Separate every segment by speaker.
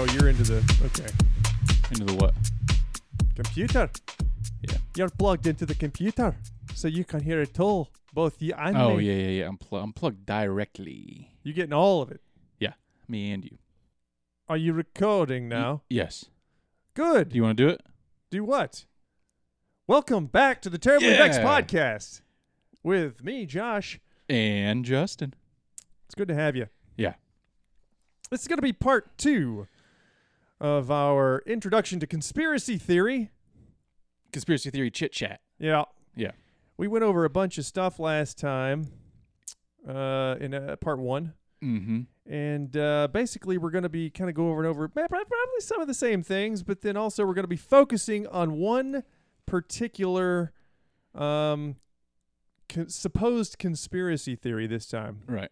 Speaker 1: Oh,
Speaker 2: Into the what?
Speaker 1: Computer.
Speaker 2: Yeah.
Speaker 1: You're plugged into the computer, so you can hear it all, both you and
Speaker 2: oh
Speaker 1: me.
Speaker 2: yeah, yeah, yeah. I'm pl- I'm plugged directly.
Speaker 1: You're getting all of it.
Speaker 2: Me and you.
Speaker 1: Are you recording now?
Speaker 2: Yes.
Speaker 1: Good.
Speaker 2: Do you want to do it?
Speaker 1: Do what? Welcome back to the Terribly Vexed
Speaker 2: Yeah.
Speaker 1: podcast with me, Josh.
Speaker 2: And Justin.
Speaker 1: It's good to have you.
Speaker 2: Yeah.
Speaker 1: This is going to be part two of our introduction to conspiracy theory.
Speaker 2: Conspiracy theory chit chat.
Speaker 1: Yeah.
Speaker 2: Yeah.
Speaker 1: We went over a bunch of stuff last time uh, in uh, part one.
Speaker 2: Mm-hmm.
Speaker 1: And uh, basically, we're going to be kind of go over and over ma- prob- probably some of the same things, but then also we're going to be focusing on one particular um, con- supposed conspiracy theory this time.
Speaker 2: Right.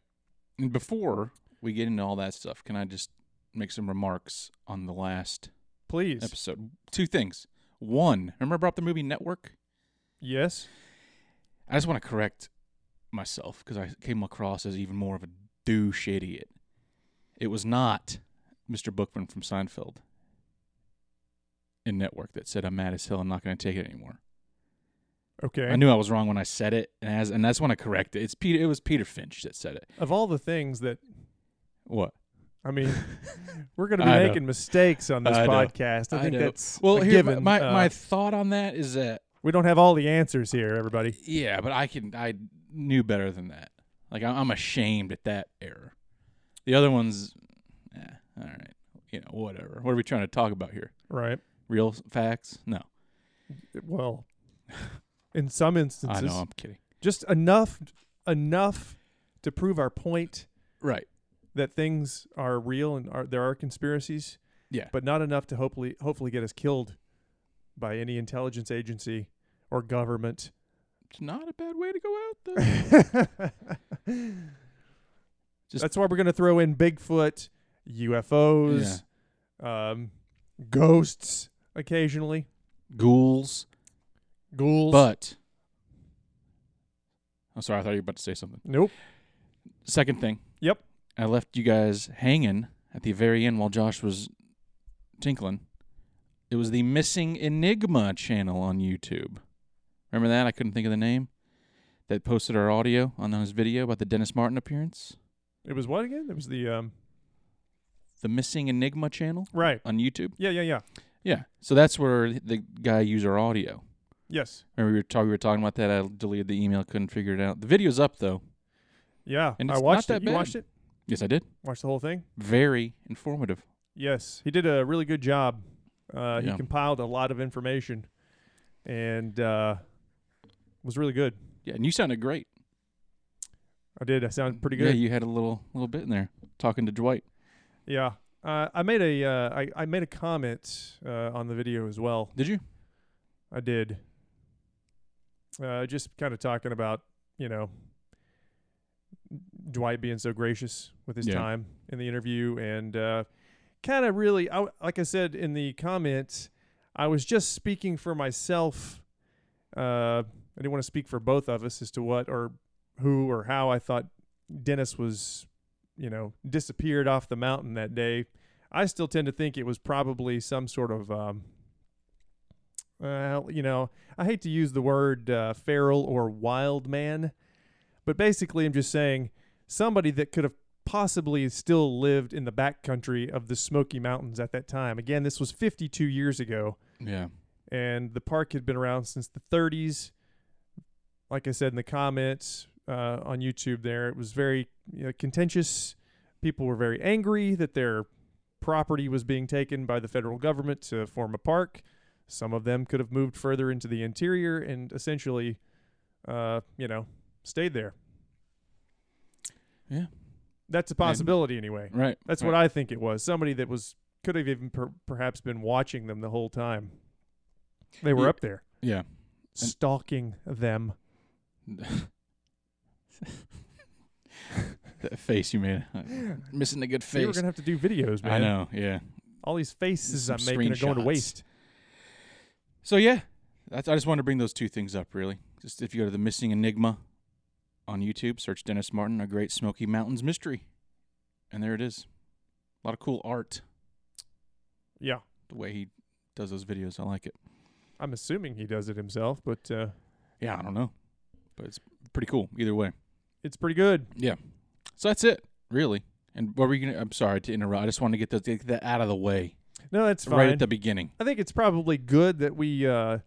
Speaker 2: And before we get into all that stuff, can I just make some remarks on the last
Speaker 1: Please.
Speaker 2: episode? Two things. One, remember about the movie Network?
Speaker 1: Yes.
Speaker 2: I just want to correct myself because I came across as even more of a douche idiot. It was not Mr. Bookman from Seinfeld in Network that said, I'm mad as hell, I'm not going to take it anymore.
Speaker 1: Okay.
Speaker 2: I knew I was wrong when I said it, and, as, and that's when I corrected it. It's Peter, it was Peter Finch that said it.
Speaker 1: of all the things that,
Speaker 2: What?
Speaker 1: I mean, we're going to be
Speaker 2: I know.
Speaker 1: making mistakes on this
Speaker 2: I know.
Speaker 1: podcast. I, think
Speaker 2: know.
Speaker 1: that's
Speaker 2: well,
Speaker 1: a
Speaker 2: here,
Speaker 1: given.
Speaker 2: My,
Speaker 1: Uh,
Speaker 2: my thought on that is that,
Speaker 1: we don't have all the answers here, everybody.
Speaker 2: yeah, but I can I knew better than that. Like, I- I'm ashamed at that error. The other one's, eh, all right, you know, whatever. What are we trying to talk about here?
Speaker 1: Right.
Speaker 2: real facts? No,
Speaker 1: Well, in some
Speaker 2: I
Speaker 1: instances.
Speaker 2: know I'm kidding.
Speaker 1: just enough enough to prove our point
Speaker 2: Right.
Speaker 1: that things are real and are there are conspiracies
Speaker 2: Yeah.
Speaker 1: but not enough to hopefully hopefully get us killed by any intelligence agency or government
Speaker 2: It's not a bad way to go out though.
Speaker 1: that's why we're going to throw in bigfoot ufos um, ghosts occasionally
Speaker 2: Ghouls,
Speaker 1: ghouls
Speaker 2: but I'm sorry. I thought you were about to say something.
Speaker 1: nope
Speaker 2: Second thing.
Speaker 1: Yep.
Speaker 2: I left you guys hanging at the very end while Josh was tinkling. It was the Missing Enigma channel on YouTube. Remember that? I couldn't think of the name. That posted our audio on his video about the Dennis Martin appearance.
Speaker 1: it was what again it was the um,
Speaker 2: The Missing Enigma channel
Speaker 1: right
Speaker 2: on YouTube.
Speaker 1: yeah yeah yeah
Speaker 2: Yeah. So that's where the guy used our audio.
Speaker 1: yes
Speaker 2: Remember we were, talk- we were talking about that. I deleted the email, couldn't figure it out. The video's up though.
Speaker 1: yeah
Speaker 2: And
Speaker 1: i
Speaker 2: it's not
Speaker 1: watched
Speaker 2: that
Speaker 1: it
Speaker 2: bad.
Speaker 1: you watched it
Speaker 2: Yes, I did.
Speaker 1: watched the whole thing
Speaker 2: Very informative.
Speaker 1: Yes, he did a really good job. Uh, He
Speaker 2: Yeah.
Speaker 1: compiled a lot of information, and uh, was really good.
Speaker 2: Yeah, and you sounded great.
Speaker 1: I did. I sounded Uh, pretty
Speaker 2: Yeah,
Speaker 1: good.
Speaker 2: you had a little little bit in there talking to Dwight.
Speaker 1: Yeah. Uh, I made a uh, I, I made a comment uh, on the video as well.
Speaker 2: Did you?
Speaker 1: I did. Uh, just kind of talking about you know Dwight being so gracious with his
Speaker 2: Yeah.
Speaker 1: time in the interview, and uh, kind of really, I, w- like I said in the comments, I was just speaking for myself. Uh, I didn't want to speak for both of us as to what or who or how I thought Dennis was, you know, disappeared off the mountain that day. I still tend to think it was probably some sort of, um, well, you know, I hate to use the word uh, feral or wild man, but basically I'm just saying somebody that could have possibly still lived in the backcountry of the Smoky Mountains at that time. Again, this was 52 years ago
Speaker 2: Yeah.
Speaker 1: and the park had been around since the 30s. Like I said in the comments uh, on YouTube, there it was very you know, contentious. People were very angry that their property was being taken by the federal government to form a park. Some of them could have moved further into the interior and essentially, uh, you know, stayed there.
Speaker 2: Yeah.
Speaker 1: that's a possibility anyway.
Speaker 2: Right.
Speaker 1: That's what I think it was. Somebody that was could have even per- perhaps been watching them the whole time. They were
Speaker 2: Yeah.
Speaker 1: up there
Speaker 2: Yeah. And-
Speaker 1: stalking them.
Speaker 2: that face you made. Missing a good
Speaker 1: We were
Speaker 2: face.
Speaker 1: gonna have to do videos, man.
Speaker 2: I know. Yeah.
Speaker 1: All these faces
Speaker 2: Some
Speaker 1: I'm making are going to
Speaker 2: screenshots.
Speaker 1: waste.
Speaker 2: So yeah, that's, I just wanted to bring those two things up. Really, just if you go to the Missing Enigma on YouTube, search Dennis Martin, a Great Smoky Mountains Mystery, and there it is. A lot of cool art.
Speaker 1: Yeah.
Speaker 2: The way he does those videos. I like it.
Speaker 1: I'm assuming he does it himself, but uh,
Speaker 2: Yeah, I don't know, but it's pretty cool either way.
Speaker 1: it's pretty good.
Speaker 2: So that's it, really. And what were you gonna? I'm sorry to interrupt. I just want to get those get that out of the way
Speaker 1: No, that's fine.
Speaker 2: right at the beginning.
Speaker 1: I think it's probably good that we uh,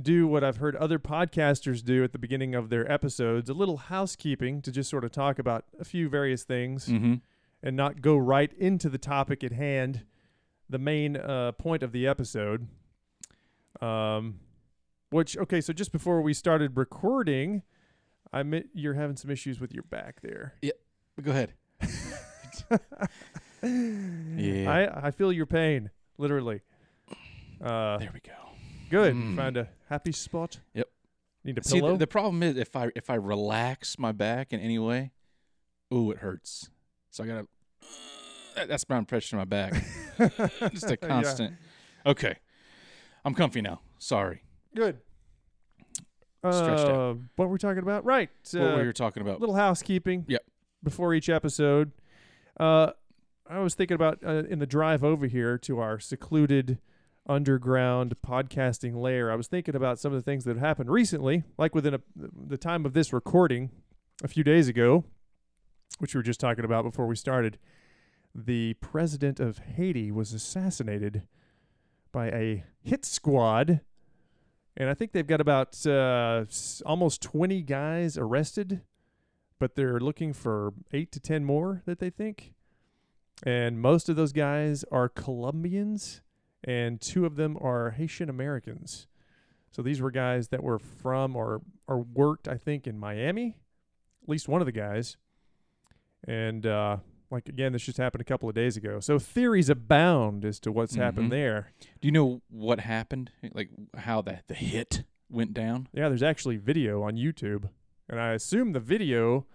Speaker 1: do what I've heard other podcasters do at the beginning of their episodes a little housekeeping to just sort of talk about a few various things
Speaker 2: Mm-hmm.
Speaker 1: and not go right into the topic at hand, the main uh, point of the episode. Um, which, okay, so just before we started recording, I admit you're having some issues with your back there.
Speaker 2: Go ahead. yeah.
Speaker 1: I, I feel your pain, literally. Uh,
Speaker 2: there we go.
Speaker 1: Good.
Speaker 2: Mm.
Speaker 1: Found a happy spot.
Speaker 2: Yep.
Speaker 1: Need a
Speaker 2: See,
Speaker 1: pillow.
Speaker 2: the, the problem is if I if I relax my back in any way, ooh, it hurts. So I gotta. that- that's my impression of my back. Just a
Speaker 1: Yeah.
Speaker 2: constant. Okay, I'm comfy now. Sorry.
Speaker 1: Good.
Speaker 2: Stretched out.
Speaker 1: Uh, what were we talking about? Right. Uh,
Speaker 2: what we were talking about.
Speaker 1: little housekeeping.
Speaker 2: Yep.
Speaker 1: Before each episode, uh, I was thinking about uh, in the drive over here to our secluded underground podcasting lair. I was thinking about some of the things that have happened recently, like within a, the time of this recording, a few days ago, which we were just talking about before we started. The president of Haiti was assassinated by a hit squad. And I think they've got about uh, s- almost 20 guys arrested but they're looking for eight to ten more that they think. And most of those guys are Colombians, and two of them are Haitian Americans. So these were guys that were from or or worked, I think, in Miami. At least one of the guys. And uh, like again, this just happened a couple of days ago. So theories abound as to what's
Speaker 2: Mhm.
Speaker 1: happened there.
Speaker 2: Do you know what happened? Like how the the hit went down?
Speaker 1: Yeah, there's actually video on YouTube, and I assume the video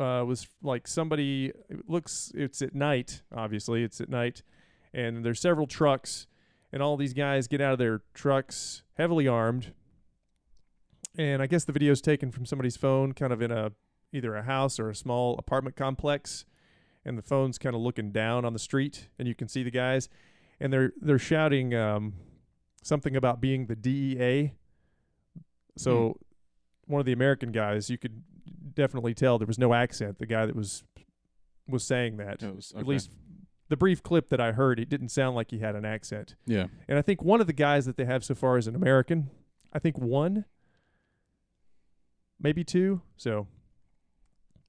Speaker 1: uh, was like somebody it looks. It's at night, obviously. It's at night, and there's several trucks, and all these guys get out of their trucks, heavily armed, and I guess the video's taken from somebody's phone, kind of in a either a house or a small apartment complex, and the phone's kind of looking down on the street, and you can see the guys, and they're they're shouting um, something about being the DEA. So one of the American guys, you could definitely tell there was no accent. The guy that was was saying that,
Speaker 2: It was-
Speaker 1: at
Speaker 2: okay.
Speaker 1: least the brief clip that I heard, it didn't sound like he had an accent.
Speaker 2: Yeah.
Speaker 1: And I think one of the guys that they have so far is an American. I think one, maybe two. So,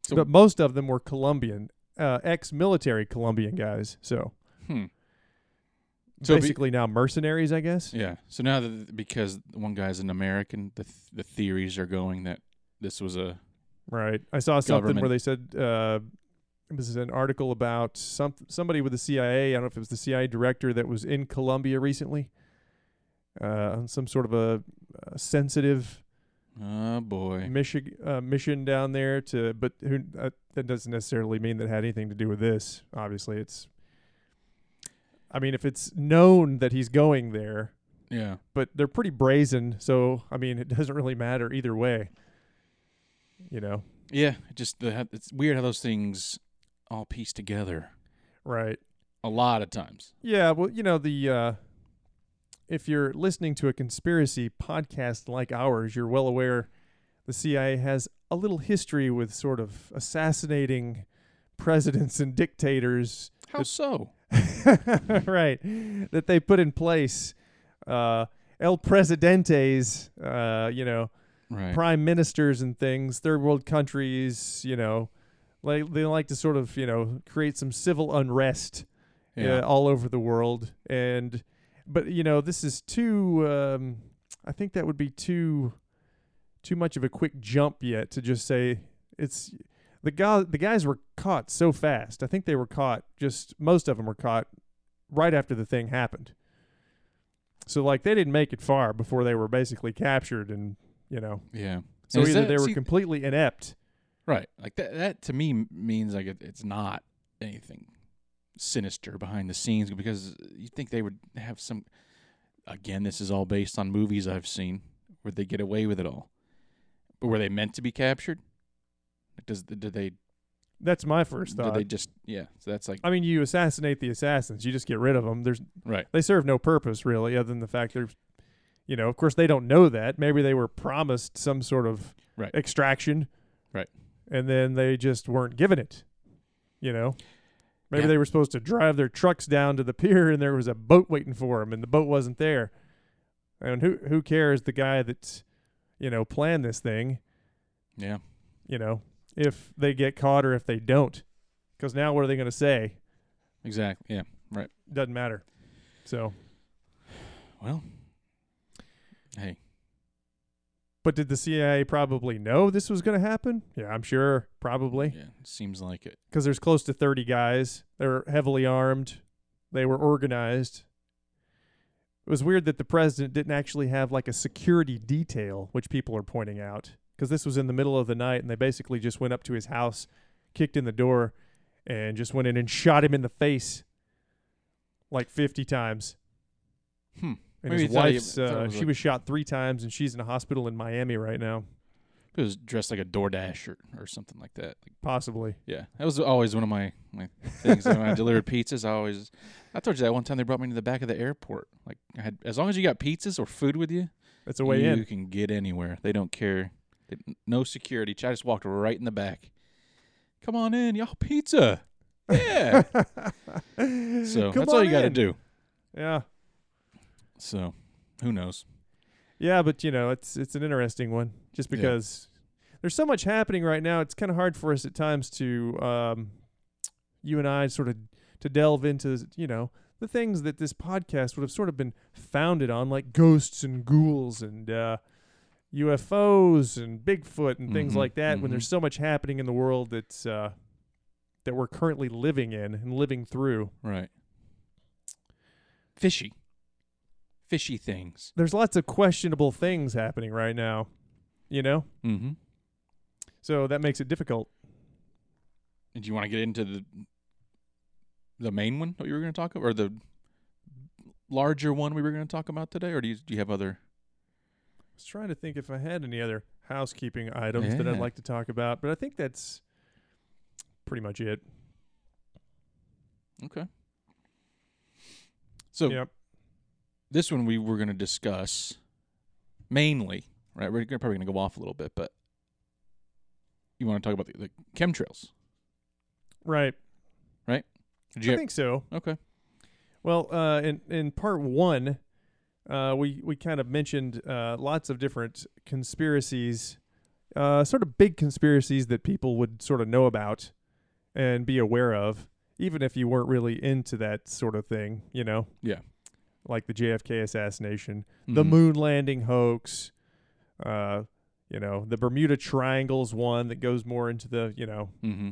Speaker 2: So-
Speaker 1: but most of them were Colombian, uh, ex-military Colombian guys. So,
Speaker 2: Hmm. So be-
Speaker 1: basically now mercenaries, I guess.
Speaker 2: Yeah. So now that because one guy's an American, the th- the theories are going that this was a
Speaker 1: Right. I saw something where
Speaker 2: Government.
Speaker 1: they said uh, this is an article about some somebody with the CIA. I don't know if it was the CIA director that was in Colombia recently uh, on some sort of a, a sensitive
Speaker 2: oh boy.
Speaker 1: Michi- uh, mission down there to, but who uh, that doesn't necessarily mean that it had anything to do with this. Obviously, it's. I mean, if it's known that he's going there,
Speaker 2: Yeah.
Speaker 1: but they're pretty brazen, so I mean, it doesn't really matter either way. You know,
Speaker 2: Yeah. it Just the, how- it's weird how those things all piece together
Speaker 1: right?
Speaker 2: a lot of times.
Speaker 1: Yeah, well, you know the. Uh, if you're listening to a conspiracy podcast like ours, you're well aware the CIA has a little history with sort of assassinating presidents and dictators
Speaker 2: How
Speaker 1: It's-
Speaker 2: so?
Speaker 1: right that they put in place uh el presidente's uh you know
Speaker 2: Right.
Speaker 1: prime ministers and things third world countries you know like they like to sort of you know create some civil unrest uh,
Speaker 2: yeah.
Speaker 1: all over the world and but you know this is too um i think that would be too too much of a quick jump yet to just say it's the guy the guys were caught so fast i think they were caught just most of them were caught right after the thing happened so like they didn't make it far before they were basically captured and you know
Speaker 2: Yeah.
Speaker 1: so
Speaker 2: Is
Speaker 1: either
Speaker 2: that-
Speaker 1: they were
Speaker 2: see-
Speaker 1: completely inept
Speaker 2: Right. Like that. That to me m- means like it, it's not anything sinister behind the scenes because you think they would have some. Again, this is all based on movies I've seen where they get away with it all. But were they meant to be captured? Does did they
Speaker 1: That's my first
Speaker 2: Did
Speaker 1: thought.
Speaker 2: they just yeah? So that's like
Speaker 1: I mean, you assassinate the assassins. You just get rid of them. There's
Speaker 2: right.
Speaker 1: they serve no purpose really, other than the fact they're, you know, of course they don't know that. Maybe they were promised some sort of
Speaker 2: Right.
Speaker 1: extraction,
Speaker 2: Right.
Speaker 1: and then they just weren't given it. You know, maybe
Speaker 2: Yeah.
Speaker 1: they were supposed to drive their trucks down to the pier, and there was a boat waiting for them, and the boat wasn't there. And who who cares? The guy that's, you know, planned this thing.
Speaker 2: Yeah.
Speaker 1: You know, if they get caught or if they don't, because now what are they going to say?
Speaker 2: Exactly. Yeah.
Speaker 1: Doesn't matter. So.
Speaker 2: Well. Hey.
Speaker 1: But did the CIA probably know this was going to happen? Yeah, I'm sure, probably.
Speaker 2: Yeah. It seems like it.
Speaker 1: Because there's close to 30 guys. They're heavily armed. They were organized. It was weird that the president didn't actually have like a security detail, which people are pointing out. Because this was in the middle of the night and they basically just went up to his house, kicked in the door, and just went in and shot him in the face like 50 times.
Speaker 2: Hmm.
Speaker 1: And
Speaker 2: Maybe
Speaker 1: his
Speaker 2: he thought he-
Speaker 1: wife's,
Speaker 2: thought it
Speaker 1: uh,
Speaker 2: was
Speaker 1: she
Speaker 2: like-
Speaker 1: was shot three times and she's in a hospital in Miami right now,
Speaker 2: It was dressed like a DoorDash or, or something like that. Like,
Speaker 1: possibly.
Speaker 2: yeah. That was always one of my my things. when I delivered pizzas, I always I told you that one time they brought me to the back of the airport. Like I had as long as you got pizzas or food with you,
Speaker 1: That's a way
Speaker 2: you
Speaker 1: in.
Speaker 2: can get anywhere. They don't care. They- no security. I just walked right in the back. Come on in, y'all. Pizza. Yeah. so
Speaker 1: Come
Speaker 2: that's all
Speaker 1: on
Speaker 2: you got to
Speaker 1: in.
Speaker 2: do.
Speaker 1: Yeah,
Speaker 2: So who knows?
Speaker 1: yeah, but you know, it's it's an interesting one just
Speaker 2: Yeah.
Speaker 1: because there's so much happening right now. It's kind of hard for us at times to um, you and I sort of to delve into you know the things that this podcast would have sort of been founded on, like ghosts and ghouls and uh, UFOs and Bigfoot and things
Speaker 2: Mhm,
Speaker 1: like that. When
Speaker 2: mhm.
Speaker 1: there's so much happening in the world that's uh, that we're currently living in and living through.
Speaker 2: Right. Fishy. Fishy things.
Speaker 1: There's lots of questionable things happening right now, you know.
Speaker 2: Mm-hmm.
Speaker 1: So that makes it difficult.
Speaker 2: Did you want to get into the the main one that we were going to talk about, or the larger one we were going to talk about today, or do you do you have other?
Speaker 1: I was trying to think if I had any other housekeeping items that I'd
Speaker 2: Yeah.
Speaker 1: like to talk about, but I think that's pretty much it.
Speaker 2: So
Speaker 1: Yep.
Speaker 2: this one we were going to discuss mainly, right? We're gonna, probably going to go off a little bit, but you want to talk about the, the chemtrails?
Speaker 1: Right.
Speaker 2: Did you
Speaker 1: I think so.
Speaker 2: okay.
Speaker 1: Well, uh, in in part one, uh, we we kind of mentioned uh, lots of different conspiracies, uh, sort of big conspiracies that people would sort of know about and be aware of, even if you weren't really into that sort of thing, you know.
Speaker 2: Yeah.
Speaker 1: Like the JFK assassination, the
Speaker 2: Mhm.
Speaker 1: moon landing hoax, uh, you know, the Bermuda Triangle's one that goes more into the, you know,
Speaker 2: Mm-hmm.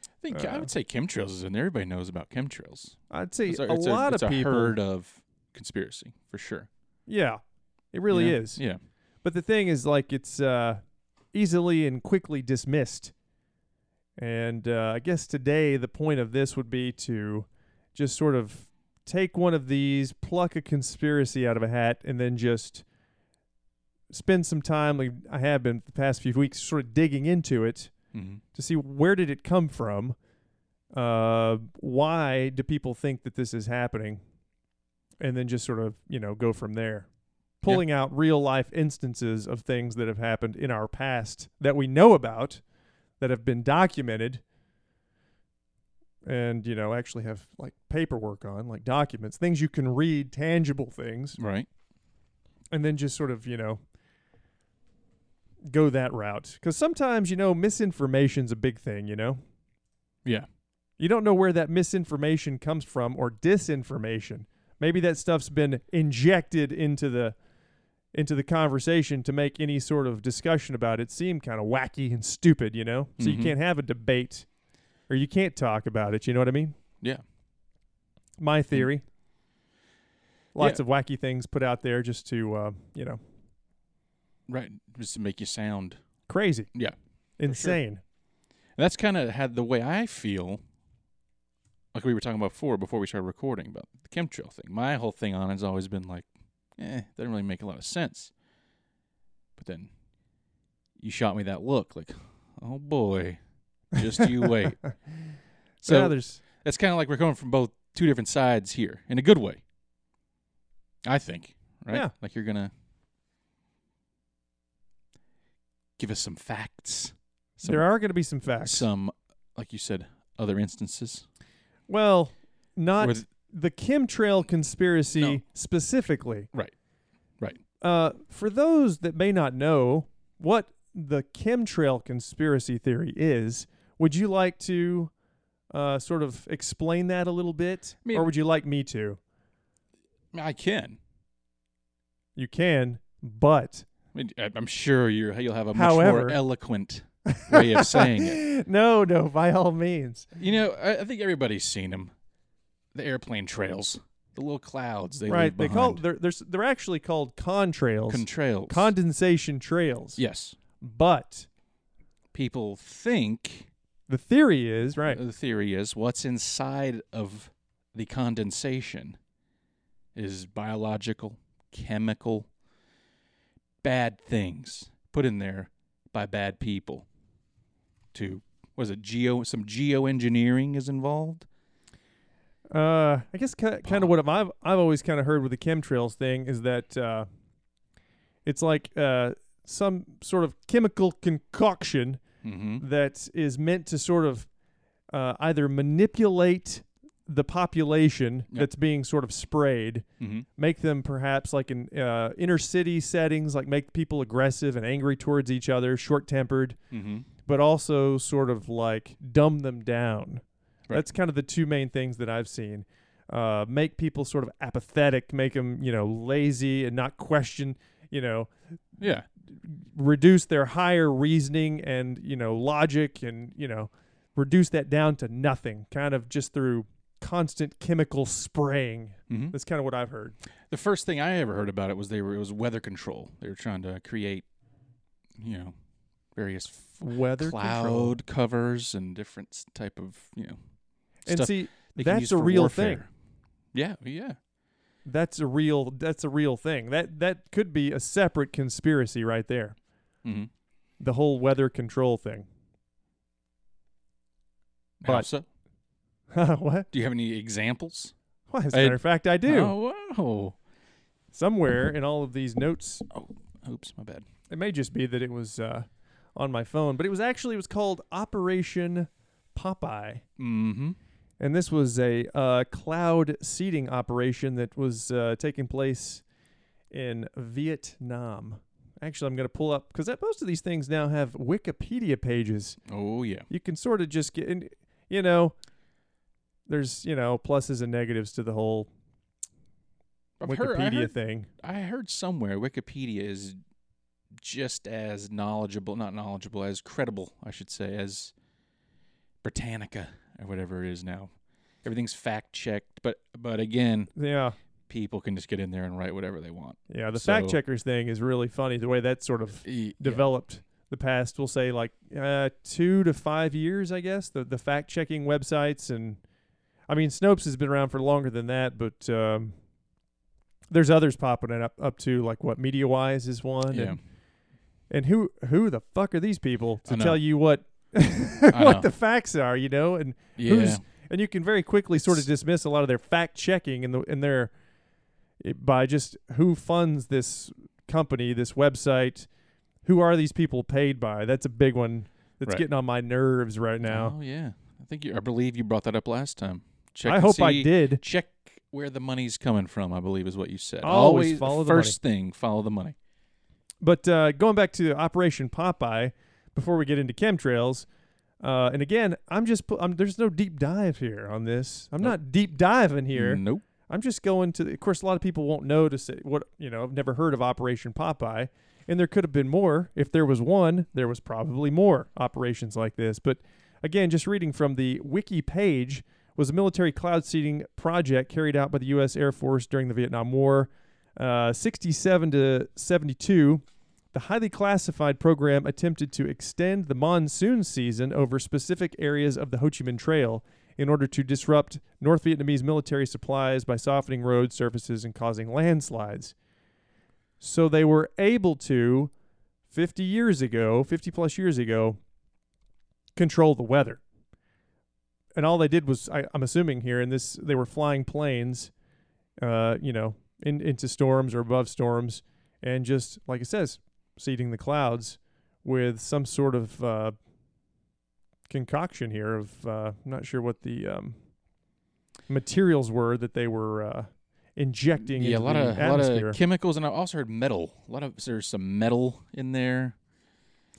Speaker 2: I think I
Speaker 1: Uh,
Speaker 2: would say chemtrails is in there. Everybody knows about chemtrails.
Speaker 1: I'd say
Speaker 2: It's
Speaker 1: a,
Speaker 2: it's
Speaker 1: lot
Speaker 2: it's
Speaker 1: of
Speaker 2: a
Speaker 1: people.
Speaker 2: heard of conspiracy for sure.
Speaker 1: Yeah, it
Speaker 2: you
Speaker 1: really
Speaker 2: know?
Speaker 1: is.
Speaker 2: Yeah.
Speaker 1: But the thing is, like, it's uh, easily and quickly dismissed. And uh, I guess today the point of this would be to just sort of take one of these, pluck a conspiracy out of a hat, and then just spend some time, like I have been the past few weeks, sort of digging into it
Speaker 2: Mm-hmm.
Speaker 1: to see where did it come from uh why do people think that this is happening and then just sort of you know go from there
Speaker 2: Yeah.
Speaker 1: pulling out real life instances of things that have happened in our past that we know about that have been documented and you know actually have like paperwork on like documents things you can read tangible things
Speaker 2: Right.
Speaker 1: and then just sort of you know go that route because sometimes you know misinformation's a big thing you know
Speaker 2: Yeah.
Speaker 1: you don't know where that misinformation comes from or disinformation maybe that stuff's been injected into the into the conversation to make any sort of discussion about it seem kind of wacky and stupid you know so
Speaker 2: Mhm.
Speaker 1: you can't have a debate or you can't talk about it you know what i mean
Speaker 2: Yeah.
Speaker 1: my theory lots
Speaker 2: Yeah.
Speaker 1: of wacky things put out there just to uh, you know
Speaker 2: Right. Just to make you sound.
Speaker 1: crazy.
Speaker 2: Yeah, for sure.
Speaker 1: Insane.
Speaker 2: And that's kind of had the way I feel. Like we were talking about before, before we started recording about the chemtrail thing. My whole thing on it's always been like, eh, doesn't really make a lot of sense. But then you shot me that look, like, oh boy, Just you wait.
Speaker 1: So
Speaker 2: So
Speaker 1: there's
Speaker 2: that's kind of like we're coming from both two different sides here in a good way. I think, right?
Speaker 1: Yeah.
Speaker 2: Like you're gonna give us some facts, some,
Speaker 1: there are going to be some facts.
Speaker 2: some, like you said, other instances.
Speaker 1: Well, not
Speaker 2: where th-
Speaker 1: the chemtrail conspiracy
Speaker 2: No.
Speaker 1: specifically.
Speaker 2: Right. Right.
Speaker 1: Uh, for those that may not know what the chemtrail conspiracy theory is, would you like to uh, sort of explain that a little bit?
Speaker 2: I mean-
Speaker 1: or would you like me to?
Speaker 2: I, mean, I can.
Speaker 1: You can, but.
Speaker 2: I mean, I- I'm sure you're, you'll have a much
Speaker 1: However-
Speaker 2: more eloquent way of saying it.
Speaker 1: no, no, by all means.
Speaker 2: You know, I, I think everybody's seen them. The airplane trails, the little clouds they
Speaker 1: right.
Speaker 2: leave
Speaker 1: They call
Speaker 2: behind.
Speaker 1: they're, they're, s- they're actually called contrails,
Speaker 2: contrails.
Speaker 1: condensation trails.
Speaker 2: yes,
Speaker 1: But
Speaker 2: people think
Speaker 1: the theory is, right,
Speaker 2: the theory is what's inside of the condensation is biological, chemical, bad things put in there by bad people. To was it geo? Some geoengineering is involved.
Speaker 1: Uh, I guess kind of
Speaker 2: Pop.
Speaker 1: what I've I've always kind of heard with the chemtrails thing is that uh, it's like uh, some sort of chemical concoction
Speaker 2: Mm-hmm.
Speaker 1: that is meant to sort of uh, either manipulate the population
Speaker 2: Yeah.
Speaker 1: that's being sort of sprayed,
Speaker 2: Mm-hmm.
Speaker 1: make them perhaps like in uh, inner city settings, like make people aggressive and angry towards each other, short tempered,
Speaker 2: Mm-hmm.
Speaker 1: but also sort of like dumb them down.
Speaker 2: Right.
Speaker 1: That's kind of the two main things that I've seen. Uh, make people sort of apathetic, make them you know lazy and not question, you know,
Speaker 2: Yeah.
Speaker 1: reduce their higher reasoning and you know logic and you know reduce that down to nothing. Kind of just through constant chemical spraying.
Speaker 2: Mm-hmm.
Speaker 1: That's kind of what I've heard.
Speaker 2: The first thing I ever heard about it was they were it was weather control. They were trying to create, you know, various f-
Speaker 1: Weather
Speaker 2: cloud
Speaker 1: control.
Speaker 2: covers and different s- type of you know
Speaker 1: and
Speaker 2: stuff
Speaker 1: see
Speaker 2: they can
Speaker 1: that's
Speaker 2: use
Speaker 1: a
Speaker 2: for
Speaker 1: real
Speaker 2: warfare.
Speaker 1: thing.
Speaker 2: Yeah, yeah,
Speaker 1: that's a real that's a real thing. That that could be a separate conspiracy right there.
Speaker 2: mm-hmm.
Speaker 1: The whole weather control thing. But-
Speaker 2: so,
Speaker 1: what?
Speaker 2: do you have any examples?
Speaker 1: Well, as a
Speaker 2: I-
Speaker 1: matter of fact, I do.
Speaker 2: Oh, wow.
Speaker 1: Somewhere in all of these notes,
Speaker 2: Oops, my bad.
Speaker 1: it may just be that it was uh, on my phone, but it was actually it was called Operation Popeye,
Speaker 2: Mm-hmm.
Speaker 1: and this was a uh, cloud seeding operation that was uh, taking place in Vietnam. Actually, I'm going to pull up because most of these things now have Wikipedia pages.
Speaker 2: Oh yeah.
Speaker 1: you can sort of just get and you know there's you know pluses and negatives to the whole
Speaker 2: I've
Speaker 1: wikipedia
Speaker 2: heard, I, heard,
Speaker 1: thing
Speaker 2: I heard somewhere Wikipedia is just as knowledgeable, not knowledgeable, as credible, I should say, as Britannica or whatever it is now. Everything's fact checked, but but again,
Speaker 1: yeah
Speaker 2: people can just get in there and write whatever they want.
Speaker 1: yeah the fact
Speaker 2: So-
Speaker 1: checkers thing is really funny the way that sort of
Speaker 2: E-
Speaker 1: developed the past we'll say like uh, two to five years i guess the, the fact checking websites and i mean snopes has been around for longer than that but um, there's others popping it up up to like what MediaWise is one
Speaker 2: Yeah.
Speaker 1: and And who who the fuck are these people
Speaker 2: I
Speaker 1: to
Speaker 2: know.
Speaker 1: tell you what
Speaker 2: know.
Speaker 1: what the facts are, you know? And
Speaker 2: Yeah.
Speaker 1: who's- and you can very quickly sort of dismiss a lot of their fact checking and the and their it, by just who funds this company, this website, who are these people paid by? That's a big one that's
Speaker 2: Right.
Speaker 1: getting on my nerves right now.
Speaker 2: Oh yeah. I think you I believe you brought that up last time. Check
Speaker 1: I
Speaker 2: and
Speaker 1: hope I
Speaker 2: see-
Speaker 1: did.
Speaker 2: Check where the money's coming from, I believe is what you said.
Speaker 1: Always follow the money.
Speaker 2: first thing, follow the money.
Speaker 1: But uh, going back to Operation Popeye, before we get into chemtrails, uh, and again, I'm just pu- I'm, there's no deep dive here on this. I'm
Speaker 2: Nope.
Speaker 1: not deep diving here.
Speaker 2: Nope.
Speaker 1: I'm just going to. Of course, a lot of people won't notice it. What you know, I've never heard of Operation Popeye, and there could have been more. If there was one, there was probably more operations like this. But again, just reading from the wiki page was a military cloud seeding project carried out by the U.S. Air Force during the Vietnam War, uh, 67 to 72. The highly classified program attempted to extend the monsoon season over specific areas of the Ho Chi Minh Trail in order to disrupt North Vietnamese military supplies by softening road surfaces and causing landslides. So they were able to, 50 years ago, 50 plus years ago, control the weather. And all they did was, I, I'm assuming here, in this they were flying planes, uh, you know, in, into storms or above storms, and just like it says, seeding the clouds with some sort of uh, concoction here of uh, I'm not sure what the um, materials were that they were uh, injecting.
Speaker 2: yeah, a
Speaker 1: into
Speaker 2: lot
Speaker 1: the
Speaker 2: of a lot
Speaker 1: atmosphere.
Speaker 2: of chemicals, and I also heard metal. A lot of there's some metal in there.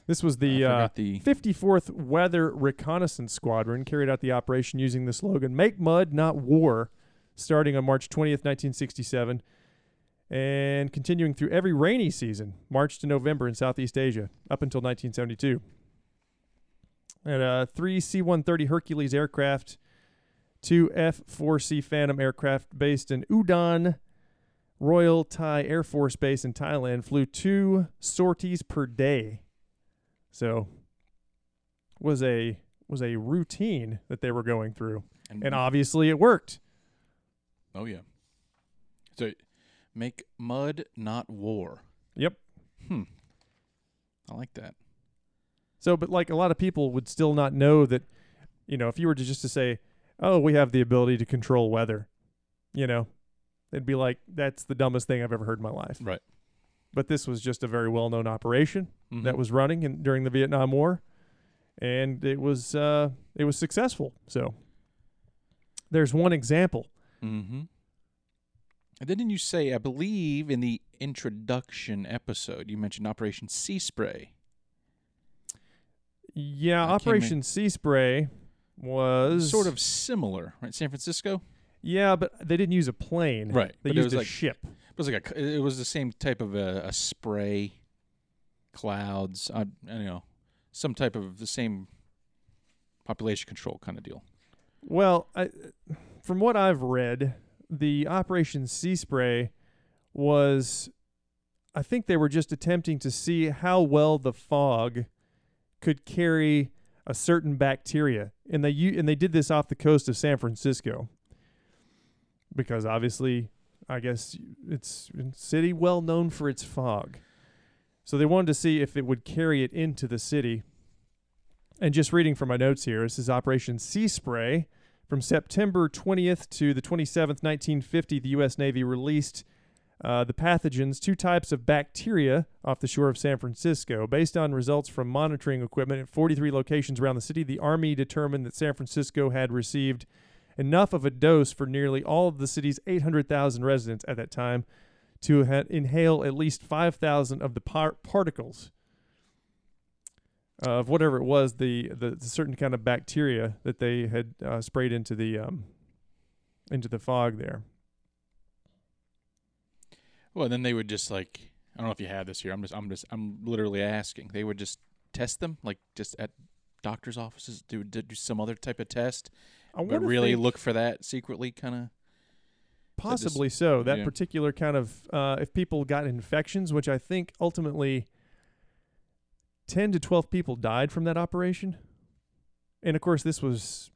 Speaker 1: This was
Speaker 2: I
Speaker 1: the
Speaker 2: forgot
Speaker 1: uh,
Speaker 2: the
Speaker 1: 54th Weather Reconnaissance Squadron carried out the operation using the slogan "Make Mud, Not War," starting on March 20th, 1967, and continuing through every rainy season, March to November in Southeast Asia, up until 1972. And uh, three C-130 Hercules aircraft, two F-4C Phantom aircraft based in Udon. Royal Thai Air Force Base in Thailand flew two sorties per day. So was a was a routine that they were going through.
Speaker 2: Mm-hmm.
Speaker 1: And obviously it worked.
Speaker 2: oh yeah, so make mud, not war.
Speaker 1: Yep.
Speaker 2: Hmm, I like that.
Speaker 1: So but like a lot of people would still not know that you know, if you were to just to say, "Oh, we have the ability to control weather." You know, they'd be like, "That's the dumbest thing I've ever heard in my life."
Speaker 2: Right.
Speaker 1: But this was just a very well-known operation that
Speaker 2: Mhm.
Speaker 1: was running in, during the Vietnam War, and it was uh, it was successful. So there's one example.
Speaker 2: Mm-hmm. And then didn't you say, I believe in the introduction episode, you mentioned Operation Sea Spray.
Speaker 1: Yeah,
Speaker 2: That came in-
Speaker 1: Operation Sea Spray was
Speaker 2: Sort of similar, right? San Francisco?
Speaker 1: yeah, but they didn't use a plane.
Speaker 2: Right,
Speaker 1: they
Speaker 2: but it
Speaker 1: used
Speaker 2: was
Speaker 1: a
Speaker 2: like-
Speaker 1: ship.
Speaker 2: It was like a, it was the same type of a, a spray, clouds, I, I don't know, some type of the same population control kind of deal.
Speaker 1: Well, I, from what I've read, the Operation Sea Spray was, I think they were just attempting to see how well the fog could carry a certain bacteria, and they u- and they did this off the coast of San Francisco, because obviously, I guess it's a city well known for its fog, so they wanted to see if it would carry it into the city. And just reading from my notes here, this is Operation Sea Spray. From September 20th to the 27th, 1950, the U.S. Navy released uh, the pathogens, two types of bacteria, off the shore of San Francisco. Based on results from monitoring equipment at 43 locations around the city, the Army determined that San Francisco had received enough of a dose for nearly all of the city's 800,000 residents at that time to ha- inhale at least 5,000 of the par- particles of whatever it was, the, the the certain kind of bacteria that they had uh, sprayed into the um, into the fog there.
Speaker 2: Well, then they would just like I don't know if you had this here. I'm just I'm just I'm literally asking. They would just test them like just at doctors' offices do do do some other type of test,
Speaker 1: I
Speaker 2: but
Speaker 1: wonder if
Speaker 2: really
Speaker 1: they-
Speaker 2: look for that secretly kind of.
Speaker 1: possibly so that
Speaker 2: yeah.
Speaker 1: particular kind of uh, if people got infections, which I think ultimately ten to twelve people died from that operation, and of course this was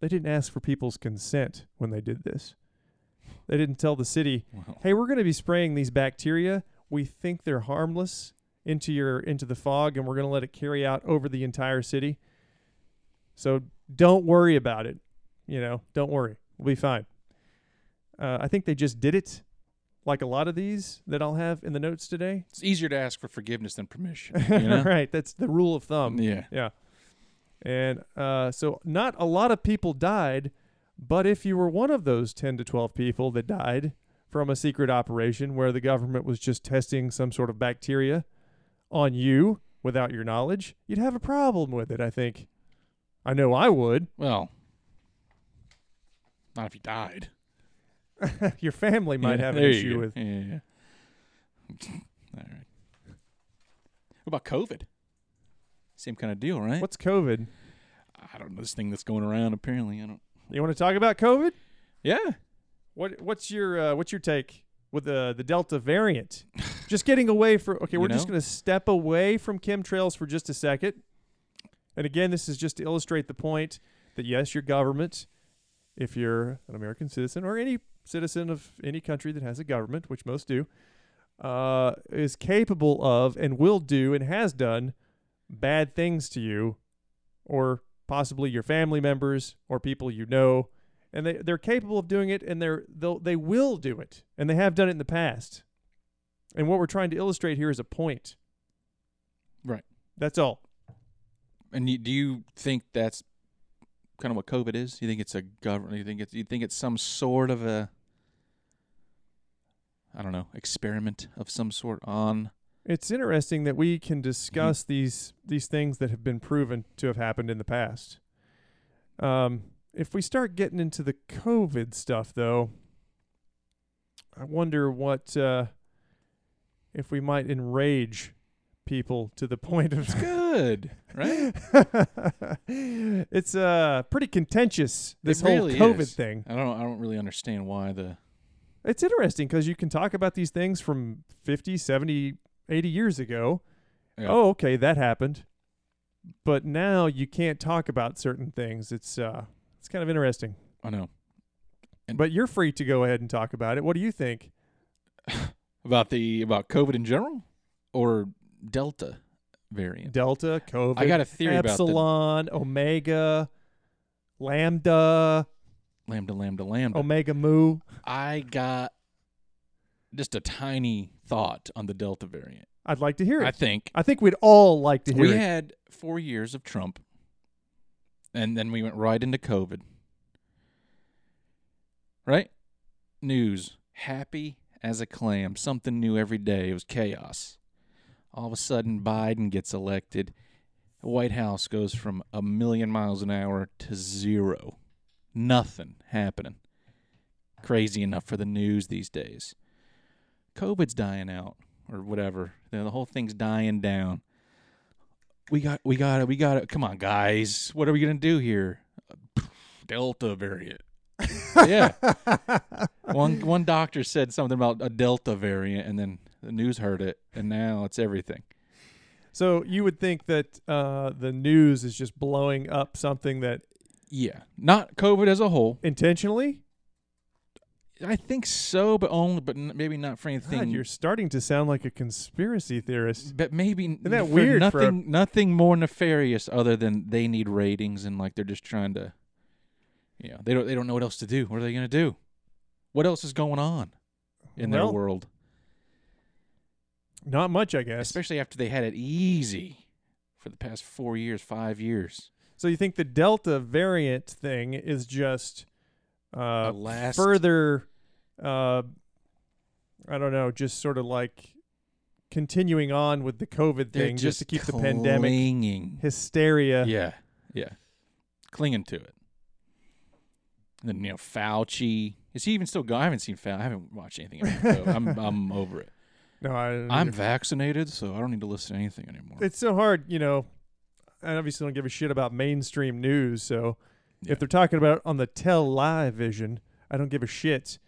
Speaker 1: they didn't ask for people's consent when they did this. They didn't tell the city
Speaker 2: Well,
Speaker 1: hey we're going to be spraying these bacteria we think they're harmless into your into the fog and we're going to let it carry out over the entire city so don't worry about it you know don't worry we'll be fine uh, i think they just did it like a lot of these that i'll have in the notes today
Speaker 2: it's easier to ask for forgiveness than permission. You know?
Speaker 1: right that's the rule of thumb
Speaker 2: yeah.
Speaker 1: yeah. And uh, so not a lot of people died, but if you were one of those 10 to 12 people that died from a secret operation where the government was just testing some sort of bacteria on you without your knowledge, you'd have a problem with it, I think. I know I would.
Speaker 2: Well, not if you died.
Speaker 1: your family might
Speaker 2: Yeah,
Speaker 1: have an
Speaker 2: there you
Speaker 1: issue
Speaker 2: go.
Speaker 1: with.
Speaker 2: Yeah. yeah, yeah. All right. What about COVID? Same kind of deal, right?
Speaker 1: What's COVID?
Speaker 2: I don't know this thing that's going around. Apparently, I don't.
Speaker 1: You want to talk about COVID?
Speaker 2: Yeah.
Speaker 1: What what's your uh, what's your take with the the Delta variant? just getting away from okay,
Speaker 2: You
Speaker 1: we're just
Speaker 2: know?
Speaker 1: going to step away from chemtrails for just a second. And again, this is just to illustrate the point that yes, your government, if you're an American citizen or any citizen of any country that has a government, which most do, uh, is capable of and will do and has done bad things to you or possibly your family members or people you know, and they they're capable of doing it, and they're they'll they will do it, and they have done it in the past. And what we're trying to illustrate here is a point.
Speaker 2: Right.
Speaker 1: That's all.
Speaker 2: And you, do you think that's kind of what COVID is? You think it's a government? You think it's you think it's some sort of a I don't know experiment of some sort on
Speaker 1: It's interesting that we can discuss these these things that have been proven to have happened in the past. Um, if we start getting into the COVID stuff, though, I wonder what uh, if we might enrage people to the point of
Speaker 2: good, right?
Speaker 1: it's uh pretty contentious this
Speaker 2: really
Speaker 1: whole COVID
Speaker 2: is.
Speaker 1: thing.
Speaker 2: I don't I don't really understand why the
Speaker 1: It's interesting because you can talk about these things from 50, 70, 80 years ago.
Speaker 2: Yeah.
Speaker 1: Oh, okay, that happened. But now you can't talk about certain things. It's uh it's kind of interesting.
Speaker 2: I know And-
Speaker 1: But you're free to go ahead and talk about it. What do you think?
Speaker 2: about the about COVID in general or Delta variant.
Speaker 1: Delta, COVID,
Speaker 2: I got a theory about
Speaker 1: Epsilon, Omega, Lambda,
Speaker 2: the lambda lambda lambda.
Speaker 1: Omega Mu.
Speaker 2: I got just a tiny thought on the Delta variant.
Speaker 1: I'd like to hear it.
Speaker 2: I think
Speaker 1: I think we'd all like to hear
Speaker 2: we
Speaker 1: it.
Speaker 2: had four years of Trump, and then we went right into COVID. Right? News happy as a clam, something new every day. It was chaos. All of a sudden, Biden gets elected. The White House goes from a million miles an hour to zero. Nothing happening. Crazy enough for the news these days. COVID's dying out, or whatever. You know, the whole thing's dying down we got we got it we got it come on guys what are we gonna do here delta variant yeah one one doctor said something about a delta variant and then the news heard it and now it's everything
Speaker 1: So you would think that uh, the news is just blowing up something that
Speaker 2: yeah not covid as a whole
Speaker 1: intentionally.
Speaker 2: i think so but only but n- maybe not for anything
Speaker 1: God, you're starting to sound like a conspiracy theorist.
Speaker 2: but maybe Isn't
Speaker 1: that weird for a-
Speaker 2: nothing nothing more nefarious other than they need ratings and like they're just trying to you know they don't they don't know what else to do what are they going to do what else is going on in their
Speaker 1: Well,
Speaker 2: world
Speaker 1: Not much, I guess.
Speaker 2: especially after they had it easy for the past four years, five years.
Speaker 1: so you think the Delta variant thing is just uh,
Speaker 2: The last-
Speaker 1: further? Uh, I don't know, just sort of like continuing on with the COVID
Speaker 2: They're
Speaker 1: thing, just, to keep the pandemic uh,
Speaker 2: clinging.
Speaker 1: hysteria.
Speaker 2: Yeah, yeah, clinging to it. And then you know Fauci. Is he even still going? I haven't seen Fauci. I haven't watched anything. About COVID. I'm I'm over it.
Speaker 1: No, I,
Speaker 2: I'm vaccinated, so I don't need to listen to anything anymore.
Speaker 1: it's so hard, you know. I obviously don't give a shit about mainstream news, so
Speaker 2: Yeah.
Speaker 1: if they're talking about it on the tell lie vision, I don't give a shit.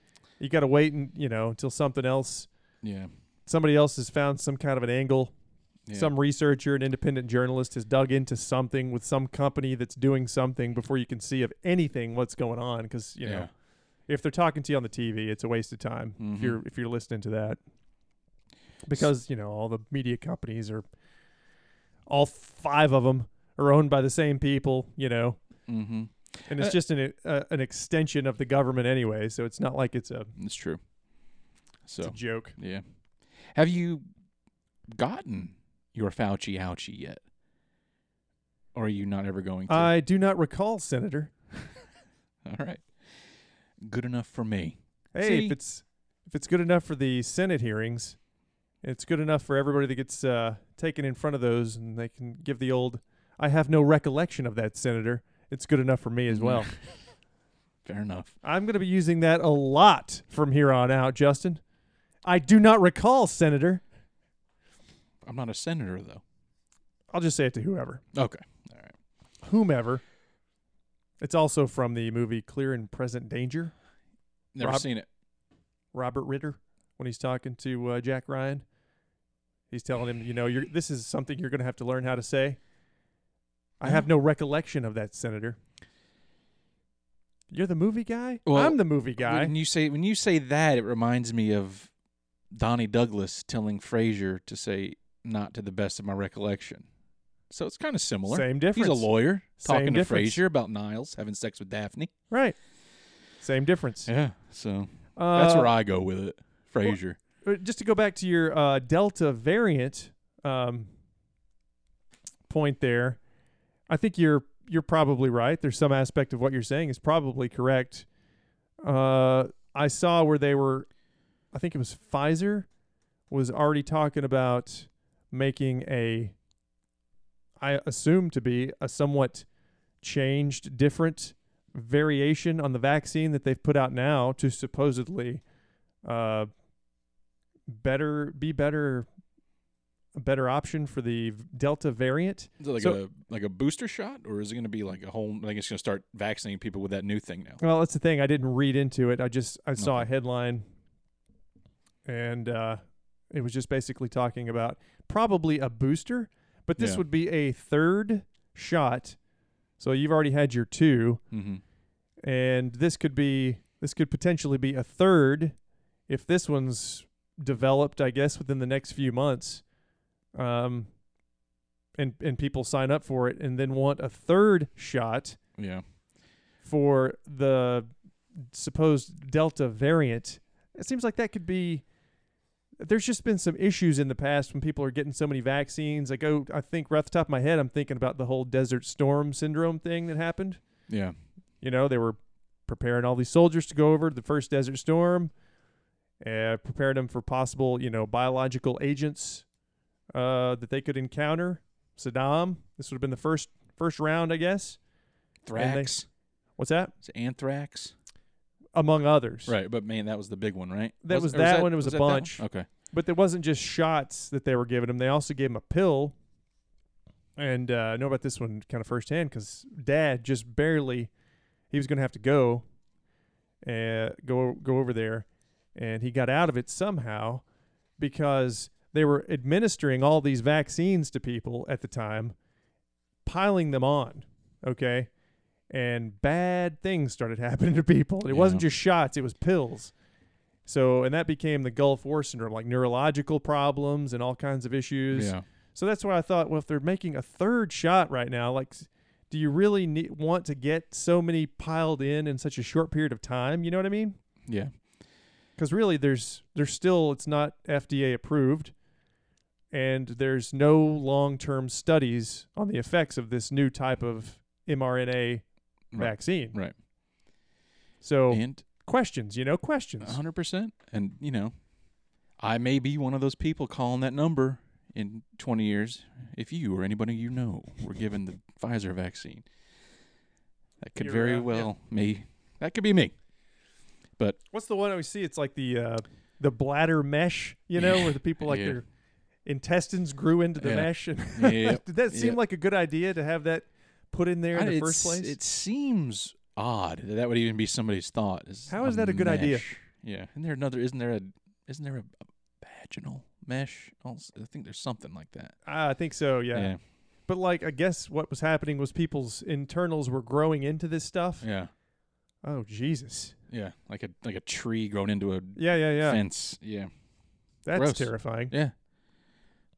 Speaker 1: You got to wait and you know until something else,
Speaker 2: yeah.
Speaker 1: somebody else has found some kind of an angle.
Speaker 2: yeah.
Speaker 1: Some researcher, an independent journalist, has dug into something with some company that's doing something before you can see of anything what's going on. Because you know,
Speaker 2: Yeah.
Speaker 1: if they're talking to you on the TV, it's a waste of time.
Speaker 2: Mhm.
Speaker 1: If you're if you're listening to that, because you know all the media companies are all five of them are owned by the same people. You know,
Speaker 2: Mm-hmm.
Speaker 1: and it's
Speaker 2: Uh,
Speaker 1: just an uh, an extension of the government anyway. So it's not like it's a,
Speaker 2: It's true.
Speaker 1: it's a
Speaker 2: So
Speaker 1: joke.
Speaker 2: yeah. Have you gotten your Fauci ouchie yet? Or are you not ever going to?
Speaker 1: I do not recall, Senator.
Speaker 2: All right. Good enough for me.
Speaker 1: Hey,
Speaker 2: See?
Speaker 1: if it's if it's good enough for the Senate hearings, it's good enough for everybody that gets uh, taken in front of those, and they can give the old "I have no recollection of that, Senator." It's good enough for me
Speaker 2: Mm-hmm.
Speaker 1: as well.
Speaker 2: Fair enough.
Speaker 1: I'm going to be using that a lot from here on out, Justin. I do not recall, Senator.
Speaker 2: I'm not a senator though.
Speaker 1: I'll just say it to whoever,
Speaker 2: Okay. All right.
Speaker 1: whomever. It's also from the movie Clear and Present Danger.
Speaker 2: Never
Speaker 1: Rob-
Speaker 2: seen it.
Speaker 1: Robert Ritter when he's talking to uh, Jack Ryan. He's telling him, you know, you're, this is something you're going to have to learn how to say. I have no recollection of that, Senator. You're the movie guy.
Speaker 2: Well,
Speaker 1: I'm the movie guy.
Speaker 2: When you say when you say that, it reminds me of Donnie Douglas telling Frazier to say not to the best of my recollection. So it's kind of similar.
Speaker 1: Same difference.
Speaker 2: He's a lawyer
Speaker 1: Same
Speaker 2: talking to
Speaker 1: difference.
Speaker 2: Frasier about Niles having sex with Daphne.
Speaker 1: Right. Same difference.
Speaker 2: Yeah. So that's
Speaker 1: Uh,
Speaker 2: where I go with it. Frasier.
Speaker 1: but Uh, just to go back to your uh, Delta variant um, point there, I think you're you're probably right. There's some aspect of what you're saying is probably correct. Uh, I saw where they were, I think it was Pfizer, was already talking about making a, I assume to be a somewhat changed, different variation on the vaccine that they've put out now to supposedly uh, better be better a better option for the v- delta variant
Speaker 2: Is it like
Speaker 1: so-
Speaker 2: a like a booster shot, or is it going to be like a whole? Like it's going to start vaccinating people with that new thing now.
Speaker 1: well that's the thing i didn't read into it i just i saw a
Speaker 2: Okay.
Speaker 1: headline and uh it was just basically talking about probably a booster but this
Speaker 2: Yeah.
Speaker 1: would be a third shot so you've already had your two
Speaker 2: Mm-hmm.
Speaker 1: and this could be this could potentially be a third if this one's developed i guess within the next few months um and and people sign up for it and then want a third shot
Speaker 2: Yeah.
Speaker 1: for the supposed delta variant it seems like that could be there's just been some issues in the past when people are getting so many vaccines like oh i think right off the top of my head i'm thinking about the whole desert storm syndrome thing that happened
Speaker 2: Yeah.
Speaker 1: you know, they were preparing all these soldiers to go over to the first Desert Storm, uh, prepared them for possible, you know, biological agents uh, that they could encounter. Saddam. This would have been the first first round, I guess.
Speaker 2: Thrax.
Speaker 1: What's that?
Speaker 2: Is it anthrax?
Speaker 1: Among others.
Speaker 2: Right. But man, that was the big one, right?
Speaker 1: That was
Speaker 2: or
Speaker 1: that one, it was a
Speaker 2: that that one?
Speaker 1: bunch.
Speaker 2: Okay.
Speaker 1: But there wasn't just shots that they were giving him. They also gave him a pill. And uh, I know about this one kind of firsthand because Dad just barely, he was going to have to go, uh, go go over there, and he got out of it somehow because they were administering all these vaccines to people at the time, piling them on, okay, and bad things started happening to people. It wasn't
Speaker 2: Yeah.
Speaker 1: just shots; it was pills. So, and that became the Gulf War syndrome, like neurological problems and all kinds of issues.
Speaker 2: Yeah.
Speaker 1: So that's why I thought, well, if they're making a third shot right now, like, s- do you really need, want to get so many piled in in such a short period of time? You know what I mean?
Speaker 2: Yeah.
Speaker 1: Because really, there's there's still it's not FDA approved, and there's no long term studies on the effects of this new type of mRNA
Speaker 2: Right.
Speaker 1: vaccine.
Speaker 2: Right.
Speaker 1: So
Speaker 2: And
Speaker 1: questions, you know, questions.
Speaker 2: hundred percent. And you know, I may be one of those people calling that number in twenty years if you or anybody you know were given the Pfizer vaccine. That could
Speaker 1: You're,
Speaker 2: very
Speaker 1: uh, yeah.
Speaker 2: well me. That could be me.
Speaker 1: What's the one we see? It's like the uh, the bladder mesh, you know, where the people like
Speaker 2: Yeah.
Speaker 1: their intestines grew into the
Speaker 2: Yeah.
Speaker 1: mesh. And
Speaker 2: Yep.
Speaker 1: Did that seem
Speaker 2: Yep.
Speaker 1: like a good idea to have that put in there in
Speaker 2: I-
Speaker 1: the
Speaker 2: it's-
Speaker 1: first place?
Speaker 2: It seems odd that that would even be somebody's thought.
Speaker 1: How is that a good idea?
Speaker 2: mesh. Yeah, isn't there another? Isn't there a? Isn't there a, a vaginal mesh? Also, I think there's something like that.
Speaker 1: Ah, I think so, yeah.
Speaker 2: yeah,
Speaker 1: But like, I guess what was happening was people's internals were growing into this stuff.
Speaker 2: yeah,
Speaker 1: Oh Jesus!
Speaker 2: yeah. Like a like a tree grown into a
Speaker 1: Yeah, yeah, yeah.
Speaker 2: fence. Yeah,
Speaker 1: That's
Speaker 2: Gross.
Speaker 1: terrifying.
Speaker 2: yeah.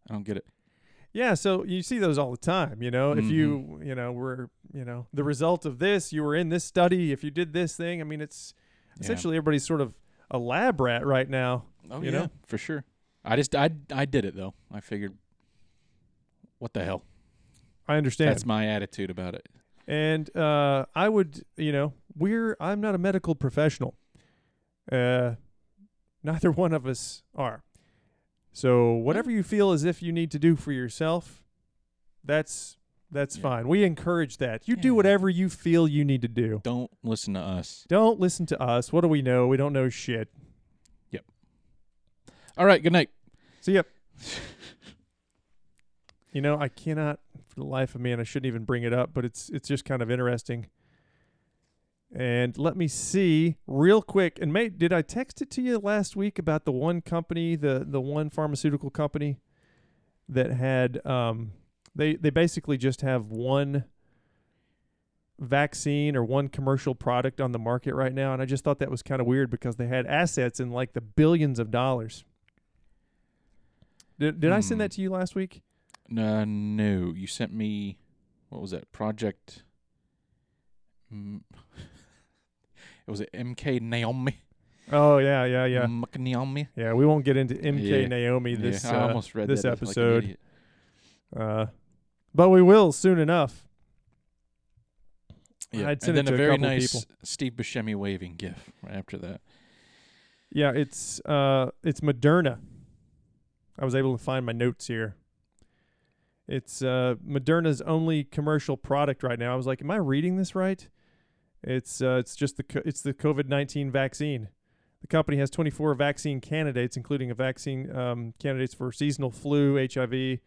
Speaker 2: I don't get it.
Speaker 1: Yeah, so you see those all the time, you know. If
Speaker 2: Mm-hmm.
Speaker 1: you, you know, were, you know, the result of this, you were in this study. If you did this thing, I mean, it's
Speaker 2: Yeah.
Speaker 1: essentially everybody's sort of a lab rat right now.
Speaker 2: Oh
Speaker 1: you
Speaker 2: yeah,
Speaker 1: know?
Speaker 2: for sure. I just I I did it though. I figured, what the hell?
Speaker 1: I understand.
Speaker 2: That's my attitude about it.
Speaker 1: and uh, I would, you know, we're I'm not a medical professional. Uh, neither one of us are. So whatever you feel as if you need to do for yourself, that's that's
Speaker 2: Yeah.
Speaker 1: fine. We encourage that. You do
Speaker 2: Yeah.
Speaker 1: whatever you feel you need to do.
Speaker 2: Don't listen to us.
Speaker 1: Don't listen to us. What do we know? We don't know shit.
Speaker 2: All right. Good night.
Speaker 1: So yep. you know, I cannot for the life of me, and I shouldn't even bring it up, but it's it's just kind of interesting. And let me see real quick. And mate, did I text it to you last week about the one company, the the one pharmaceutical company that had um they they basically just have one vaccine or one commercial product on the market right now and I just thought that was kind of weird because they had assets in like the billions of dollars. Did, did I
Speaker 2: Hmm.
Speaker 1: send that to you last week?
Speaker 2: No, no. You sent me. What was that project? Mm. it was it MK Naomi.
Speaker 1: Oh yeah, yeah, yeah,
Speaker 2: Mc Naomi.
Speaker 1: yeah. We won't get into MK
Speaker 2: Mm. Yeah.
Speaker 1: Naomi this
Speaker 2: yeah, I
Speaker 1: uh,
Speaker 2: almost read
Speaker 1: this
Speaker 2: that as, like, an
Speaker 1: episode.
Speaker 2: idiot.
Speaker 1: Uh, but we will soon enough.
Speaker 2: Yeah.
Speaker 1: I'd send
Speaker 2: and then
Speaker 1: it to a
Speaker 2: a very
Speaker 1: couple
Speaker 2: nice
Speaker 1: people.
Speaker 2: Steve Buscemi waving gif right after that.
Speaker 1: Yeah, it's uh, it's Moderna. I was able to find my notes here. It's uh, Moderna's only commercial product right now. I was like, am I reading this right? It's uh, it's just the co- it's the COVID nineteen vaccine. The company has 24 vaccine candidates, including a vaccine um, candidates for seasonal flu, HIV.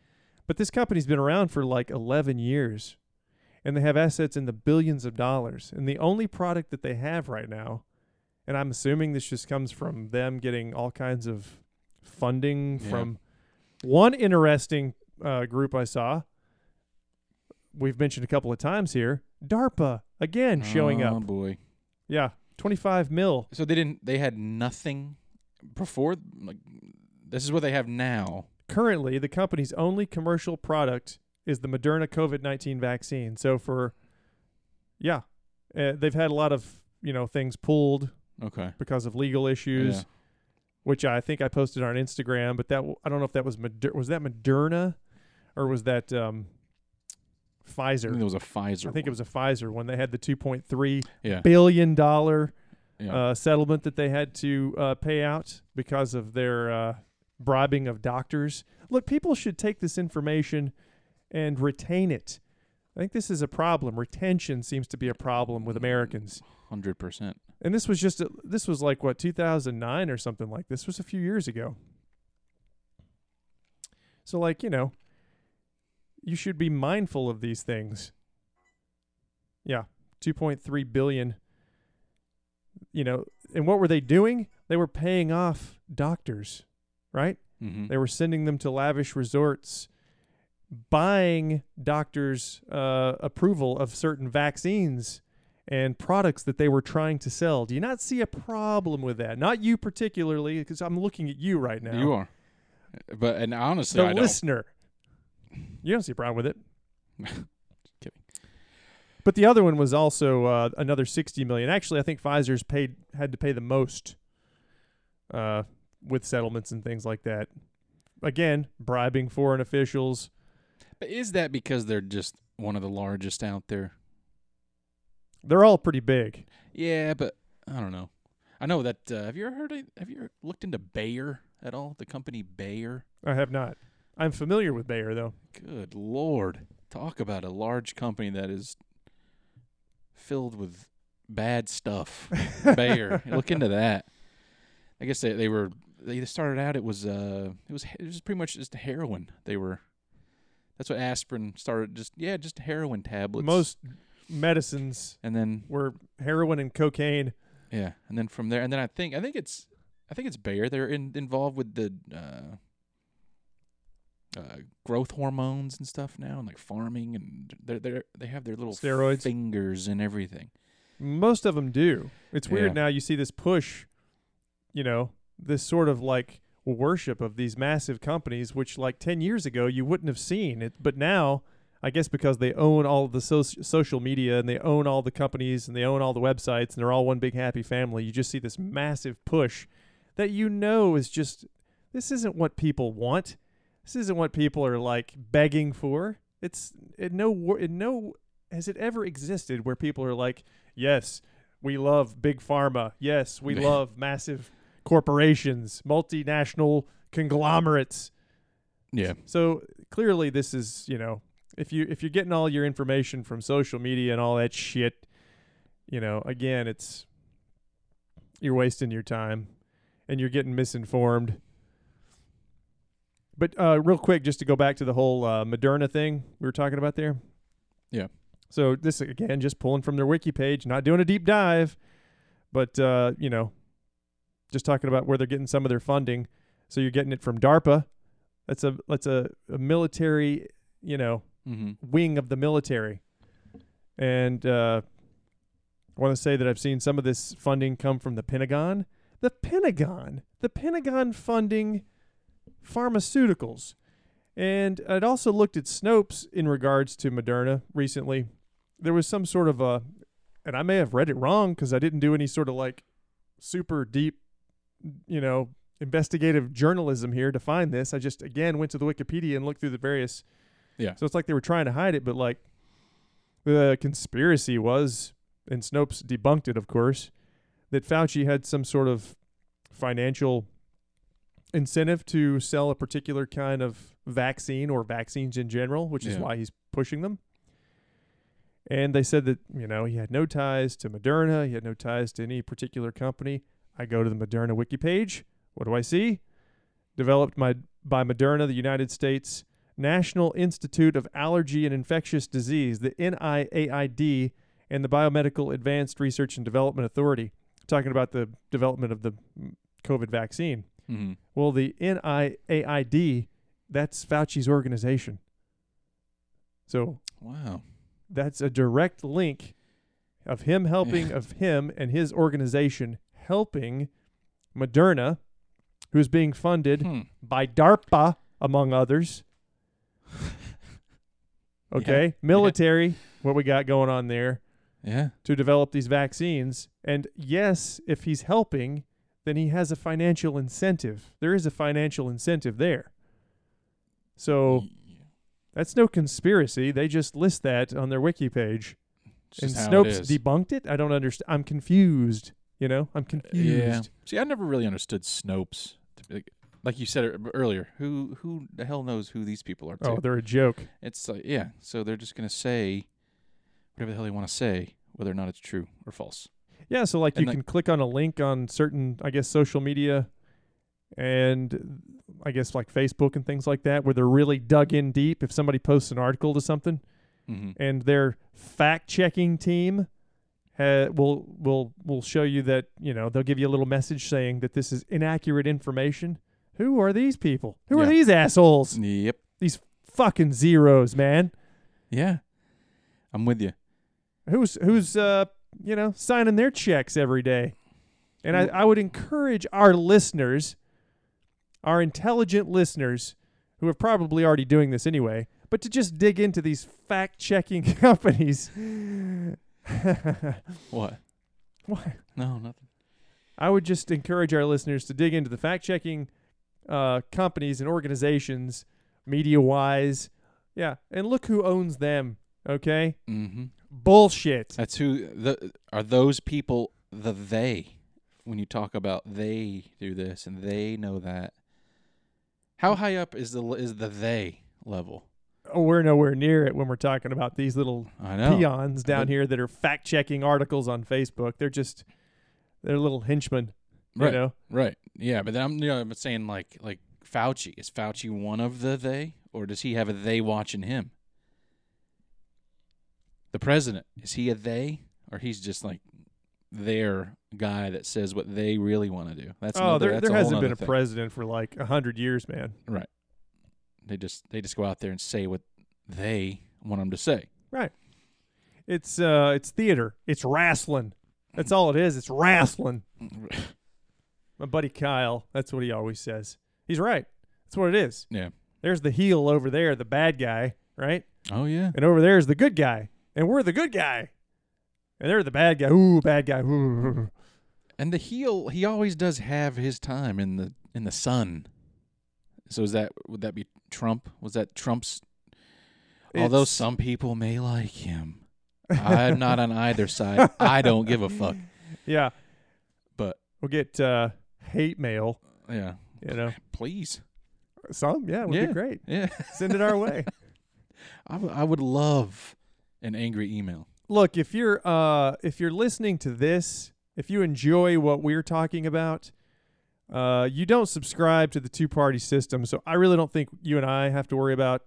Speaker 1: But this company's been around for like 11 years, and they have assets in the billions of dollars. And the only product that they have right now, and I'm assuming this just comes from them getting all kinds of funding
Speaker 2: Yeah.
Speaker 1: from one interesting uh, group I saw. We've mentioned a couple of times here. DARPA again showing
Speaker 2: Oh
Speaker 1: up.
Speaker 2: boy.
Speaker 1: Yeah, 25 mil.
Speaker 2: So they didn't. They had nothing before. Like this is what they have now.
Speaker 1: Currently, the company's only commercial product is the Moderna COVID 19 vaccine. So, for, yeah, uh, they've had a lot of, you know, things pulled
Speaker 2: Okay.
Speaker 1: because of legal issues,
Speaker 2: Yeah.
Speaker 1: which I think I posted on Instagram, but that, w- I don't know if that was, Moder- was that Moderna or was that um,
Speaker 2: I think
Speaker 1: Pfizer?
Speaker 2: there was a Pfizer.
Speaker 1: I think it was a Pfizer when they had the $2.3
Speaker 2: Yeah.
Speaker 1: billion dollar
Speaker 2: yeah.
Speaker 1: uh, settlement that they had to uh, pay out because of their uh, bribing of doctors. Look, people should take this information and retain it. I think this is a problem. Retention seems to be a problem with Americans.
Speaker 2: Hundred percent.
Speaker 1: And this was just a, this was like what 2009 or something like this was a few years ago. So like, you know, you should be mindful of these things. Yeah, 2.3 billion. You know, and what were they doing? They were paying off doctors, right?
Speaker 2: Mm-hmm.
Speaker 1: They were sending them to lavish resorts, buying doctors' uh, approval of certain vaccines and products that they were trying to sell. Do you not see a problem with that? Not you particularly, because I'm looking at you right now.
Speaker 2: You are. But and honestly,
Speaker 1: the
Speaker 2: I don't.
Speaker 1: listener. You don't see a problem with it.
Speaker 2: kidding.
Speaker 1: But the other one was also uh, another 60 million. Actually, I think Pfizer's paid had to pay the most uh, with settlements and things like that. Again, bribing foreign officials,
Speaker 2: But is that because they're just one of the largest out there?
Speaker 1: they're all pretty big.
Speaker 2: Yeah, but I don't know. I know that. Uh, have you ever heard? Of, have you ever looked into Bayer at all? The company Bayer.
Speaker 1: I have not. I'm familiar with Bayer though.
Speaker 2: Good lord! Talk about a large company that is filled with bad stuff. Bayer. Look into that. I guess they they were they started out. It was uh it was it was pretty much just heroin. They were. That's what aspirin started. Just yeah, just heroin tablets.
Speaker 1: Most medicines
Speaker 2: and then
Speaker 1: were heroin and cocaine.
Speaker 2: Yeah, and then from there, and then I think I think it's I think it's Bayer. They're in, involved with the uh, uh, growth hormones and stuff now, and like farming, and they are they are they have their little
Speaker 1: Steroids.
Speaker 2: fingers and everything.
Speaker 1: Most of them do. It's weird
Speaker 2: Yeah.
Speaker 1: now you see this push, you know, this sort of like worship of these massive companies which like 10 years ago you wouldn't have seen it but now I guess because they own all the so- social media and they own all the companies and they own all the websites and they're all one big happy family you just see this massive push that you know is just this isn't what people want this isn't what people are like begging for it's it no wor- it no has it ever existed where people are like yes we love big pharma yes we love massive corporations multinational conglomerates
Speaker 2: Yeah,
Speaker 1: so clearly, this is you know, if you if you're getting all your information from social media and all that shit, you know, again, it's you're wasting your time, and you're getting misinformed. But uh, real quick, just to go back to the whole uh, Moderna thing we were talking about there.
Speaker 2: Yeah.
Speaker 1: So this again, just pulling from their wiki page, not doing a deep dive, but uh, you know, just talking about where they're getting some of their funding. So you're getting it from DARPA. That's a that's a, a military, you know,
Speaker 2: mm-hmm.
Speaker 1: wing of the military. And uh, I want to say that I've seen some of this funding come from the Pentagon. The Pentagon, the Pentagon funding pharmaceuticals, And I'd also looked at Snopes in regards to Moderna recently. There was some sort of a, and I may have read it wrong because I didn't do any sort of like super deep, you know, investigative journalism here to find this. I just, again, went to the Wikipedia and looked through the various.
Speaker 2: Yeah.
Speaker 1: So it's like they were trying to hide it, but like the conspiracy was, and Snopes debunked it, of course, that Fauci had some sort of financial incentive to sell a particular kind of vaccine or vaccines in general, which is
Speaker 2: Yeah.
Speaker 1: why he's pushing them. And they said that, you know, he had no ties to Moderna, he had no ties to any particular company. I go to the Moderna wiki page. What do I see? Developed my, by Moderna, the United States National Institute of Allergy and Infectious Disease, the NIAID, and the Biomedical Advanced Research and Development Authority, talking about the development of the mm, COVID vaccine.
Speaker 2: Mm-hmm.
Speaker 1: Well, the NIAID, that's Fauci's organization. So
Speaker 2: Wow.
Speaker 1: that's a direct link of him helping, of him and his organization helping Moderna, who's being funded
Speaker 2: Hmm.
Speaker 1: by DARPA, among others.
Speaker 2: Yeah.
Speaker 1: Okay. Military, what we got going on there
Speaker 2: Yeah.
Speaker 1: to develop these vaccines. And yes, if he's helping, then he has a financial incentive. There is a financial incentive there. So
Speaker 2: Yeah.
Speaker 1: that's no conspiracy. They just list that on their wiki page.
Speaker 2: It's just
Speaker 1: and
Speaker 2: how
Speaker 1: Snopes
Speaker 2: it is. Uh,
Speaker 1: debunked it. I don't understand. I'm confused. You know, I'm confused.
Speaker 2: Yeah. See, I never really understood Snopes. To be Like, like you said e- earlier, who who the hell knows who these people are?
Speaker 1: Oh,
Speaker 2: too?
Speaker 1: they're a joke.
Speaker 2: it's like yeah. So they're just gonna say whatever the hell they want to say, whether or not it's true or false.
Speaker 1: Yeah, so like you
Speaker 2: And, like-
Speaker 1: can click on a link on certain, I guess, social media, and I guess like Facebook and things like that, where they're really dug in deep. If somebody posts an article to something,
Speaker 2: Mm-hmm.
Speaker 1: and their fact checking team ha- will will will show you that you know they'll give you a little message saying that this is inaccurate information. Who are these people? Who are
Speaker 2: Yeah.
Speaker 1: these assholes?
Speaker 2: Yep.
Speaker 1: These fucking zeros, man.
Speaker 2: Yeah. I'm with you.
Speaker 1: Who's who's uh you know signing their checks every day? And I,
Speaker 2: Who-
Speaker 1: I would encourage our listeners, our intelligent listeners, who are probably already doing this anyway, but to just dig into these fact checking companies.
Speaker 2: What?
Speaker 1: What?
Speaker 2: No, nothing.
Speaker 1: I would just encourage our listeners to dig into the fact checking uh, companies and organizations, media wise. Yeah. And look who owns them. Okay.
Speaker 2: Mm-hmm.
Speaker 1: Bullshit.
Speaker 2: That's who the are those people the they when you talk about they do this and they know that.
Speaker 1: Mm.
Speaker 2: How high up is the is the they level?
Speaker 1: Oh, we're nowhere near it when we're talking about these little
Speaker 2: I know.
Speaker 1: peons down
Speaker 2: But-
Speaker 1: here that are fact checking articles on Facebook. They're just, they're little henchmen. You
Speaker 2: Right.
Speaker 1: know?
Speaker 2: Right. Yeah, but then I'm you know, I'm saying like like Fauci is Fauci one of the they or does he have a they watching him? The president is he a they or he's just like their guy that says what they really want to do? That's
Speaker 1: oh,
Speaker 2: another,
Speaker 1: there,
Speaker 2: that's
Speaker 1: there
Speaker 2: a whole
Speaker 1: hasn't been
Speaker 2: nother
Speaker 1: a
Speaker 2: thing.
Speaker 1: president for like a 100 years, man.
Speaker 2: They just they just go out there and say what they want them to say.
Speaker 1: It's uh, it's theater. It's wrestling. That's all it is. It's wrestling. My buddy Kyle, that's what he always says. He's right. That's what it is.
Speaker 2: Yeah.
Speaker 1: There's the heel over there, the bad guy, right?
Speaker 2: Oh yeah.
Speaker 1: And over there is the good guy. And we're the good guy. And they're the bad guy. Ooh, bad guy. Ooh.
Speaker 2: And the heel he always does have his time in the in the sun. So is that would that be Trump? Was that Trump's Although
Speaker 1: It's-
Speaker 2: some people may like him, I'm not on either side. I don't give a fuck.
Speaker 1: Yeah.
Speaker 2: But
Speaker 1: We'll get uh, hate mail,
Speaker 2: yeah,
Speaker 1: you know.
Speaker 2: please,
Speaker 1: Some, yeah, would
Speaker 2: Yeah.
Speaker 1: be great.
Speaker 2: yeah,
Speaker 1: Send it our way.
Speaker 2: I, w- I would love an angry email.
Speaker 1: Look, if you're uh if you're listening to this, if you enjoy what we're talking about, uh you don't subscribe to the two-party system, so I really don't think you and I have to worry about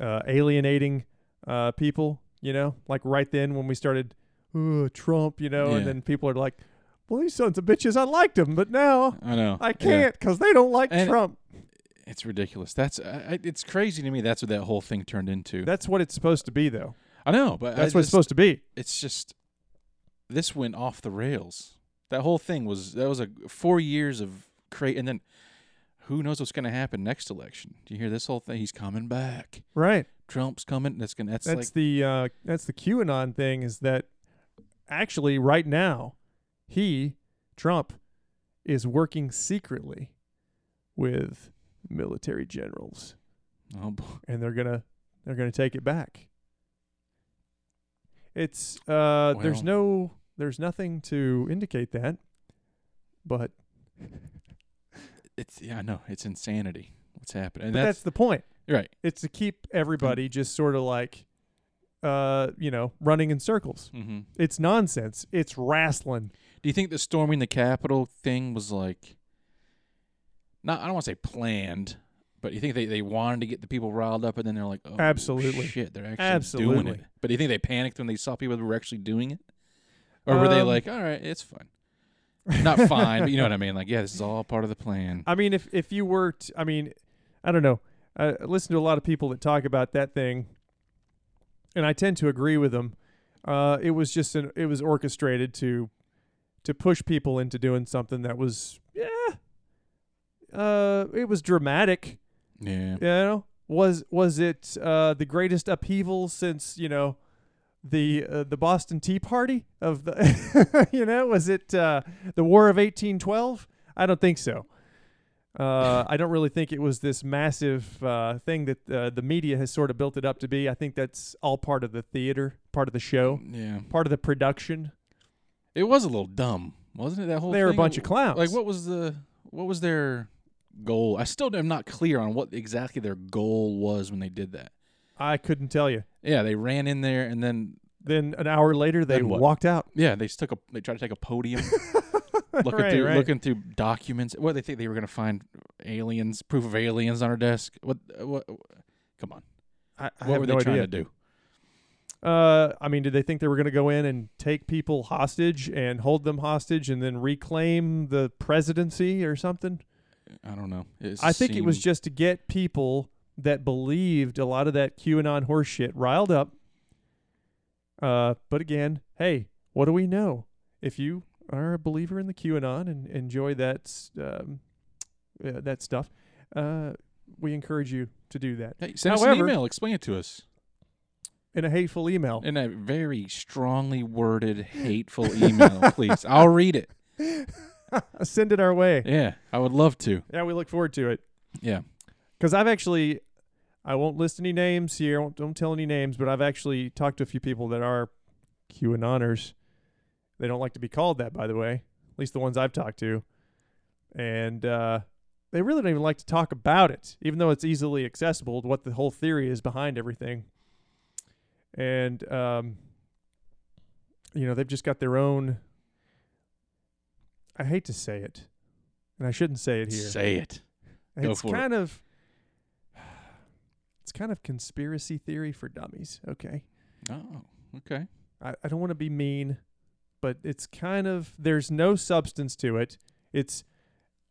Speaker 1: uh alienating uh people, you know? Like right then when we started "Ugh, Trump, you know,
Speaker 2: Yeah.
Speaker 1: and then people are like, "Well, these sons of bitches, I liked them, but now
Speaker 2: I know
Speaker 1: I
Speaker 2: Yeah.
Speaker 1: can't cuz they don't like
Speaker 2: And-
Speaker 1: Trump."
Speaker 2: It's ridiculous. That's I, I, it's crazy to me. That's what that whole thing turned into.
Speaker 1: That's what it's supposed to be though.
Speaker 2: I know, but
Speaker 1: That's
Speaker 2: I
Speaker 1: what it's
Speaker 2: just-
Speaker 1: supposed to be.
Speaker 2: It's just this went off the rails. That whole thing was that was a four years of cra and then who knows what's going to happen next election? Do you hear this whole thing? He's coming back.
Speaker 1: Right.
Speaker 2: Trump's coming. That's going. to That's,
Speaker 1: That's
Speaker 2: like
Speaker 1: the uh, that's the QAnon thing is that actually right now he Trump is working secretly with military generals
Speaker 2: oh boy.
Speaker 1: and they're gonna they're gonna take it back. It's uh, there's
Speaker 2: Well.
Speaker 1: no there's nothing to indicate that, but,
Speaker 2: It's yeah, I know. It's insanity. What's happening?
Speaker 1: but
Speaker 2: And
Speaker 1: that's,
Speaker 2: that's,
Speaker 1: the point.
Speaker 2: right.
Speaker 1: It's to keep
Speaker 2: Hmm.
Speaker 1: everybody just sort of like, uh, you know, running in circles.
Speaker 2: hmm
Speaker 1: It's nonsense. It's wrestling.
Speaker 2: Do you think the storming the Capitol thing was like? Not. I don't want to say planned, but you think they, they wanted to get the people riled up, and then they're like, oh
Speaker 1: Absolutely.
Speaker 2: shit, they're actually doing
Speaker 1: Absolutely.
Speaker 2: it. But do you think they panicked when they saw people that were actually doing it, or were they
Speaker 1: Um,
Speaker 2: like, all right, it's fine. Not fine, but you know what I mean. Like, yeah, this is all part of the plan.
Speaker 1: I mean, if if you were, t- I mean, I don't know. I listen to a lot of people that talk about that thing, and I tend to agree with them. Uh, it was just an it was orchestrated to to push people into doing something that was yeah. Uh, it was dramatic,
Speaker 2: Yeah.
Speaker 1: you know. Was was it uh, the greatest upheaval since you know the uh, the Boston Tea Party of the you know was it uh, the War of eighteen twelve? I don't think so. Uh, I don't really think it was this massive uh, thing that uh, the media has sort of built it up to be. I think that's all part of the theater, part of the show,
Speaker 2: Yeah.
Speaker 1: part of the production.
Speaker 2: It was a little dumb, wasn't it? That whole
Speaker 1: They're a
Speaker 2: thing?
Speaker 1: bunch of clowns.
Speaker 2: Like, what was the what was their goal? I still am not clear on what exactly their goal was when they did that.
Speaker 1: I couldn't tell you.
Speaker 2: Yeah, they ran in there and then
Speaker 1: Then an hour later, they
Speaker 2: Then what?
Speaker 1: walked out.
Speaker 2: yeah, they took a they tried to take a podium, looking
Speaker 1: Right,
Speaker 2: through
Speaker 1: right.
Speaker 2: looking through documents. What they think they were gonna find aliens, proof of aliens on her desk. What what? Come on,
Speaker 1: I, I
Speaker 2: what
Speaker 1: have
Speaker 2: were
Speaker 1: no
Speaker 2: they trying
Speaker 1: idea.
Speaker 2: to do?
Speaker 1: Uh, I mean, did they think they were going to go in and take people hostage and hold them hostage and then reclaim the presidency or something?
Speaker 2: I don't know.
Speaker 1: I think it was
Speaker 2: seemed-
Speaker 1: just to get people that believed a lot of that QAnon horse shit riled up. Uh, but again, hey, what do we know? If you are a believer in the QAnon and enjoy that s- um, uh, that stuff, uh, we encourage you to do that
Speaker 2: Hey, send us
Speaker 1: However-
Speaker 2: an email. Explain it to us
Speaker 1: in a hateful email.
Speaker 2: in a very strongly worded, hateful email, please. I'll read it.
Speaker 1: Send it our way.
Speaker 2: Yeah, I would love to.
Speaker 1: Yeah, we look forward to it.
Speaker 2: Yeah.
Speaker 1: because I've actually, I won't list any names here. I won't, don't tell any names, but I've actually talked to a few people that are QAnoners. They don't like to be called that, by the way. At least the ones I've talked to, and uh, they really don't even like to talk about it, even though it's easily accessible. What the whole theory is behind everything, and um, you know they've just got their own. I hate to say it, and I shouldn't say it here.
Speaker 2: Say it. Go
Speaker 1: It's
Speaker 2: for it.
Speaker 1: kind of it's kind of conspiracy theory for dummies. Okay,
Speaker 2: Oh, okay.
Speaker 1: I, I don't want to be mean, but it's kind of there's no substance to it. It's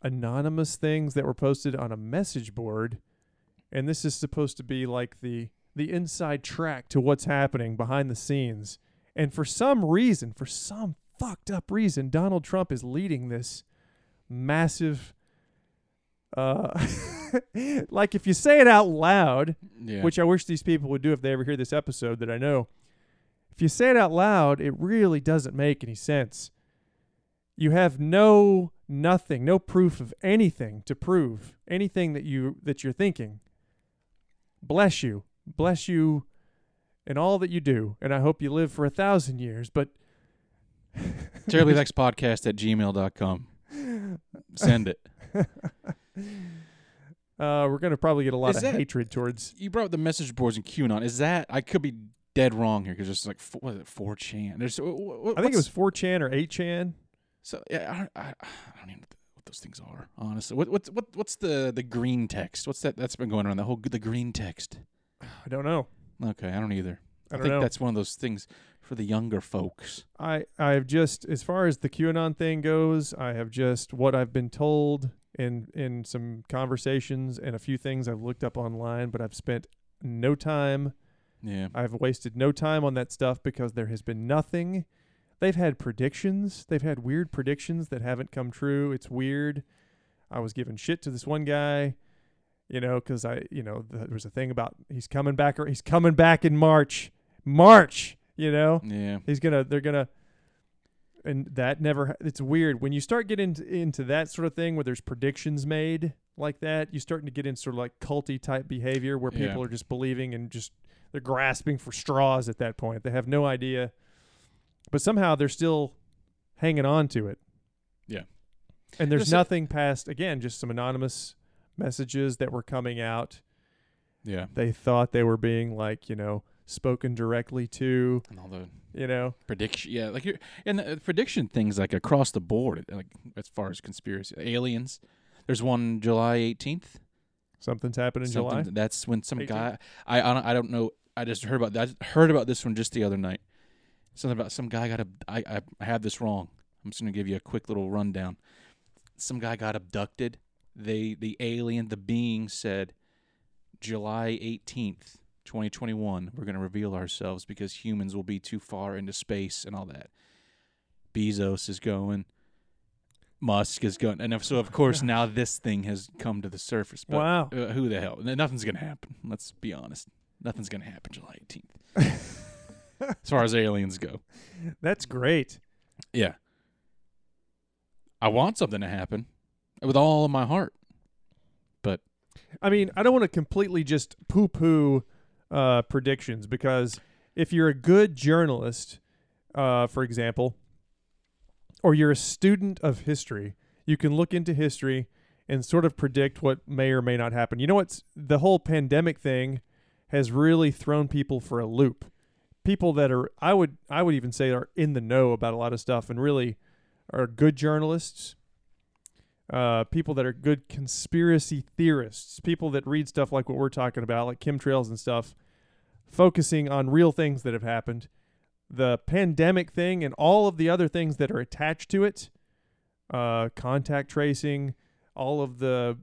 Speaker 1: anonymous things that were posted on a message board, and this is supposed to be like the the inside track to what's happening behind the scenes. And for some reason, for some fucked up reason, Donald Trump is leading this massive uh like if you say it out loud
Speaker 2: Yeah.
Speaker 1: which I wish these people would do if they ever hear this episode that I know. If you say it out loud, it really doesn't make any sense. You have no nothing, no proof of anything to prove anything that you that you're thinking. Bless you. Bless you in all that you do, and I hope you live for a thousand years, but
Speaker 2: Terribly next podcast at gmail.com. Send it.
Speaker 1: uh, we're gonna probably get a lot
Speaker 2: Is
Speaker 1: of
Speaker 2: that-
Speaker 1: hatred towards
Speaker 2: You brought up the message boards and QAnon. Is that, I could be dead wrong here because there's like, four, what is it, 4chan? There's, wh- wh-
Speaker 1: I think it was
Speaker 2: what's-
Speaker 1: four chan or eight chan.
Speaker 2: So, yeah, I, don't- I, I don't even know what those things are, honestly. What, what, what, what's the, the green text? What's that? That's been going around, the whole, the green text.
Speaker 1: I don't know.
Speaker 2: Okay, I don't either.
Speaker 1: I don't
Speaker 2: think
Speaker 1: know.
Speaker 2: that's one of those things for the younger folks.
Speaker 1: I I've just as far as the QAnon thing goes, I have just what I've been told in in some conversations and a few things I've looked up online, but I've spent no time.
Speaker 2: Yeah.
Speaker 1: I've wasted no time on that stuff because there has been nothing. They've had predictions. They've had weird predictions that haven't come true. It's weird. I was giving shit to this one guy, you know, because I, you know, there was a thing about he's coming back or he's coming back in March, March, you know,
Speaker 2: Yeah.
Speaker 1: he's gonna, they're gonna, and that never. ha- It's weird when you start getting into, into that sort of thing where there's predictions made like that. You're starting to get into sort of like culty type behavior where
Speaker 2: Yeah.
Speaker 1: people are just believing and just they're grasping for straws at that point. They have no idea, but somehow they're still hanging on to it.
Speaker 2: Yeah.
Speaker 1: And there's
Speaker 2: Just-
Speaker 1: nothing past again, just some anonymous messages that were coming out.
Speaker 2: Yeah.
Speaker 1: They thought they were being like you know spoken directly to
Speaker 2: And all the
Speaker 1: you know
Speaker 2: prediction. Yeah. Like, you're, and the prediction things like across the board, like as far as conspiracy, aliens. There's one July 18th.
Speaker 1: something's happened in
Speaker 2: Something-
Speaker 1: July.
Speaker 2: That's when some
Speaker 1: 18th?
Speaker 2: guy. I I don't, I don't know. I just heard about that. I heard about this one just the other night. Something about some guy got. ab- I I, I have this wrong. I'm just gonna give you a quick little rundown. Some guy got abducted. They the alien the being said, July 18th, 2021. We're gonna reveal ourselves because humans will be too far into space and all that. Bezos is going. Musk is going, and so of course now this thing has come to the surface. But
Speaker 1: Wow.
Speaker 2: uh, who the hell? N- Nothing's gonna happen. Let's be honest. Nothing's gonna happen July 18th, as far as aliens go.
Speaker 1: That's great.
Speaker 2: Yeah. I want something to happen, with all of my heart. But
Speaker 1: I mean, I don't want to completely just poo poo uh, predictions because if you're a good journalist, uh, for example, or you're a student of history, you can look into history and sort of predict what may or may not happen. You know what's the whole pandemic thing has really thrown people for a loop. People that are I would I would even say are in the know about a lot of stuff and really are good journalists uh, people that are good conspiracy theorists, people that read stuff like what we're talking about, like chemtrails and stuff, focusing on real things that have happened. The pandemic thing and all of the other things that are attached to it, uh, contact tracing, all of the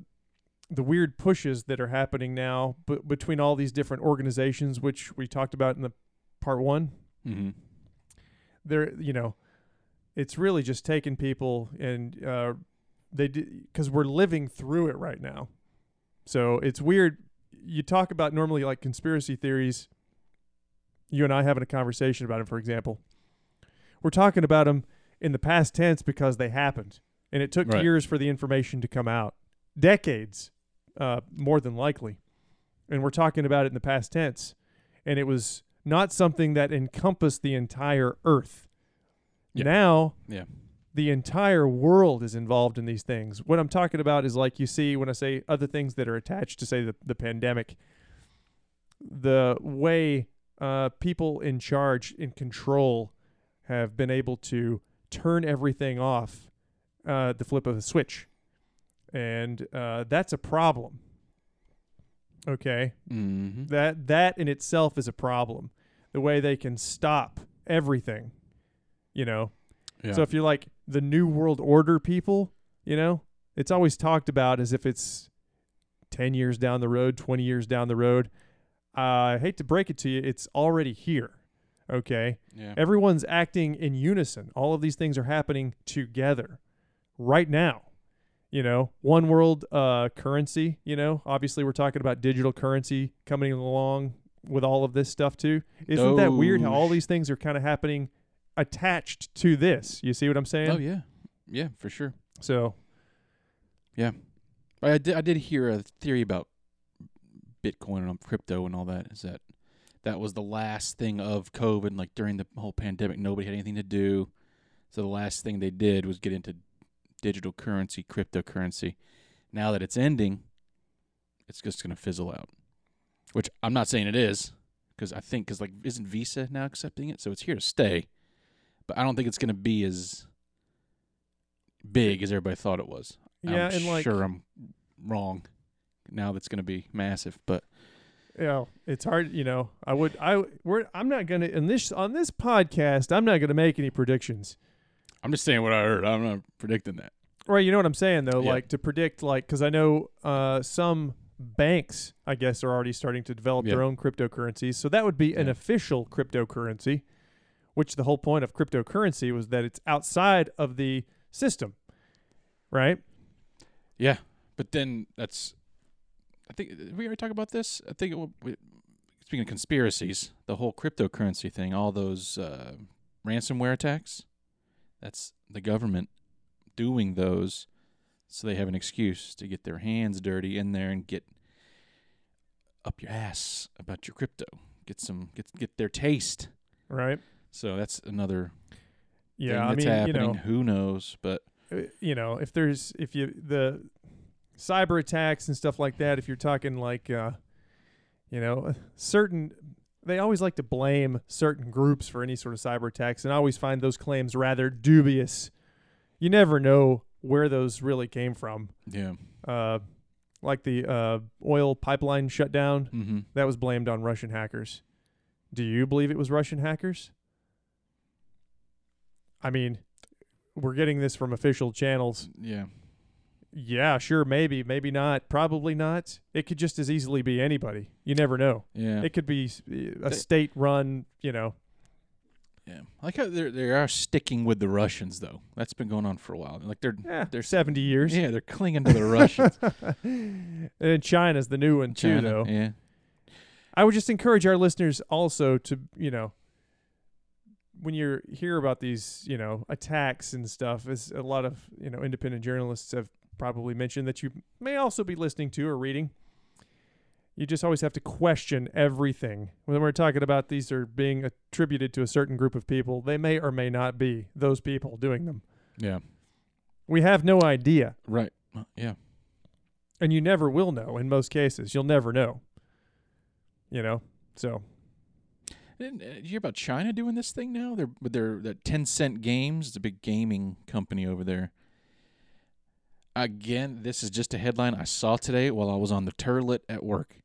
Speaker 1: the weird pushes that are happening now b- between all these different organizations, which we talked about in the part one
Speaker 2: mhm.
Speaker 1: they're you know it's really just taking people and uh they because we're living through it right now so it's weird you talk about normally like conspiracy theories you and i having a conversation about them for example we're talking about them in the past tense because they happened and it took
Speaker 2: Right.
Speaker 1: years for the information to come out decades uh, more than likely and we're talking about it in the past tense and it was not something that encompassed the entire earth.
Speaker 2: Yeah.
Speaker 1: Now,
Speaker 2: Yeah.
Speaker 1: the entire world is involved in these things. What I'm talking about is like you see when I say other things that are attached to say the, the pandemic, the way uh, people in charge in control have been able to turn everything off uh, at the flip of a switch. And uh, that's a problem. Okay
Speaker 2: Mhm.
Speaker 1: that that in itself is a problem the way they can stop everything you know
Speaker 2: Yeah.
Speaker 1: so if you're like the new world order people you know it's always talked about as if it's 10 years down the road 20 years down the road i hate to break it to you it's already here okay
Speaker 2: yeah.
Speaker 1: everyone's acting in unison all of these things are happening together right now you know one world uh, currency you know obviously we're talking about digital currency coming along with all of this stuff too isn't that weird how all
Speaker 2: Doge.
Speaker 1: these things are kind of happening attached to this you see what i'm saying
Speaker 2: oh yeah. Yeah, for sure.
Speaker 1: so
Speaker 2: But I did, I did hear a theory about Bitcoin and um, crypto and all that. Is that that was the last thing of COVID? Like during the whole pandemic, nobody had anything to do, so the last thing they did was get into digital currency, cryptocurrency. Now that it's ending, it's just going to fizzle out. Which I'm not saying it is, because I think because like isn't Visa now accepting it, so it's here to stay. But I don't think it's going to be as big as everybody thought it was.
Speaker 1: yeah
Speaker 2: I'm
Speaker 1: and like
Speaker 2: sure I'm wrong. Now that's going to be massive, but
Speaker 1: you know, it's hard you know i would i we're i'm not gonna in this on this podcast i'm not gonna make any predictions
Speaker 2: I'm just saying what I heard. I'm not predicting that.
Speaker 1: Right, you know what I'm saying though,
Speaker 2: Yeah.
Speaker 1: like to predict, like because I know uh, some banks, I guess, are already starting to develop their
Speaker 2: Yeah.
Speaker 1: own cryptocurrencies. So that would be an
Speaker 2: Yeah.
Speaker 1: official cryptocurrency, which the whole point of cryptocurrency was that it's outside of the system, right?
Speaker 2: Yeah, but then that's. I think did we already talk about this. I think it, wa- we, speaking of conspiracies, the whole cryptocurrency thing, all those uh, ransomware attacks, that's the government doing those, so they have an excuse to get their hands dirty in there and get up your ass about your crypto, get some, get get their taste.
Speaker 1: right?
Speaker 2: So that's another
Speaker 1: Yeah,
Speaker 2: thing
Speaker 1: I
Speaker 2: that's
Speaker 1: mean,
Speaker 2: happening.
Speaker 1: you know,
Speaker 2: Who knows? But
Speaker 1: uh, you know, if there's if you the cyber attacks and stuff like that, if you're talking like uh you know, certain they always like to blame certain groups for any sort of cyber attacks and I always find those claims rather dubious. You never know where those really came from.
Speaker 2: yeah,
Speaker 1: Uh like the uh oil pipeline shutdown,
Speaker 2: mm-hmm.
Speaker 1: that was blamed on Russian hackers. Do you believe it was Russian hackers? I mean, we're getting this from official channels.
Speaker 2: yeah,
Speaker 1: Yeah, sure, maybe, maybe not, probably not. It could just as easily be anybody. You never know.
Speaker 2: yeah.
Speaker 1: It could be s- eh, a
Speaker 2: They-
Speaker 1: state-run, you know.
Speaker 2: Yeah, I like how they're they are sticking with the Russians though. That's been going on for a while. Like they're
Speaker 1: Yeah,
Speaker 2: There's-
Speaker 1: seventy years.
Speaker 2: yeah they're clinging to the Russians.
Speaker 1: and China's the new one
Speaker 2: China,
Speaker 1: too, though.
Speaker 2: yeah,
Speaker 1: I would just encourage our listeners also to, you know, when you hear about these, you know, attacks and stuff, as a lot of, you know, independent journalists have probably mentioned that you may also be listening to or reading. You just always have to question everything. When we're talking about these are being attributed to a certain group of people, they may or may not be those people doing them.
Speaker 2: yeah,
Speaker 1: We have no idea,
Speaker 2: right, Well, yeah,
Speaker 1: and you never will know in most cases. You'll never know. You know? So,
Speaker 2: Didn't, uh, did you hear about China doing this thing now? They're with their that Ten Cent Games, the big gaming company over there. Again, this is just a headline I saw today while I was on the turlet at work.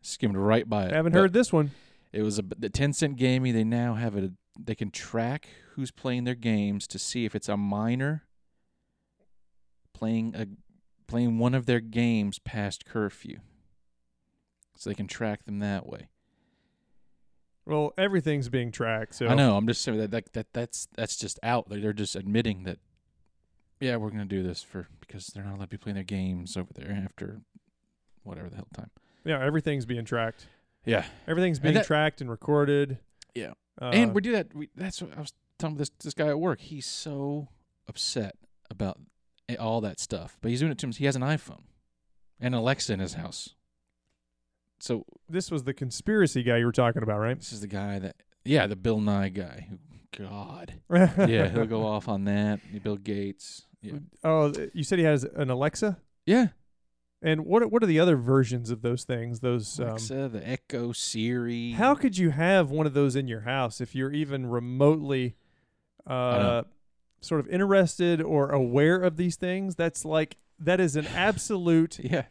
Speaker 2: Skimmed right by it.
Speaker 1: I haven't
Speaker 2: but
Speaker 1: heard this one.
Speaker 2: It was a the Ten Cent Gaming. They now have a they can track who's playing their games to see if it's a minor playing a playing one of their games past curfew. So they can track them that way.
Speaker 1: Well, everything's being tracked. So
Speaker 2: I know. I'm just saying that, that that that's that's just out. They're, they're just admitting that. Yeah, we're gonna do this for because they're not allowed to be playing their games over there after whatever the hell time.
Speaker 1: Yeah, everything's being tracked.
Speaker 2: Yeah,
Speaker 1: Everything's
Speaker 2: And
Speaker 1: being
Speaker 2: that-
Speaker 1: tracked and recorded.
Speaker 2: Yeah.
Speaker 1: Uh,
Speaker 2: and we do that. We, that's what I was telling this this guy at work. He's so upset about a- all that stuff, but he's doing it to him. He has an iPhone and Alexa in his house. So
Speaker 1: this was the conspiracy guy you were talking about, right?
Speaker 2: this is the guy that yeah, the Bill Nye guy. who- God, yeah, he'll go off on that. Bill Gates. Yeah,
Speaker 1: oh, th- you said he has an Alexa.
Speaker 2: yeah.
Speaker 1: And what are- what are the other versions of those things? Those um,
Speaker 2: Alexa, the Echo, Siri.
Speaker 1: how could you have one of those in your house if you're even remotely uh,
Speaker 2: know.
Speaker 1: sort of interested or aware of these things? That's like that is an absolute
Speaker 2: Yeah,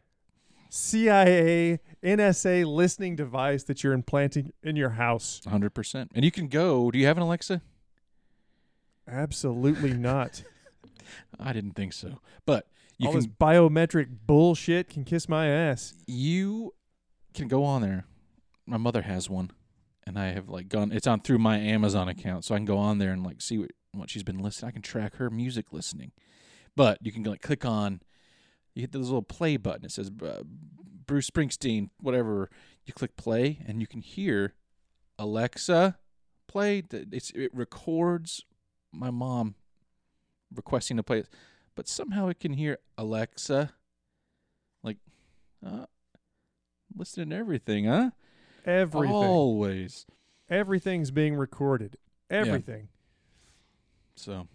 Speaker 1: CIA, NSA listening device that you're implanting in your house.
Speaker 2: hundred percent. And you can go. Do you have an Alexa?
Speaker 1: Absolutely not.
Speaker 2: I didn't think so, but you
Speaker 1: All
Speaker 2: can.
Speaker 1: this biometric bullshit can kiss my ass.
Speaker 2: you can go on there. My mother has one, and I have like gone. It's on through my Amazon account, so I can go on there and like see what, what she's been listening. I can track her music listening, but you can like click on. You hit this little play button. It says uh, Bruce Springsteen, whatever. You click play, and you can hear Alexa play. th- It's, it records my mom requesting to play it, but somehow it can hear Alexa. Like, uh, listening to everything, huh?
Speaker 1: Everything.
Speaker 2: Oh. Always.
Speaker 1: Everything's being recorded. Everything.
Speaker 2: So,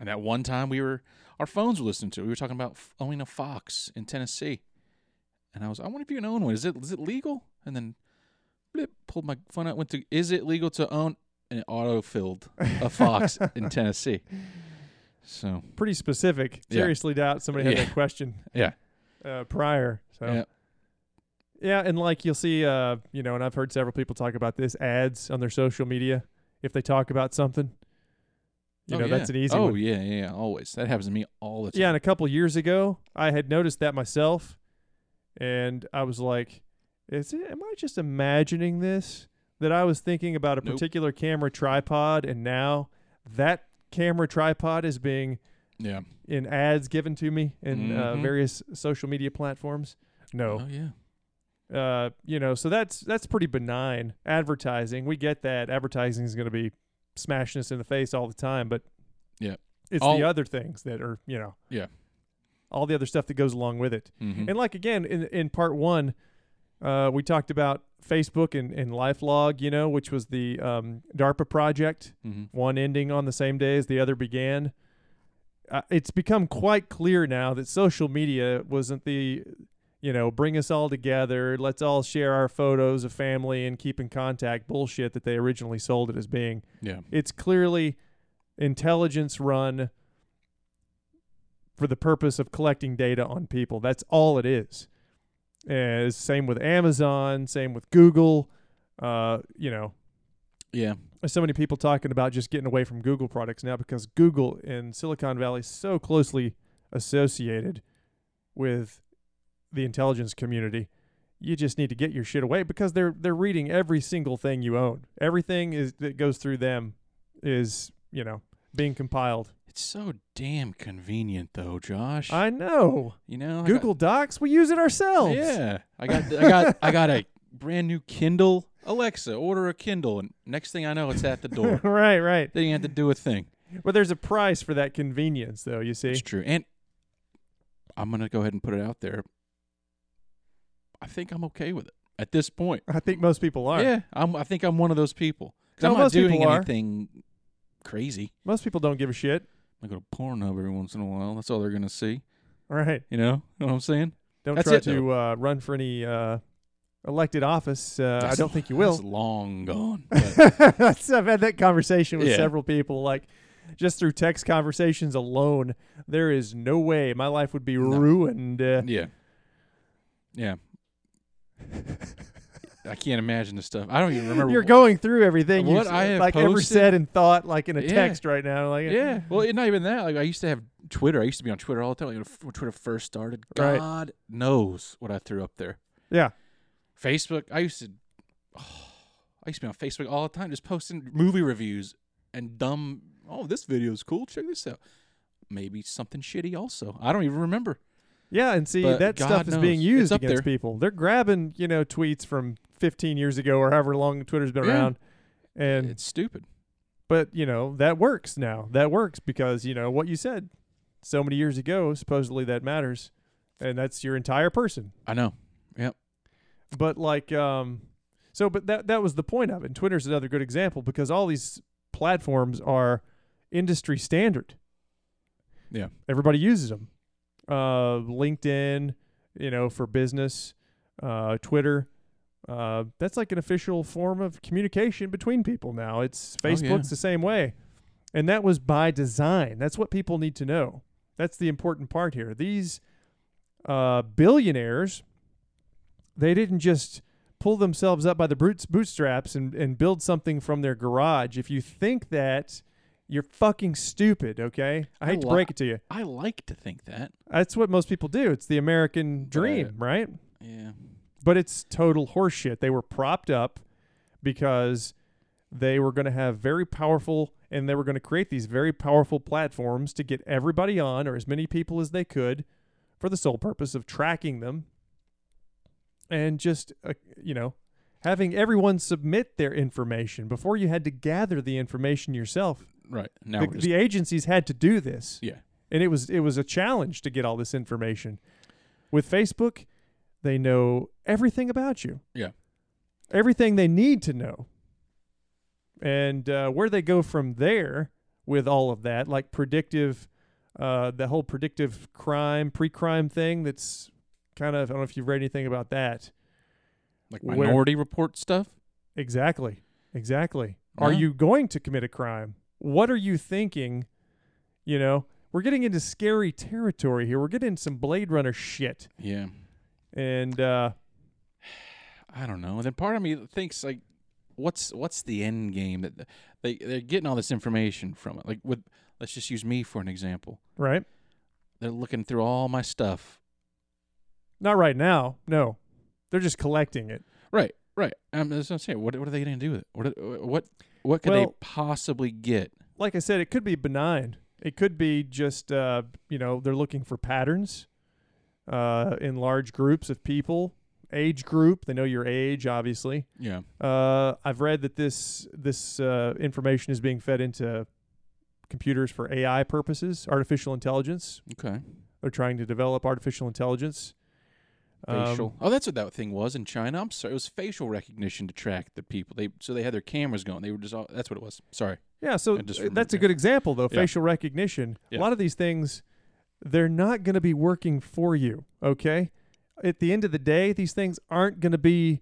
Speaker 2: and that one time we were, our phones were listening to. it. We were talking about f- owning a fox in Tennessee, and I was, I wonder if you can own one. Is it is it legal? And then, blip, pulled my phone out, went to, is it legal to own? And it auto filled a fox in Tennessee. So
Speaker 1: Pretty specific.
Speaker 2: Yeah.
Speaker 1: Seriously doubt somebody had
Speaker 2: Yeah.
Speaker 1: that question
Speaker 2: yeah,
Speaker 1: uh, prior. So
Speaker 2: Yeah.
Speaker 1: Yeah, and like you'll see uh, you know, and I've heard several people talk about this ads on their social media if they talk about something. You
Speaker 2: Oh,
Speaker 1: know,
Speaker 2: yeah.
Speaker 1: that's an easy
Speaker 2: Oh
Speaker 1: one.
Speaker 2: yeah, yeah, yeah, always. That happens to me all the time.
Speaker 1: Yeah, and a couple years ago, I had noticed that myself, and I was like, "Is it? Am I just imagining this? That I was thinking about a
Speaker 2: Nope.
Speaker 1: particular camera tripod, and now that camera tripod is being
Speaker 2: Yeah.
Speaker 1: in ads given to me in uh,
Speaker 2: Mhm.
Speaker 1: various social media platforms. No,
Speaker 2: Oh yeah.
Speaker 1: uh, you know, so that's that's pretty benign advertising. We get that advertising is going to be smashing us in the face all the time, but
Speaker 2: Yeah.
Speaker 1: it's
Speaker 2: All-
Speaker 1: the other things that are you know,
Speaker 2: Yeah.
Speaker 1: all the other stuff that goes along with it.
Speaker 2: Mm-hmm.
Speaker 1: And like again, in in part one, uh, we talked about Facebook and and LifeLog, you know, which was the um, DARPA project,
Speaker 2: mm-hmm.
Speaker 1: one ending on the same day as the other began. Uh, it's become quite clear now that social media wasn't the, you know, bring us all together, let's all share our photos of family and keep in contact bullshit that they originally sold it as being
Speaker 2: Yeah.
Speaker 1: it's clearly intelligence run for the purpose of collecting data on people. That's all it is. As same with Amazon, same with Google. Uh, you know,
Speaker 2: Yeah.
Speaker 1: there's so many people talking about just getting away from Google products now because Google in Silicon Valley is so closely associated with the intelligence community. You just need to get your shit away because they're they're reading every single thing you own. Everything is that goes through them is, you know, being compiled.
Speaker 2: It's so damn convenient though, Josh.
Speaker 1: I know.
Speaker 2: you know, I got-
Speaker 1: Google Docs, we use it ourselves.
Speaker 2: Oh Yeah, I got I got I got a brand new Kindle. Alexa, order a Kindle, and next thing I know, it's at the door.
Speaker 1: right, right.
Speaker 2: then you have to do a thing.
Speaker 1: Well, there's a price for that convenience though, you see.
Speaker 2: It's true, and I'm gonna go ahead and put it out there. I think I'm okay with it at this point.
Speaker 1: I think most people are.
Speaker 2: Yeah, I'm. I think I'm one of those people 'Cause
Speaker 1: No,
Speaker 2: I'm not
Speaker 1: most people
Speaker 2: doing
Speaker 1: are.
Speaker 2: anything crazy.
Speaker 1: Most people don't give a shit.
Speaker 2: I go to Pornhub every once in a while. That's all they're gonna see.
Speaker 1: Right.
Speaker 2: You know, know what I'm saying?
Speaker 1: Don't
Speaker 2: That's
Speaker 1: try
Speaker 2: it, though.
Speaker 1: to uh, run for any uh, elected office. Uh, I
Speaker 2: That's-
Speaker 1: don't think you
Speaker 2: That's
Speaker 1: will.
Speaker 2: long gone. But
Speaker 1: That's- I've had that conversation with
Speaker 2: Yeah.
Speaker 1: several people, like just through text conversations alone. There is no way my life would be
Speaker 2: No.
Speaker 1: ruined. Uh,
Speaker 2: Yeah. Yeah. I can't imagine the stuff. I don't even remember.
Speaker 1: you're
Speaker 2: wh-
Speaker 1: going through everything you
Speaker 2: What
Speaker 1: s-
Speaker 2: I have
Speaker 1: like ever
Speaker 2: posted?
Speaker 1: said and thought, like in a
Speaker 2: Yeah.
Speaker 1: text right now. Like,
Speaker 2: Yeah. Well, it- not even that. Like I used to have Twitter. I used to be on Twitter all the time. Like, when f- when Twitter first started,
Speaker 1: Right.
Speaker 2: God knows what I threw up there.
Speaker 1: yeah,
Speaker 2: Facebook. I used to. oh, I used to be on Facebook all the time, just posting movie reviews and dumb. Oh, this video is cool. Check this out. Maybe something shitty. Also, I don't even remember.
Speaker 1: yeah. And see,
Speaker 2: But
Speaker 1: that
Speaker 2: God
Speaker 1: stuff is being
Speaker 2: knows.
Speaker 1: used
Speaker 2: It's up
Speaker 1: against
Speaker 2: there.
Speaker 1: people. They're grabbing, you know, tweets from 15 years ago or however long Twitter's been
Speaker 2: Yeah.
Speaker 1: around, and
Speaker 2: It's stupid.
Speaker 1: but you know that works now that works because you know what you said so many years ago supposedly that matters and that's your entire person
Speaker 2: I know. Yep.
Speaker 1: but like um so but that that was the point of it and twitter's another good example because all these platforms are industry standard
Speaker 2: Yeah.
Speaker 1: everybody uses them uh linkedin you know for business uh twitter uh, that's like an official form of communication between people now. It's
Speaker 2: Oh, yeah.
Speaker 1: Facebook's the same way. And that was by design. That's what people need to know. That's the important part here. These uh, billionaires, they didn't just pull themselves up by the brutes bootstraps and, and build something from their garage. If you think that, you're fucking stupid, okay? I
Speaker 2: I
Speaker 1: hate to
Speaker 2: li-
Speaker 1: break it to you.
Speaker 2: I like to think that.
Speaker 1: That's what most people do. It's the American dream, right?
Speaker 2: Yeah.
Speaker 1: but it's total horseshit. They were propped up because they were going to have very powerful and they were going to create these very powerful platforms to get everybody on or as many people as they could for the sole purpose of tracking them and just uh, you know having everyone submit their information before you had to gather the information yourself
Speaker 2: Right. Now
Speaker 1: the,
Speaker 2: we're just
Speaker 1: the agencies had to do this
Speaker 2: yeah.
Speaker 1: and it was it was a challenge to get all this information with facebook they know everything about you
Speaker 2: Yeah.
Speaker 1: everything they need to know and uh, where they go from there with all of that like predictive uh, the whole predictive crime pre-crime thing that's kind of i don't know if you've read anything about that
Speaker 2: like
Speaker 1: Where-
Speaker 2: minority report stuff.
Speaker 1: Exactly. Exactly. Are
Speaker 2: Yeah.
Speaker 1: you going to commit a crime? What are you thinking? You know, we're getting into scary territory here. We're getting into some Blade Runner shit.
Speaker 2: Yeah,
Speaker 1: And uh
Speaker 2: I don't know. And then part of me thinks like, what's what's the end game that th- they they're getting all this information from it? Like with let's just use me for an example.
Speaker 1: right?
Speaker 2: They're looking through all my stuff.
Speaker 1: Not right now. No. They're just collecting it.
Speaker 2: Right, right. Um, that's what I'm saying. What what are they going to do with it? What what what could they
Speaker 1: Well-
Speaker 2: possibly get?
Speaker 1: Like I said, it could be benign. It could be just uh, you know they're looking for patterns uh, in large groups of people, age group. They know your age, obviously.
Speaker 2: Yeah.
Speaker 1: Uh, I've read that this this uh, information is being fed into computers for AI purposes, artificial intelligence.
Speaker 2: Okay.
Speaker 1: They're trying to develop artificial intelligence. Um,
Speaker 2: Facial. oh, that's what that thing was in China. I'm sorry. It was facial recognition to track the people. They so they had their cameras going. They were just all, that's what it was. Sorry.
Speaker 1: Yeah, so
Speaker 2: I just
Speaker 1: uh,
Speaker 2: remembered,
Speaker 1: that's a
Speaker 2: yeah.
Speaker 1: good example though.
Speaker 2: Yeah.
Speaker 1: Facial recognition.
Speaker 2: Yeah.
Speaker 1: A lot of these things, they're not going to be working for you. Okay, at the end of the day, these things aren't going to be.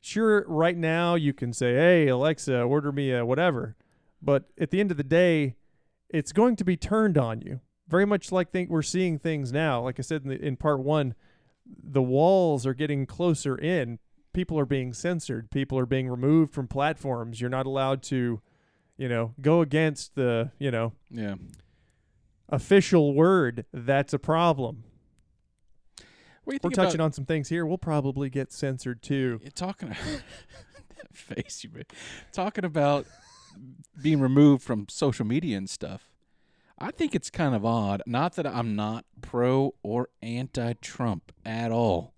Speaker 1: Sure, right now you can say, "Hey Alexa, order me a whatever," but at the end of the day, it's going to be turned on you. Very much like think we're seeing things now. Like I said in, the, in part one, the walls are getting closer in. People are being censored. People are being removed from platforms. You're not allowed to you know, go against the, you know,
Speaker 2: Yeah.
Speaker 1: official word, that's a problem.
Speaker 2: What do you
Speaker 1: We're
Speaker 2: think
Speaker 1: touching on some things here. We'll probably get censored too.
Speaker 2: You're talking that face you made. Talking about being removed from social media and stuff. I think it's kind of odd. Not that I'm not pro or anti Trump at all,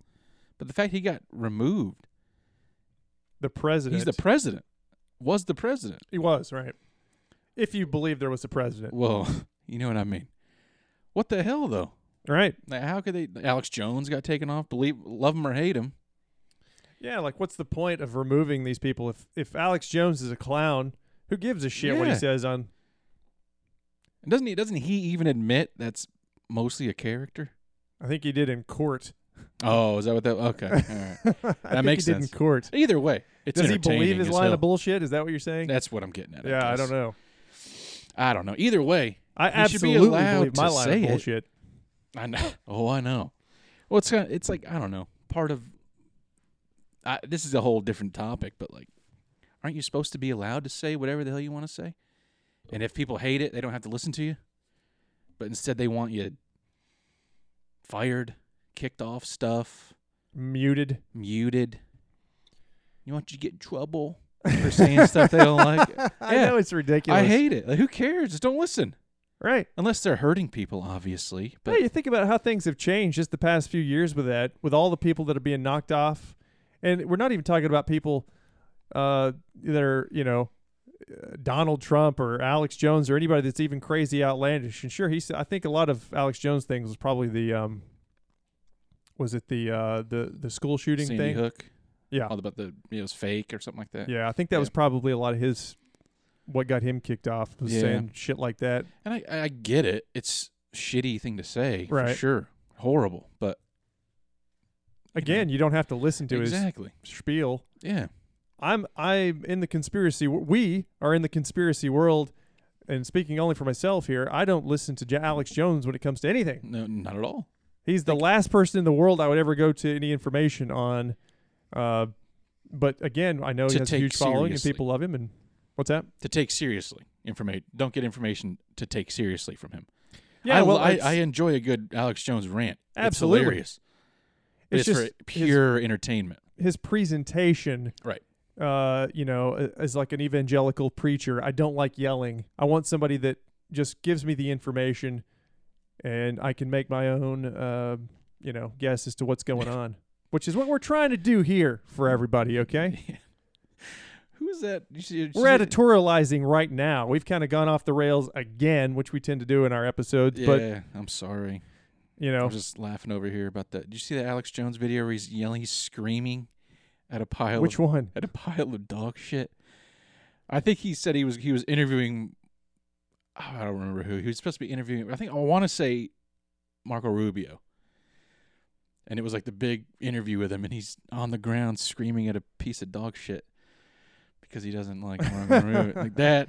Speaker 2: but the fact he got removed.
Speaker 1: The president.
Speaker 2: He's the president. Was the president.
Speaker 1: he was, right. If you believe there was a president.
Speaker 2: Well, you know what I mean. What the hell though?
Speaker 1: Right.
Speaker 2: Like, how could they? Alex Jones got taken off. Believe, love him or hate him.
Speaker 1: Yeah, like what's the point of removing these people if if Alex Jones is a clown, who gives a shit what he
Speaker 2: Yeah.
Speaker 1: says on
Speaker 2: And doesn't he? Doesn't he even admit that's mostly a character?
Speaker 1: I think he did in court.
Speaker 2: Oh, is that what that? Okay, all right.
Speaker 1: I
Speaker 2: That
Speaker 1: think
Speaker 2: makes
Speaker 1: he did
Speaker 2: sense.
Speaker 1: in court.
Speaker 2: Either way, it's
Speaker 1: Does he believe
Speaker 2: entertaining
Speaker 1: his
Speaker 2: as
Speaker 1: line
Speaker 2: hell.
Speaker 1: of bullshit? Is that what you're saying?
Speaker 2: That's what I'm getting at.
Speaker 1: yeah, I
Speaker 2: guess.
Speaker 1: don't know.
Speaker 2: I don't know. Either way,
Speaker 1: I
Speaker 2: He should be
Speaker 1: absolutely
Speaker 2: allowed
Speaker 1: believe my
Speaker 2: to
Speaker 1: line
Speaker 2: say
Speaker 1: of
Speaker 2: it.
Speaker 1: bullshit.
Speaker 2: I know. Oh, I know. Well, it's kind of, it's like I don't know. Part of I, this is a whole different topic, but like, aren't you supposed to be allowed to say whatever the hell you want to say? And if people hate it, they don't have to listen to you. But instead, they want you fired, kicked off stuff,
Speaker 1: Muted.
Speaker 2: muted. You want you to get in trouble for saying stuff they don't like.
Speaker 1: I
Speaker 2: Yeah.
Speaker 1: know it's ridiculous.
Speaker 2: I hate it. Like, who cares? Just don't listen.
Speaker 1: Right.
Speaker 2: Unless they're hurting people, obviously.
Speaker 1: But
Speaker 2: But
Speaker 1: you think about how things have changed just the past few years with that, with all the people that are being knocked off, and we're not even talking about people uh, that are you know uh, Donald Trump or Alex Jones or anybody that's even crazy outlandish. And sure, he's I think a lot of Alex Jones things was probably the um, was it the uh, the the school shooting
Speaker 2: Sandy
Speaker 1: thing?
Speaker 2: Hook.
Speaker 1: Yeah,
Speaker 2: all about the it was fake or something like that.
Speaker 1: yeah. I think that
Speaker 2: Yeah.
Speaker 1: was probably a lot of his. What got him kicked off was
Speaker 2: Yeah.
Speaker 1: saying shit like that.
Speaker 2: And I, I get it. It's a shitty thing to say for
Speaker 1: Right.
Speaker 2: sure. Horrible, but you know,
Speaker 1: Again, you don't have to listen to
Speaker 2: exactly.
Speaker 1: his spiel.
Speaker 2: Yeah,
Speaker 1: I'm I'm in the conspiracy. wo- We are in the conspiracy world, and speaking only for myself here, I don't listen to J- Alex Jones when it comes to anything.
Speaker 2: no, not at all.
Speaker 1: He's the last person in the world I would ever go to any information on. Uh, but again, I know he
Speaker 2: To
Speaker 1: has a
Speaker 2: take
Speaker 1: huge following and
Speaker 2: seriously.
Speaker 1: people love him. And what's that?
Speaker 2: To take seriously information. Don't get information to take seriously from him.
Speaker 1: Yeah,
Speaker 2: I,
Speaker 1: well,
Speaker 2: I,
Speaker 1: it's-
Speaker 2: I enjoy a good Alex Jones rant.
Speaker 1: Absolutely.
Speaker 2: it's hilarious. But
Speaker 1: It's
Speaker 2: It's,
Speaker 1: just
Speaker 2: for
Speaker 1: his-
Speaker 2: pure entertainment.
Speaker 1: His presentation,
Speaker 2: Right.
Speaker 1: Uh, you know, a- as like an evangelical preacher, I don't like yelling. I want somebody that just gives me the information, and I can make my own, uh, you know, guess as to what's going on, which is what we're trying to do here for everybody. Okay,
Speaker 2: Who is that? You see,
Speaker 1: we're editorializing right now. We've kind of gone off the rails again, which we tend to do in our episodes.
Speaker 2: Yeah,
Speaker 1: But
Speaker 2: I'm sorry.
Speaker 1: you
Speaker 2: I'm
Speaker 1: know,
Speaker 2: just laughing over here about that. Did you see the Alex Jones video where he's yelling, he's screaming at a pile of
Speaker 1: which one?
Speaker 2: at a pile of dog shit. I think he said he was he was interviewing. oh, I don't remember who he was supposed to be interviewing. I think I want to say Marco Rubio. And it was like the big interview with him, and he's on the ground screaming at a piece of dog shit because he doesn't like Marco Rubio. Like that.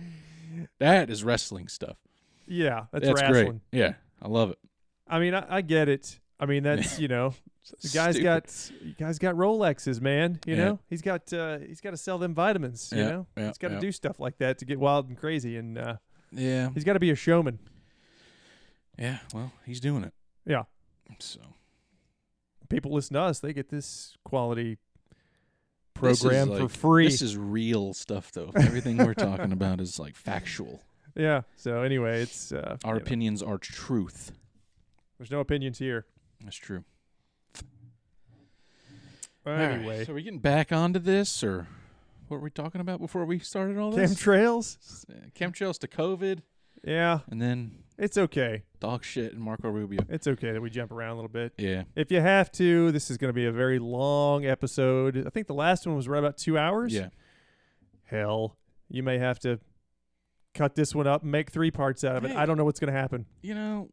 Speaker 2: That is wrestling stuff.
Speaker 1: Yeah, that's,
Speaker 2: That's,
Speaker 1: wrestling.
Speaker 2: great. Yeah, I love it.
Speaker 1: I mean, I, I get it. I mean, that's you know, The guy's
Speaker 2: Stupid.
Speaker 1: got the guy's got Rolexes, man. You
Speaker 2: Yeah.
Speaker 1: know, he's got uh, he's got to sell them vitamins. You
Speaker 2: Yeah,
Speaker 1: know,
Speaker 2: yeah,
Speaker 1: he's got to
Speaker 2: yeah.
Speaker 1: do stuff like that to get wild and crazy, and uh,
Speaker 2: Yeah,
Speaker 1: he's got to be a showman.
Speaker 2: yeah. Well, he's doing it.
Speaker 1: Yeah.
Speaker 2: So
Speaker 1: People listen to us; they get this quality
Speaker 2: This is
Speaker 1: program for
Speaker 2: like-
Speaker 1: free.
Speaker 2: This is real stuff, though. Everything we're talking about is like factual.
Speaker 1: Yeah. So anyway, it's uh,
Speaker 2: Our
Speaker 1: you know,
Speaker 2: opinions are truth.
Speaker 1: there's no opinions here.
Speaker 2: That's true. All right,
Speaker 1: Anyway,
Speaker 2: so are we getting back onto this, or what were we talking about before we started all this?
Speaker 1: chemtrails.
Speaker 2: Uh, Chemtrails to COVID,
Speaker 1: Yeah,
Speaker 2: and then
Speaker 1: it's okay.
Speaker 2: dog shit and Marco Rubio.
Speaker 1: It's okay that we jump around a little bit.
Speaker 2: Yeah,
Speaker 1: If you have to, this is going to be a very long episode. I think the last one was right about two hours.
Speaker 2: yeah.
Speaker 1: Hell, you may have to cut this one up and make three parts out of it.
Speaker 2: Hey.
Speaker 1: I don't know what's going to happen.
Speaker 2: You know,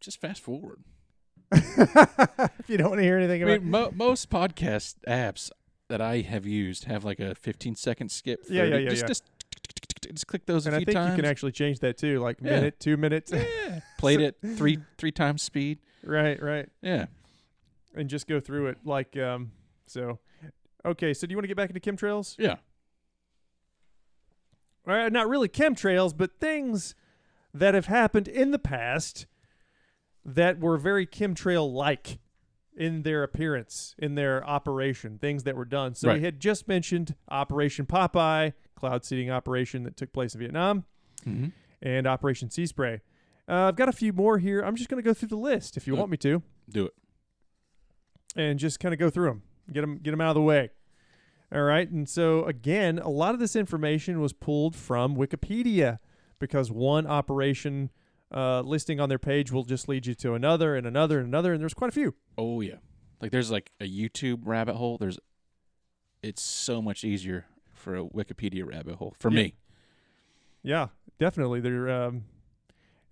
Speaker 2: just fast forward.
Speaker 1: if you don't want to hear anything
Speaker 2: I
Speaker 1: about
Speaker 2: mean, mo- most podcast apps that I have used have like a 15 second skip.
Speaker 1: Yeah, yeah,
Speaker 2: 30.
Speaker 1: yeah,
Speaker 2: Just,
Speaker 1: yeah.
Speaker 2: just, just click those
Speaker 1: and
Speaker 2: a
Speaker 1: I
Speaker 2: few
Speaker 1: think
Speaker 2: times.
Speaker 1: you can actually change that too, like
Speaker 2: Yeah.
Speaker 1: minute, two minutes.
Speaker 2: yeah, played it three three times speed.
Speaker 1: right, right.
Speaker 2: Yeah,
Speaker 1: And just go through it like um so. Okay, so do you want to get back into chemtrails?
Speaker 2: yeah.
Speaker 1: uh, not really chemtrails, but things that have happened in the past that were very chemtrail like in their appearance, in their operation, things that were done. So
Speaker 2: Right.
Speaker 1: we had just mentioned Operation Popeye, cloud seeding operation that took place in Vietnam,
Speaker 2: Mhm.
Speaker 1: and Operation Sea Spray. Uh, I've got a few more here. I'm just going to go through the list if you
Speaker 2: Uh,
Speaker 1: want me to
Speaker 2: Do it.
Speaker 1: and just kind of go through them, get them, get them out of the way. All right. And so, again, a lot of this information was pulled from Wikipedia because one operation uh, listing on their page will just lead you to another and another and another. And there's quite a few.
Speaker 2: Oh yeah. Like there's like a YouTube rabbit hole. There's it's so much easier for a Wikipedia rabbit hole for
Speaker 1: Yeah.
Speaker 2: me.
Speaker 1: Yeah, definitely. There, um,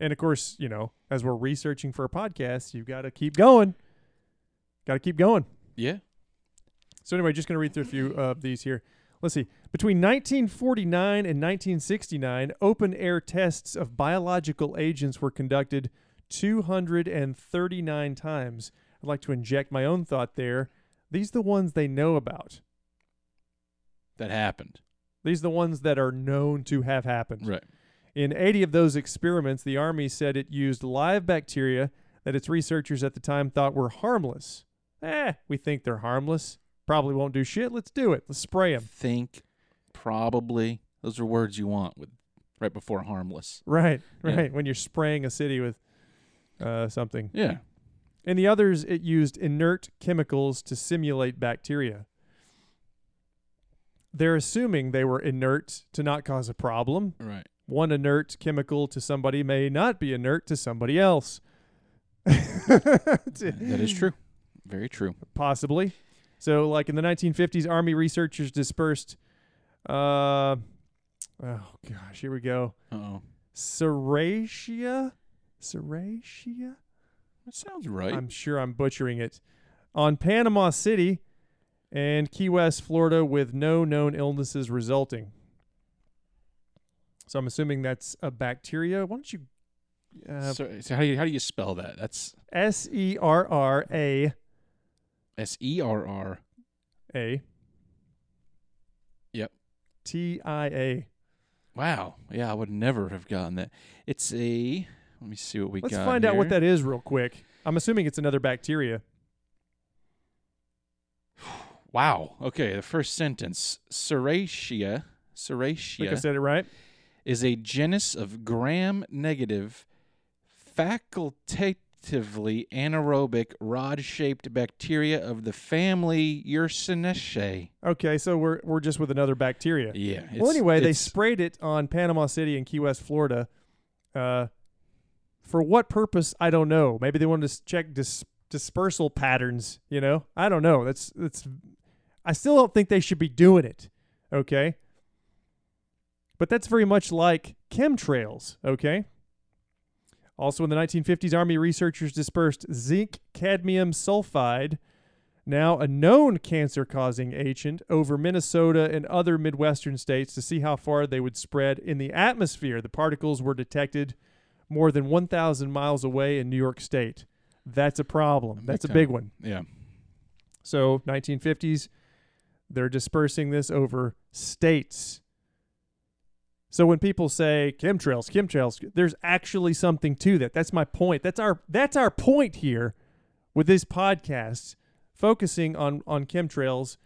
Speaker 1: and of course, you know, as we're researching for a podcast, you've got to keep going. Got to keep going.
Speaker 2: Yeah.
Speaker 1: So anyway, just going to read through a few of these here. Let's see. Between 1949 and 1969, open air tests of biological agents were conducted 239 times. I'd like to inject my own thought there. These the ones they know about.
Speaker 2: That happened.
Speaker 1: These the ones that are known to have happened.
Speaker 2: Right.
Speaker 1: In 80 of those experiments, the Army said it used live bacteria that its researchers at the time thought were harmless. Eh, we think they're harmless. Probably won't do shit. Let's do it. Let's spray them.
Speaker 2: Think probably those are words you want with right before harmless.
Speaker 1: Right,
Speaker 2: Yeah.
Speaker 1: right. When you're spraying a city with uh, something.
Speaker 2: Yeah.
Speaker 1: In the others, it used inert chemicals to simulate bacteria. They're assuming they were inert to not cause a problem.
Speaker 2: Right.
Speaker 1: One inert chemical to somebody may not be inert to somebody else.
Speaker 2: That is true. Very true.
Speaker 1: possibly. So, like in the 1950s, Army researchers dispersed, uh, oh gosh, here we go.
Speaker 2: Uh oh.
Speaker 1: Serratia? Serratia?
Speaker 2: That sounds right.
Speaker 1: I'm sure I'm butchering it. On Panama City and Key West, Florida, with no known illnesses resulting. So I'm assuming that's a bacteria. Why don't you. Uh,
Speaker 2: so, so how do you how do you spell that? That's
Speaker 1: S E R R A
Speaker 2: S E R R.
Speaker 1: A.
Speaker 2: Yep.
Speaker 1: T I A.
Speaker 2: Wow. Yeah, I would never have gotten that. It's a let me see what we
Speaker 1: Let's
Speaker 2: got.
Speaker 1: find out what
Speaker 2: here.
Speaker 1: that is real quick. I'm assuming it's another bacteria.
Speaker 2: Wow. Okay, the first sentence. Serratia. Serratia.
Speaker 1: I think I said it right.
Speaker 2: is a genus of gram negative, facultatively anaerobic rod shaped bacteria of the family Yersineaceae.
Speaker 1: Okay, so we're, we're just with another bacteria.
Speaker 2: Yeah.
Speaker 1: well,
Speaker 2: it's-
Speaker 1: anyway, they
Speaker 2: it's-
Speaker 1: sprayed it on Panama City and Key West, Florida. Uh, for what purpose? I don't know. Maybe they wanted to s- check dis- dispersal patterns. You know, I don't know. That's that's. I still don't think they should be doing it. Okay. But that's very much like chemtrails. Okay. Also, in the 1950s, Army researchers dispersed zinc cadmium sulfide now a known cancer causing agent, over Minnesota and other Midwestern states to see how far they would spread in the atmosphere. The particles were detected more than 1,000 miles away in New York State. That's a problem.
Speaker 2: Big
Speaker 1: That's a
Speaker 2: time.
Speaker 1: big one.
Speaker 2: Yeah.
Speaker 1: So, 1950s, they're dispersing this over states. So when people say chemtrails, chemtrails, there's actually something to that. That's my point. That's our that's our point here with this podcast, focusing on on chemtrails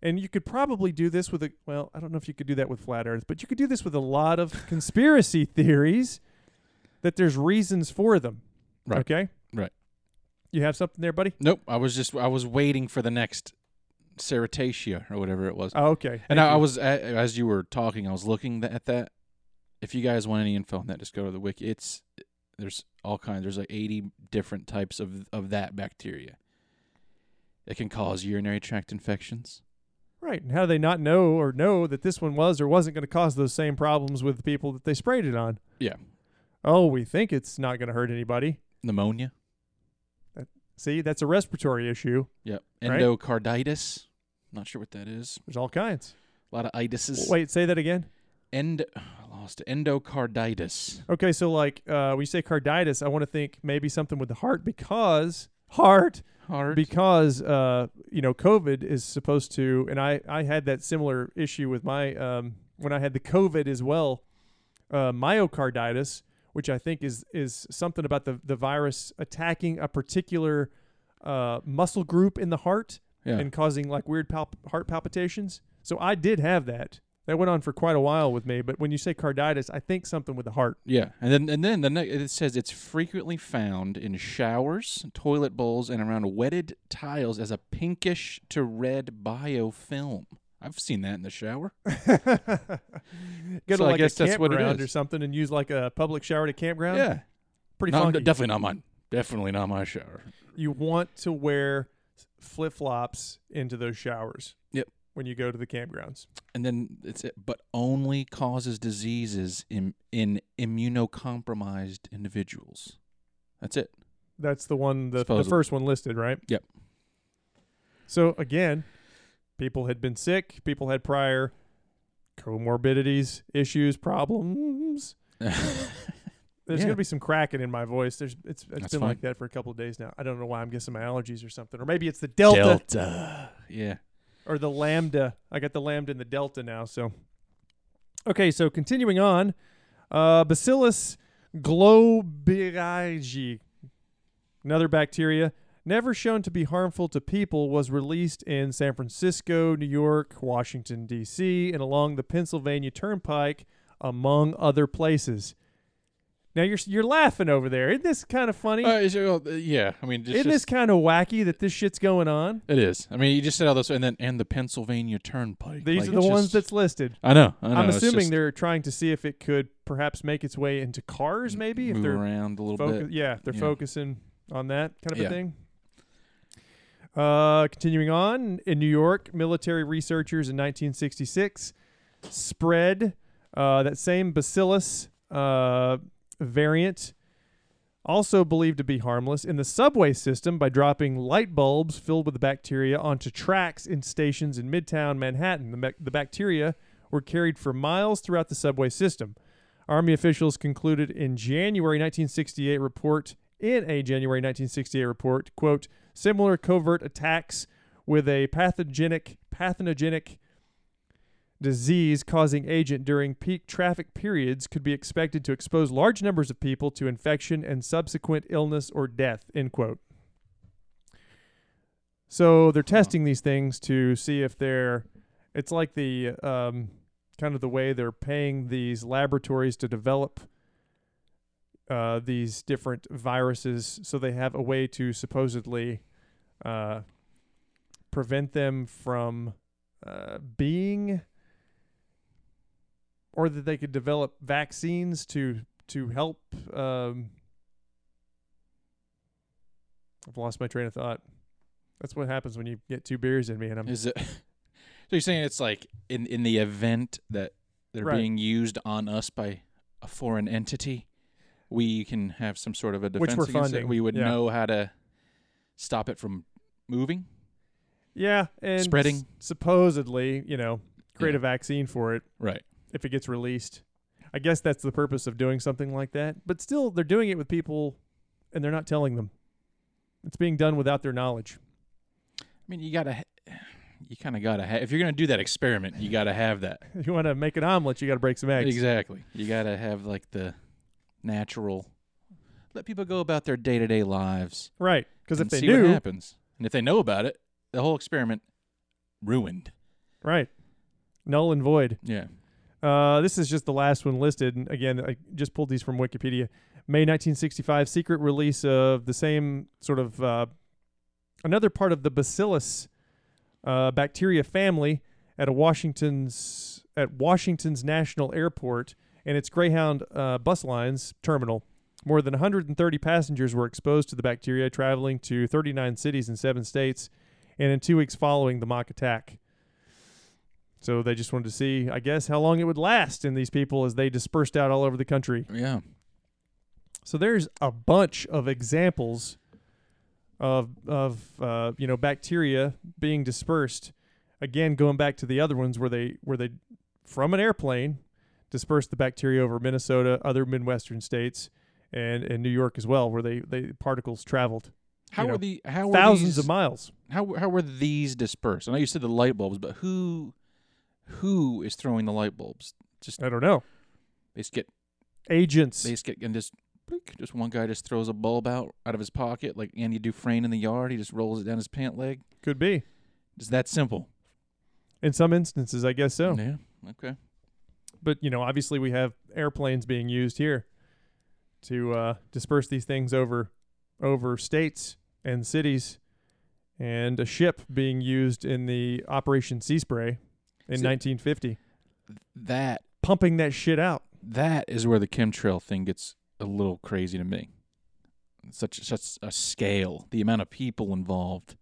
Speaker 1: And you could probably do this with a well, I don't know if you could do that with flat earth, but you could do this with a lot of conspiracy theories that there's reasons for them.
Speaker 2: Right.
Speaker 1: Okay?
Speaker 2: Right.
Speaker 1: You have something there, buddy?
Speaker 2: Nope. I was just I was waiting for the next Ceratacea or whatever it was.
Speaker 1: Oh, okay.
Speaker 2: and
Speaker 1: Thank
Speaker 2: I, I
Speaker 1: you.
Speaker 2: was a as you were talking, I was looking th- at that. If you guys want any info on that, just go to the wiki. It's there's all kinds. There's like 80 different types of of that bacteria. It can cause urinary tract infections.
Speaker 1: Right. And how do they not know or know that this one was or wasn't going to cause those same problems with the people that they sprayed it on?
Speaker 2: Yeah.
Speaker 1: Oh, we think it's not going to hurt anybody.
Speaker 2: Pneumonia.
Speaker 1: See, that's a respiratory issue.
Speaker 2: Yep.
Speaker 1: Right.
Speaker 2: Endocarditis. Not sure what that is.
Speaker 1: There's all kinds.
Speaker 2: A lot of itises.
Speaker 1: Wait, say that again.
Speaker 2: End. I lost it. endocarditis.
Speaker 1: Okay, so like uh, when you say carditis, I want to think maybe something with the heart because heart
Speaker 2: Heart.
Speaker 1: because uh, you know COVID is supposed to, and I I had that similar issue with my um, when I had the COVID as well, uh, myocarditis, which I think is is something about the the virus attacking a particular uh, muscle group in the heart
Speaker 2: yeah.
Speaker 1: and causing like weird palp- heart palpitations. So I did have that. That went on for quite a while with me, but when you say carditis, I think something with the heart.
Speaker 2: Yeah, and then and then the next it says it's frequently found in showers, toilet bowls, and around wetted tiles as a pinkish to red biofilm. I've seen that in the shower.
Speaker 1: Go
Speaker 2: So
Speaker 1: to
Speaker 2: I
Speaker 1: like
Speaker 2: guess
Speaker 1: a
Speaker 2: that's what it
Speaker 1: campground or
Speaker 2: is.
Speaker 1: something and use like a public shower at a campground.
Speaker 2: yeah,
Speaker 1: pretty
Speaker 2: Not-
Speaker 1: funky.
Speaker 2: definitely not mine. Definitely not my shower.
Speaker 1: you want to wear flip flops into those showers.
Speaker 2: Yep.
Speaker 1: When you go to the campgrounds,
Speaker 2: And then it's it, but only causes diseases in in immunocompromised individuals. That's it.
Speaker 1: that's the one the, the
Speaker 2: Supposedly.
Speaker 1: first one listed, right?
Speaker 2: Yep.
Speaker 1: So again, people had been sick. People had prior comorbidities, issues, problems. There's
Speaker 2: Yeah.
Speaker 1: gonna be some cracking in my voice. There's it's it's
Speaker 2: That's
Speaker 1: been like that for a couple of days now. I don't know why I'm guessing my allergies or something, or maybe it's the delta,
Speaker 2: Delta. Yeah.
Speaker 1: or the lambda. I got the lambda and the delta now. So okay, so continuing on, uh, Bacillus globirigi, another bacteria never shown to be harmful to people, was released in San Francisco, New York, Washington D.C., and along the Pennsylvania Turnpike, among other places. Now you're you're laughing over there. Isn't this kind of funny?
Speaker 2: Uh, is it- well, uh, yeah. I mean, it's
Speaker 1: Isn't
Speaker 2: just-
Speaker 1: this kind of wacky that this shit's going on?
Speaker 2: It is. I mean, you just said all those, and then and the Pennsylvania Turnpike.
Speaker 1: These
Speaker 2: Like,
Speaker 1: are the
Speaker 2: it's
Speaker 1: ones
Speaker 2: just-
Speaker 1: that's listed.
Speaker 2: I know. I know.
Speaker 1: I'm
Speaker 2: it's
Speaker 1: assuming
Speaker 2: just
Speaker 1: they're trying to see if it could perhaps make its way into cars, maybe if
Speaker 2: move
Speaker 1: they're
Speaker 2: around a little
Speaker 1: focu-
Speaker 2: bit.
Speaker 1: yeah, if they're
Speaker 2: Yeah.
Speaker 1: focusing on that kind of a
Speaker 2: Yeah.
Speaker 1: thing. Uh, continuing on in New York, military researchers in 1966 spread uh, that same bacillus uh, variant, also believed to be harmless, in the subway system by dropping light bulbs filled with the bacteria onto tracks in stations in Midtown Manhattan. The, bac- the bacteria were carried for miles throughout the subway system. Army officials concluded in January 1968 report in a January 1968 report, quote, similar covert attacks with a pathogenic pathogenic disease causing agent during peak traffic periods could be expected to expose large numbers of people to infection and subsequent illness or death end quote so they're testing these things to see if they're it's like the um, kind of the way they're paying these laboratories to develop uh, these different viruses so they have a way to supposedly uh, prevent them from uh, being or that they could develop vaccines to to help um, I've lost my train of thought. That's what happens when you get two beers in me and I'm
Speaker 2: Is it? So you're saying it's like in in the event that they're
Speaker 1: Right.
Speaker 2: being used on us by a foreign entity, we can have some sort of a
Speaker 1: Which
Speaker 2: defense
Speaker 1: we're
Speaker 2: against it.
Speaker 1: funding,
Speaker 2: We would
Speaker 1: yeah.
Speaker 2: know how to stop it from moving.
Speaker 1: Yeah, and
Speaker 2: Spreading.
Speaker 1: s- supposedly, you know, create
Speaker 2: Yeah.
Speaker 1: a vaccine for it
Speaker 2: Right.
Speaker 1: if it gets released. I guess that's the purpose of doing something like that. But still, they're doing it with people, and they're not telling them. It's being done without their knowledge.
Speaker 2: I mean, you gotta. ha- You kind of gotta have. If you're gonna do that experiment, you gotta have that.
Speaker 1: You want to make an omelet, you got to break some eggs.
Speaker 2: Exactly. You got to have like the natural. Let people go about their day to day lives.
Speaker 1: Right? Because if
Speaker 2: and
Speaker 1: they
Speaker 2: see what
Speaker 1: knew,
Speaker 2: happens, and if they know about it, the whole experiment ruined.
Speaker 1: Right. Null and void.
Speaker 2: Yeah.
Speaker 1: Uh, this is just the last one listed. And again, I just pulled these from Wikipedia. May 1965, secret release of the same sort of uh, another part of the Bacillus uh, bacteria family at a Washington's at Washington's National Airport and its Greyhound uh, bus lines terminal. More than 130 passengers were exposed to the bacteria, traveling to 39 cities in seven states, and in two weeks following the mock attack. So they just wanted to see, I guess, how long it would last in these people as they dispersed out all over the country.
Speaker 2: Yeah.
Speaker 1: So there's a bunch of examples of of uh, you know bacteria being dispersed. Again, going back to the other ones where they where they from an airplane dispersed the bacteria over Minnesota, other midwestern states, and and New York as well, where they they particles traveled
Speaker 2: How
Speaker 1: know,
Speaker 2: were the how
Speaker 1: thousands
Speaker 2: were
Speaker 1: of
Speaker 2: these,
Speaker 1: miles.
Speaker 2: how how were these dispersed? I know you said the light bulbs, but who who is throwing the light bulbs? Just
Speaker 1: I don't know
Speaker 2: they just get
Speaker 1: agents.
Speaker 2: they just get and just blink, just one guy just throws a bulb out out of his pocket like Andy Dufresne in the yard. He just rolls it down his pant leg.
Speaker 1: Could be
Speaker 2: It's that simple.
Speaker 1: in some instances, I guess so.
Speaker 2: Yeah. Okay.
Speaker 1: but you know, obviously we have airplanes being used here to uh, disperse these things over over states and cities, and a ship being used in the Operation Sea Spray in
Speaker 2: See-
Speaker 1: 1950,
Speaker 2: That
Speaker 1: pumping that shit out.
Speaker 2: that is where the chemtrail thing gets a little crazy to me. Such such a scale, the amount of people involved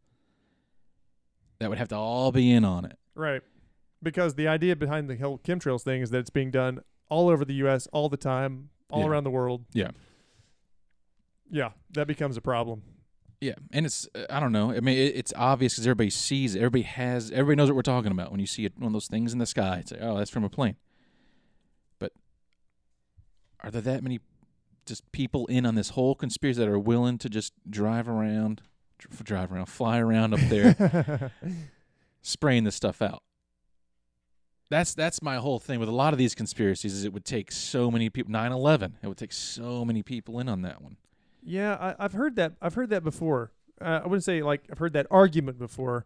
Speaker 2: that would have to all be in on it.
Speaker 1: Right, because the idea behind the whole chemtrails thing is that it's being done all over the U.S. all the time, all
Speaker 2: Yeah.
Speaker 1: around the world.
Speaker 2: Yeah.
Speaker 1: yeah, that becomes a problem.
Speaker 2: Yeah, and it's uh, I don't know. I mean, it, it's obvious because everybody sees it. Everybody has. Everybody knows what we're talking about when you see it, one of those things in the sky. It's like, oh, that's from a plane. But are there that many just people in on this whole conspiracy that are willing to just drive around, dr- drive around, fly around up there, spraying this stuff out. That's that's my whole thing with a lot of these conspiracies is it would take so many people 9/11 it would take so many people in on that one.
Speaker 1: Yeah, I, I've heard that. I've heard that before. Uh, I wouldn't say like I've heard that argument before.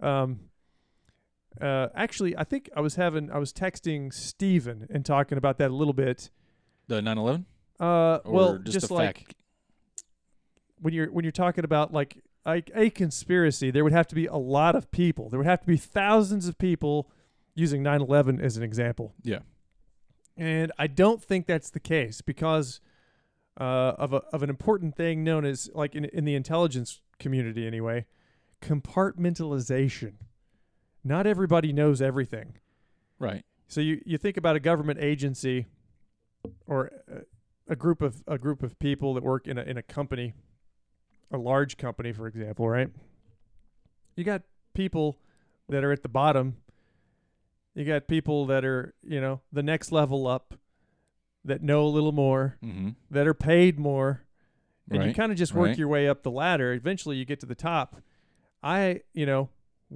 Speaker 1: Um, uh, actually, I think I was having I was texting Steven and talking about that a little bit.
Speaker 2: The 9/11
Speaker 1: Uh,
Speaker 2: or
Speaker 1: well,
Speaker 2: just,
Speaker 1: just,
Speaker 2: the
Speaker 1: like
Speaker 2: fact
Speaker 1: when you're when you're talking about like like a conspiracy, there would have to be a lot of people. There would have to be thousands of people using 9/11 as an example.
Speaker 2: Yeah.
Speaker 1: And I don't think that's the case because uh, of a, of an important thing known as like in in the intelligence community anyway, compartmentalization. Not everybody knows everything.
Speaker 2: right.
Speaker 1: So you, you think about a government agency or uh, a group of a group of people that work in a in a company, a large company, for example, right? You got people that are at the bottom. You got people that are, you know, the next level up that know a little more,
Speaker 2: Mhm.
Speaker 1: that are paid more, and you
Speaker 2: Right.
Speaker 1: kind of just work
Speaker 2: right.
Speaker 1: your way up the ladder. Eventually, you get to the top. I, you know,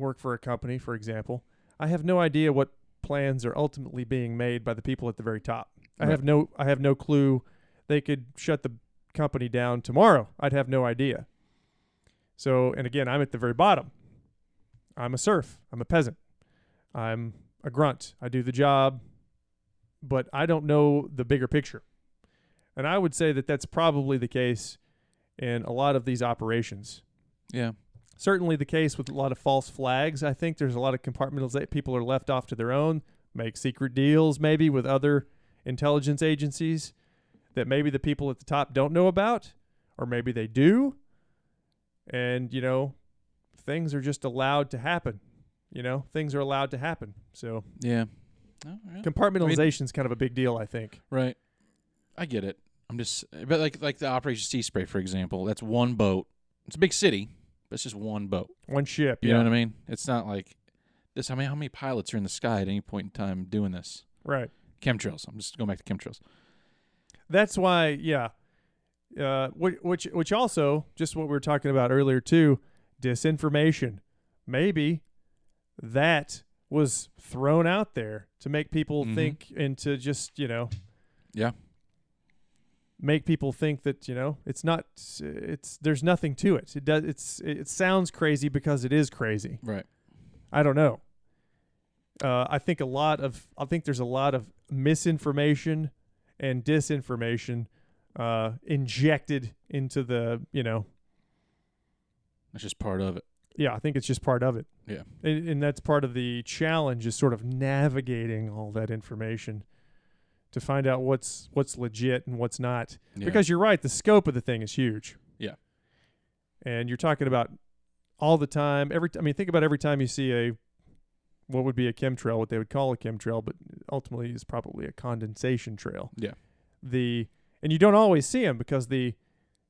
Speaker 1: work for a company, for example. I have no idea what plans are ultimately being made by the people at the very top. I
Speaker 2: Right.
Speaker 1: have no, I have no clue. They could shut the company down tomorrow. I'd have no idea. So, and again, I'm at the very bottom. I'm a serf. I'm a peasant. I'm a grunt. I do the job, but I don't know the bigger picture. And I would say that that's probably the case in a lot of these operations.
Speaker 2: Yeah.
Speaker 1: Certainly the case with a lot of false flags. I think there's a lot of compartmentalization. People are left off to their own, make secret deals maybe with other intelligence agencies that maybe the people at the top don't know about, or maybe they do. And, you know, things are just allowed to happen. You know, things are allowed to happen. So
Speaker 2: Yeah. Oh, yeah.
Speaker 1: compartmentalization is kind of a big deal, I think.
Speaker 2: Right. I get it. I'm just but like like the Operation Sea Spray for example, that's one boat. It's a big city, but it's just one boat.
Speaker 1: One ship.
Speaker 2: You
Speaker 1: yeah.
Speaker 2: know what I mean? It's not like this I mean how many pilots are in the sky at any point in time doing this?
Speaker 1: Right.
Speaker 2: Chemtrails. I'm just going back to chemtrails.
Speaker 1: That's why, yeah. Uh, which, which, which also, just what we were talking about earlier too, disinformation. Maybe that was thrown out there to make people
Speaker 2: Mhm.
Speaker 1: think and to just you know,
Speaker 2: Yeah.
Speaker 1: make people think that you know it's not, it's there's nothing to it. It does. It's it sounds crazy because it is crazy.
Speaker 2: Right.
Speaker 1: I don't know. Uh, I think a lot of I think there's a lot of misinformation and disinformation uh, injected into the you know
Speaker 2: That's just part of it.
Speaker 1: yeah I think it's just part of it.
Speaker 2: Yeah.
Speaker 1: and, and that's part of the challenge is sort of navigating all that information to find out what's what's legit and what's not.
Speaker 2: Yeah.
Speaker 1: Because you're right, the scope of the thing is huge.
Speaker 2: Yeah.
Speaker 1: And you're talking about all the time. Every t- I mean, think about every time you see a what would be a chemtrail, what they would call a chemtrail, but ultimately is probably a condensation trail.
Speaker 2: Yeah.
Speaker 1: The and you don't always see them because the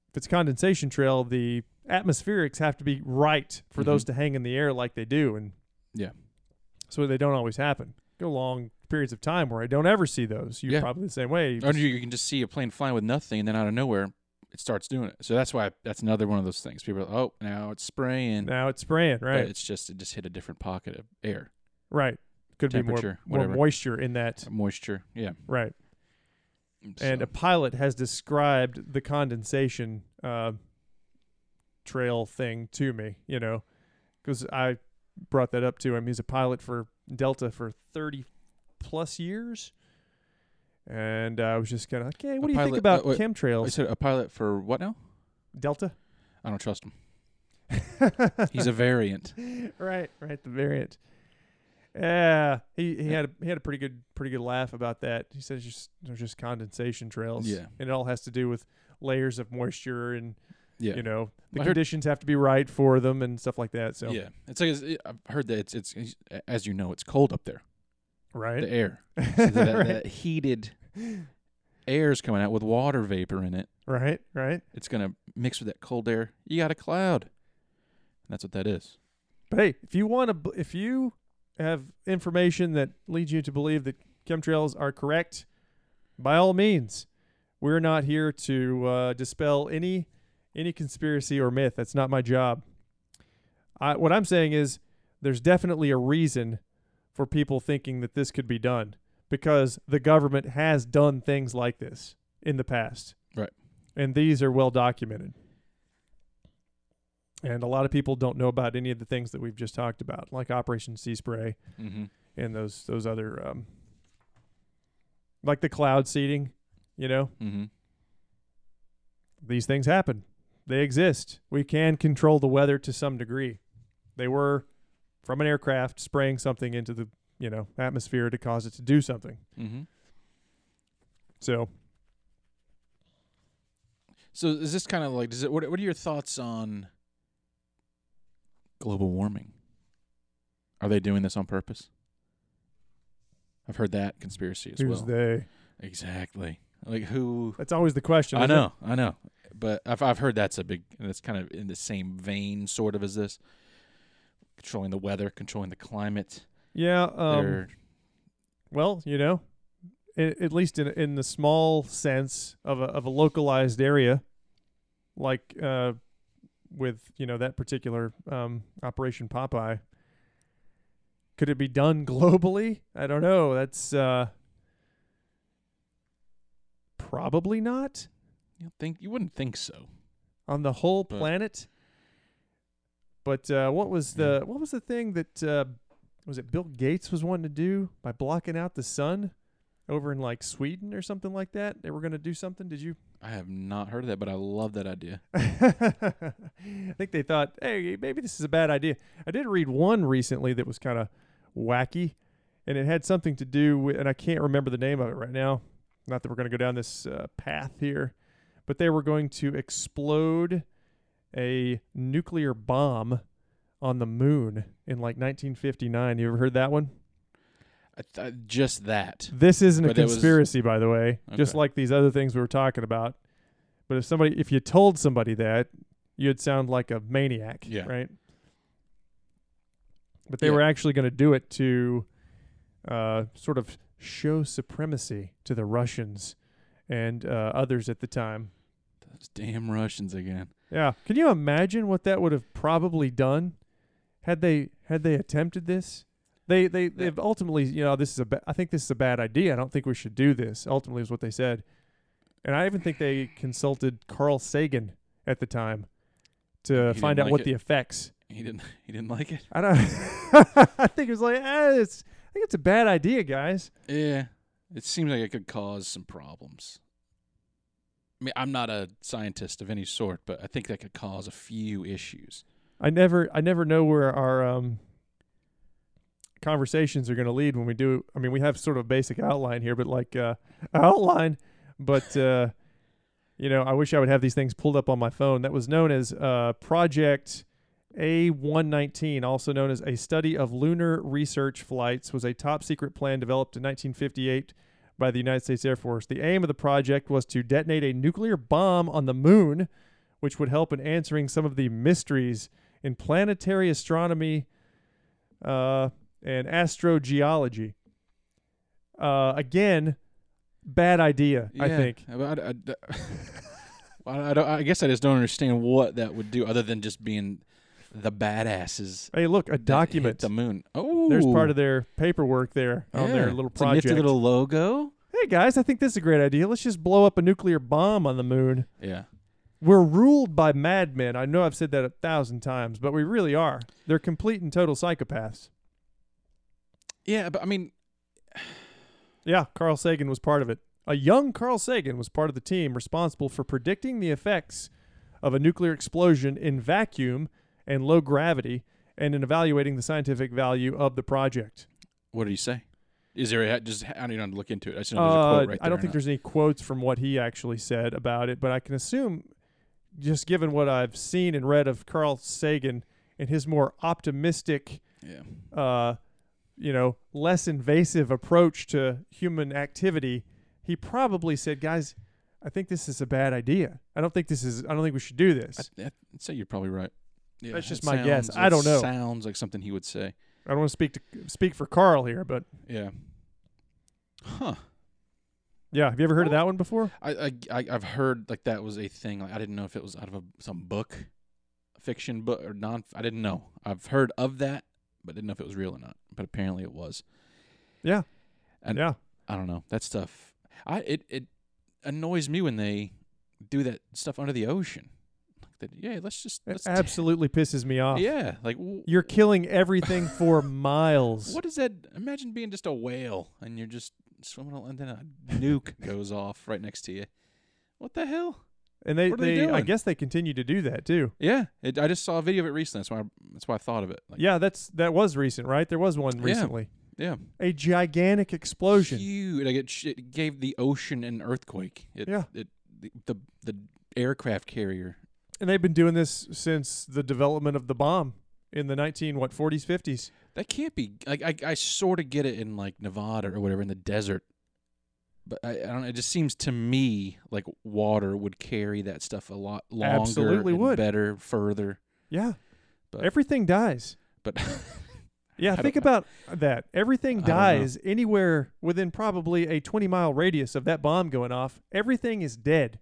Speaker 1: if it's a condensation trail, the atmospherics have to be right for those
Speaker 2: Mhm.
Speaker 1: to hang in the air like they do, and
Speaker 2: Yeah.
Speaker 1: So they don't always happen. Go long periods of time where I don't ever see those. You're
Speaker 2: Yeah.
Speaker 1: probably the same way. You
Speaker 2: or
Speaker 1: just-
Speaker 2: you can just see a plane flying with nothing, and then out of nowhere, it starts doing it. So that's why that's another one of those things. People are like, oh, now it's spraying.
Speaker 1: now it's spraying,
Speaker 2: But
Speaker 1: right?
Speaker 2: It's just it just hit a different pocket of air,
Speaker 1: Right. Could be more,
Speaker 2: temperature,
Speaker 1: more
Speaker 2: whatever.
Speaker 1: moisture in that.
Speaker 2: moisture. Yeah.
Speaker 1: Right. And
Speaker 2: So-
Speaker 1: a pilot has described the condensation uh, trail thing to me, you know, because I brought that up to him. He's a pilot for Delta for 30 plus years. And I was just kind of like, hey, what do you
Speaker 2: pilot-
Speaker 1: think about
Speaker 2: uh, wait,
Speaker 1: chemtrails?
Speaker 2: I said a pilot for what now?
Speaker 1: Delta?
Speaker 2: I don't trust him. He's a variant.
Speaker 1: right, right. The variant. Yeah, he, he had a, he had a pretty good pretty good laugh about that. He says just there's just condensation trails.
Speaker 2: Yeah.
Speaker 1: and it all has to do with layers of moisture and
Speaker 2: Yeah.
Speaker 1: you know the
Speaker 2: I heard-
Speaker 1: conditions have to be right for them and stuff like that. So
Speaker 2: Yeah. It's like it's, I've heard that it's it's as you know it's cold up there.
Speaker 1: right,
Speaker 2: The air. So that,
Speaker 1: right,
Speaker 2: that heated air's coming out with water vapor in it.
Speaker 1: right, right.
Speaker 2: It's gonna mix with that cold air. You got a cloud. And that's what that is.
Speaker 1: But hey, if you want to, if you have information that leads you to believe that chemtrails are correct, by all means, we're not here to uh, dispel any any conspiracy or myth. That's not my job. I, what I'm saying is, there's definitely a reason for people thinking that this could be done because the government has done things like this in the past.
Speaker 2: Right.
Speaker 1: And these are well documented. And a lot of people don't know about any of the things that we've just talked about, like Operation Sea Spray
Speaker 2: Mm-hmm.
Speaker 1: and those those other um, like the cloud seeding. You know,
Speaker 2: Mm-hmm.
Speaker 1: these things happen. They exist. We can control the weather to some degree. They were from an aircraft spraying something into the you know atmosphere to cause it to do something.
Speaker 2: Mm-hmm.
Speaker 1: So
Speaker 2: So is this kind of like does it what what are your thoughts on global warming? Are they doing this on purpose? I've heard that conspiracy as
Speaker 1: who's
Speaker 2: well.
Speaker 1: they?
Speaker 2: Exactly. Like who
Speaker 1: That's always the question.
Speaker 2: I
Speaker 1: isn't it?
Speaker 2: know, I know. But I've I've heard that's a big that's kind of in the same vein sort of as this. Controlling the weather, controlling the climate.
Speaker 1: Yeah. Um,
Speaker 2: They're-
Speaker 1: well, you know, a- at least in in the small sense of a of a localized area, like uh, with you know that particular um, Operation Popeye. Could it be done globally? I don't know. That's uh, probably not
Speaker 2: you don't think you wouldn't think so.
Speaker 1: on the whole
Speaker 2: But-
Speaker 1: planet. But uh, what was the what was the thing that uh, was it Bill Gates was wanting to do by blocking out the sun over in like Sweden or something like that? They were going to do something. Did you?
Speaker 2: I have not heard of that, but I love that idea.
Speaker 1: I think they thought, hey, maybe this is a bad idea. I did read one recently that was kind of wacky, and it had something to do with, and I can't remember the name of it right now. Not that we're going to go down this uh, path here, but they were going to explode a nuclear bomb on the moon in like 1959. You ever heard that one?
Speaker 2: I th- I- just that.
Speaker 1: This isn't a
Speaker 2: But it was-
Speaker 1: conspiracy, by the way. Just
Speaker 2: Okay.
Speaker 1: like these other things we were talking about. But if somebody, if you told somebody that, you'd sound like a maniac,
Speaker 2: Yeah.
Speaker 1: right? But they
Speaker 2: Yeah.
Speaker 1: were actually going to do it to uh, sort of show supremacy to the Russians and uh, others at the time.
Speaker 2: Those damn Russians again.
Speaker 1: Yeah, can you imagine what that would have probably done had they had they attempted this? They they they've ultimately, you know, this is a ba- I think this is a bad idea. I don't think we should do this. Ultimately, is what they said, and I even think they consulted Carl Sagan at the time to
Speaker 2: He
Speaker 1: find out
Speaker 2: didn't like
Speaker 1: what
Speaker 2: it.
Speaker 1: the effects.
Speaker 2: He didn't he didn't like it.
Speaker 1: I don't. I think it was like, eh, it's think it's a bad idea, guys.
Speaker 2: Yeah, it seems like it could cause some problems. I mean, I'm not a scientist of any sort, but I think that could cause a few issues.
Speaker 1: I never I never know where our um conversations are going to lead when we do I mean we have sort of a basic outline here but like uh outline but uh you know I wish I would have these things pulled up on my phone that was known as uh project A119 also known as a study of lunar research flights was a top secret plan developed in 1958 by the United States Air Force the aim of the project was to detonate a nuclear bomb on the moon which would help in answering some of the mysteries in planetary astronomy uh, and astrogeology. Uh, again, bad idea, I
Speaker 2: Yeah,
Speaker 1: think.
Speaker 2: About, I, d- Well, I, don't, I guess I just don't understand what that would do other than just being the badasses.
Speaker 1: Hey, look, a
Speaker 2: that hit
Speaker 1: document.
Speaker 2: the moon. Oh,
Speaker 1: There's part of their paperwork there on their
Speaker 2: yeah.
Speaker 1: little
Speaker 2: It's a nifty
Speaker 1: project.
Speaker 2: little logo.
Speaker 1: hey, guys, I think this is a great idea. Let's just blow up a nuclear bomb on the moon.
Speaker 2: Yeah,
Speaker 1: We're ruled by madmen. I know I've said that a thousand times, but we really are. They're complete and total psychopaths.
Speaker 2: yeah, but I mean,
Speaker 1: Yeah, Carl Sagan was part of it. A young Carl Sagan was part of the team responsible for predicting the effects of a nuclear explosion in vacuum and low gravity and in evaluating the scientific value of the project.
Speaker 2: what do you say? Is there a, just I don't even look into it. I just know there's a
Speaker 1: Uh,
Speaker 2: quote right there.
Speaker 1: I don't
Speaker 2: or
Speaker 1: think
Speaker 2: not.
Speaker 1: there's any quotes from what he actually said about it, but I can assume, just given what I've seen and read of Carl Sagan and his more optimistic
Speaker 2: Yeah.
Speaker 1: uh, you know, less invasive approach to human activity, he probably said, "Guys, I think this is a bad idea. I don't think this is. I don't think we should do
Speaker 2: I,
Speaker 1: this.
Speaker 2: I'd say you're probably right. Yeah,
Speaker 1: That's
Speaker 2: it
Speaker 1: just my guess.
Speaker 2: sounds-
Speaker 1: I
Speaker 2: it
Speaker 1: don't know.
Speaker 2: Sounds like something he would say.
Speaker 1: I don't want to speak to speak for Carl here, but
Speaker 2: Yeah. Huh.
Speaker 1: yeah, have you ever heard of that one before?
Speaker 2: I, I I- I've heard like that was a thing. Like I didn't know if it was out of a, some book, fiction book or non. I didn't know. I've heard of that, but didn't know if it was real or not. But apparently it was.
Speaker 1: Yeah,
Speaker 2: And-
Speaker 1: yeah,
Speaker 2: I don't know that stuff. I it it annoys me when they do that stuff under the ocean. Like that. Yeah. Let's just.
Speaker 1: it
Speaker 2: Let's t-
Speaker 1: absolutely pisses me off.
Speaker 2: yeah. Like. w-
Speaker 1: You're killing everything for miles.
Speaker 2: What is that? Imagine being just a whale and you're just swimming, al- and then a nuke goes off right next to you. What the hell?
Speaker 1: And they,
Speaker 2: what are
Speaker 1: they,
Speaker 2: they
Speaker 1: I
Speaker 2: doing?
Speaker 1: guess they continue to do that too.
Speaker 2: Yeah, it, I just saw a video of it recently. That's why I, that's why I thought of it. Like,
Speaker 1: Yeah, that's that was recent, right? There was one
Speaker 2: Yeah.
Speaker 1: recently.
Speaker 2: yeah,
Speaker 1: A gigantic explosion.
Speaker 2: Huge. Like it, sh- it gave the ocean an earthquake. It,
Speaker 1: Yeah.
Speaker 2: it the, the the aircraft carrier.
Speaker 1: And they've been doing this since the development of the bomb in the 19 what 40s 50s.
Speaker 2: That can't be. Like I I sort of get it in like Nevada or whatever in the desert, but I, I don't. know. It just seems to me like water would carry that stuff a lot longer,
Speaker 1: Absolutely
Speaker 2: and
Speaker 1: would.
Speaker 2: better, further.
Speaker 1: Yeah.
Speaker 2: But-
Speaker 1: Everything dies.
Speaker 2: But
Speaker 1: Yeah,
Speaker 2: don't
Speaker 1: think
Speaker 2: know.
Speaker 1: about that. Everything
Speaker 2: I don't know.
Speaker 1: dies anywhere within probably a 20 mile radius of that bomb going off. Everything is dead.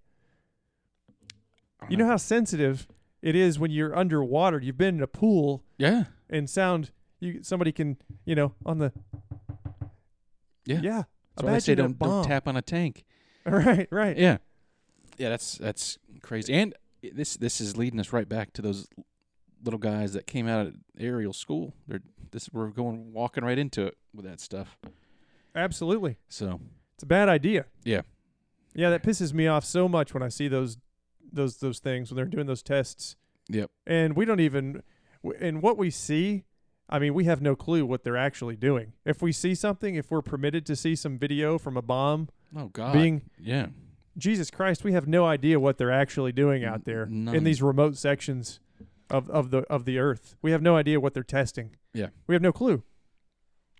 Speaker 2: I don't
Speaker 1: You know how sensitive it is when you're underwater. You've been in a pool
Speaker 2: Yeah.
Speaker 1: and sound you somebody can, you know, on the
Speaker 2: Yeah.
Speaker 1: Yeah.
Speaker 2: That's why they
Speaker 1: Imagine
Speaker 2: say
Speaker 1: a
Speaker 2: don't, don't
Speaker 1: bomb.
Speaker 2: tap on a tank.
Speaker 1: Right, right.
Speaker 2: Yeah, yeah, that's that's crazy. And this this is leading us right back to those little guys that came out of aerial school. They're this we're going walking right into it with that stuff.
Speaker 1: Absolutely.
Speaker 2: So
Speaker 1: It's a bad idea.
Speaker 2: Yeah.
Speaker 1: Yeah, that pisses me off so much when I see those those those things when they're doing those tests.
Speaker 2: Yep.
Speaker 1: And we don't even w- and what we see, I mean, we have no clue what they're actually doing. If we see something, if we're permitted to see some video from a bomb
Speaker 2: oh god,
Speaker 1: being
Speaker 2: yeah,
Speaker 1: Jesus Christ, we have no idea what they're actually doing out there
Speaker 2: N-
Speaker 1: in
Speaker 2: none.
Speaker 1: these remote sections of, of the of the earth. We have no idea what they're testing.
Speaker 2: Yeah.
Speaker 1: We have no clue.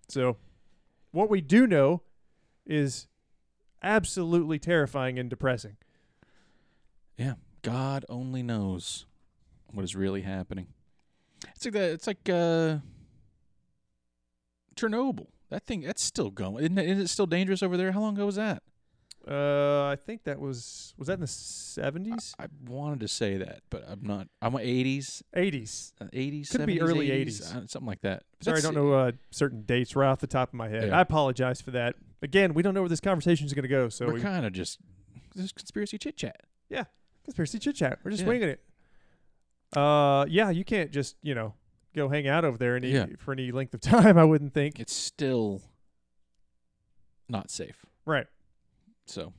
Speaker 1: So what we do know is absolutely terrifying and depressing.
Speaker 2: yeah. God only knows what is really happening. It's like that. It's like uh, Chernobyl. That thing that's still going. Isn't it, is it still dangerous over there? How long ago was that?
Speaker 1: Uh I think that was was that in the seventies?
Speaker 2: I wanted to say that, but I'm not. I'm 80s,
Speaker 1: Eighties.
Speaker 2: uh, 80s,
Speaker 1: Could be
Speaker 2: 70s,
Speaker 1: early
Speaker 2: 80s,
Speaker 1: 80s.
Speaker 2: uh, something like that.
Speaker 1: Sorry, I
Speaker 2: That's-
Speaker 1: don't know uh, certain dates right off the top of my head.
Speaker 2: Yeah.
Speaker 1: I apologize for that. Again, we don't know where this conversation is going to go, so
Speaker 2: we're
Speaker 1: we,
Speaker 2: kind of just this is conspiracy chit chat.
Speaker 1: conspiracy chit chat. We're just
Speaker 2: Yeah.
Speaker 1: winging it. Uh, yeah, you can't just you know go hang out over there any
Speaker 2: Yeah.
Speaker 1: for any length of time. I wouldn't think.
Speaker 2: It's still not safe.
Speaker 1: Right.
Speaker 2: So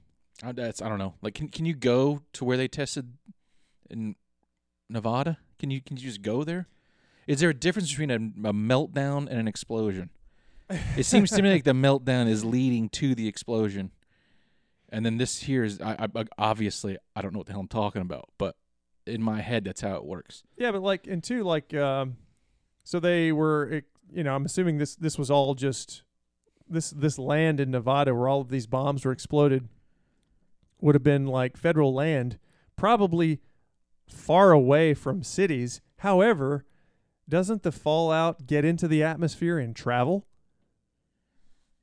Speaker 2: I, that's I don't know. Like, can can you go to where they tested in Nevada? Can you can you just go there? Is there a difference between a, a meltdown and an explosion? It seems to me like the meltdown is leading to the explosion, and then this here is I, I obviously I don't know what the hell I'm talking about, but in my head that's how it works.
Speaker 1: Yeah, but like and two like um, so they were it, you know I'm assuming this this was all just this this land in Nevada where all of these bombs were exploded would have been like federal land probably far away from cities. However, doesn't the fallout get into the atmosphere and travel?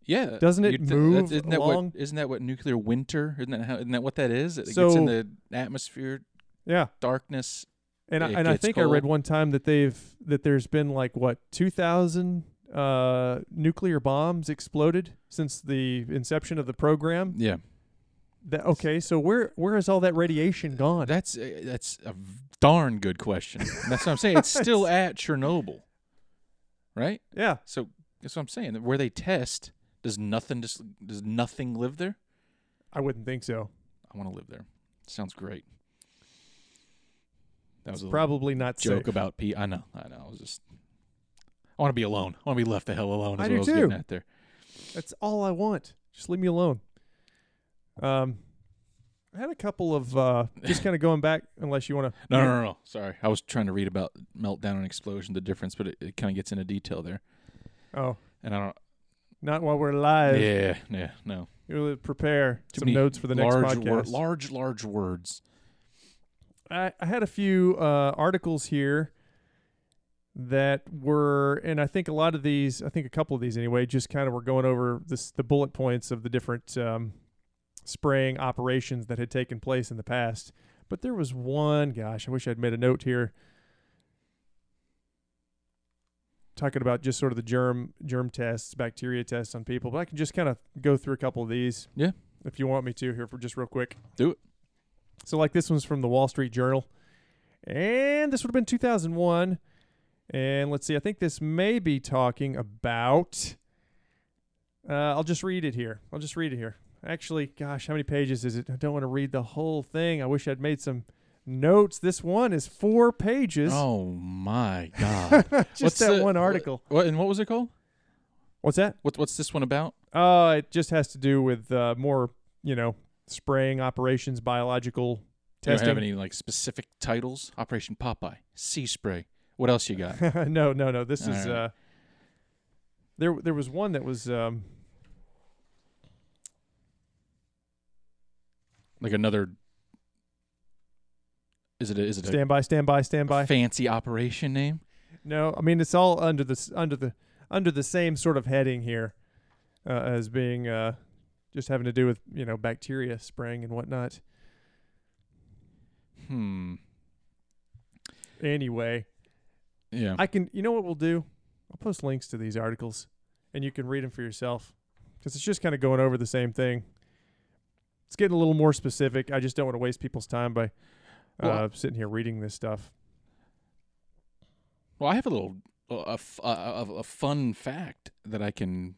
Speaker 2: Yeah,
Speaker 1: Doesn't it
Speaker 2: you'd
Speaker 1: move
Speaker 2: isn't that
Speaker 1: along?
Speaker 2: What, isn't that what nuclear winter? Isn't that how? Isn't that what that is? It gets
Speaker 1: So-
Speaker 2: in the atmosphere,
Speaker 1: Yeah.
Speaker 2: darkness.
Speaker 1: And I,
Speaker 2: It
Speaker 1: and I
Speaker 2: gets
Speaker 1: think I read
Speaker 2: cold.
Speaker 1: one time that they've that there's been like what 2000 uh, nuclear bombs exploded since the inception of the program.
Speaker 2: Yeah.
Speaker 1: That, okay, so where where has all that radiation gone?
Speaker 2: That's a, that's a v- darn good question. And that's what I'm saying. It's still at Chernobyl, right?
Speaker 1: yeah.
Speaker 2: So that's what I'm saying. Where they test, does nothing just does nothing live there?
Speaker 1: I wouldn't think so.
Speaker 2: I want to live there. Sounds great. That was a little
Speaker 1: Probably not
Speaker 2: joke
Speaker 1: safe.
Speaker 2: about P. I know, I know. I was just. I want to be alone. I want to be left the hell alone. Is
Speaker 1: I
Speaker 2: what
Speaker 1: do
Speaker 2: I was getting
Speaker 1: too.
Speaker 2: at there.
Speaker 1: That's all I want. Just leave me alone. Um I had a couple of uh just kind of going back unless you want to
Speaker 2: No, no, no, no. Sorry, I was trying to read about meltdown and explosion, the difference, but it, it kind of gets into detail there,
Speaker 1: Oh,
Speaker 2: and I don't.
Speaker 1: not while we're live.
Speaker 2: yeah, yeah, no.
Speaker 1: You'll prepare
Speaker 2: Too
Speaker 1: some
Speaker 2: many
Speaker 1: notes for the next
Speaker 2: large
Speaker 1: podcast.
Speaker 2: wor- large, large words.
Speaker 1: I, I had a few uh, articles here that were, and I think a lot of these, I think a couple of these anyway, just kind of were going over this, the bullet points of the different um, spraying operations that had taken place in the past. But there was one, gosh, I wish I'd made a note here, talking about just sort of the germ germ tests, bacteria tests on people. But I can just kind of go through a couple of these,
Speaker 2: Yeah.
Speaker 1: if you want me to here for just real quick.
Speaker 2: Do it.
Speaker 1: So, like this one's from the Wall Street Journal, and this would have been 2001. And let's see, I think this may be talking about. Uh, I'll just read it here. I'll just read it here. Actually, gosh, how many pages is it? I don't want to read the whole thing. I wish I'd made some notes. This one is four pages.
Speaker 2: Oh my god!
Speaker 1: just that one article.
Speaker 2: What, and what was it called?
Speaker 1: What's that?
Speaker 2: What, what's this one about?
Speaker 1: Uh, it just has to do with uh, more, you know, spraying operations, biological testing.
Speaker 2: Do you have any like specific titles? Operation Popeye, Sea Spray. What else you got?
Speaker 1: no, no, no. This
Speaker 2: All
Speaker 1: is
Speaker 2: right.
Speaker 1: uh there there was one that was um
Speaker 2: like another? Is it a, is it a,
Speaker 1: standby, standby,
Speaker 2: a
Speaker 1: standby.
Speaker 2: fancy operation name?
Speaker 1: No, I mean it's all under the s- under the under the same sort of heading here uh, as being uh just having to do with, you know, bacteria spraying and whatnot.
Speaker 2: Hmm.
Speaker 1: Anyway,
Speaker 2: Yeah.
Speaker 1: I can you know what we'll do? I'll post links to these articles and you can read them for yourself cuz it's just kind of going over the same thing. It's getting a little more specific. I just don't want to waste people's time by uh,
Speaker 2: Well,
Speaker 1: sitting here reading this stuff.
Speaker 2: Well, I have a little a, f- a- a- a fun fact that I can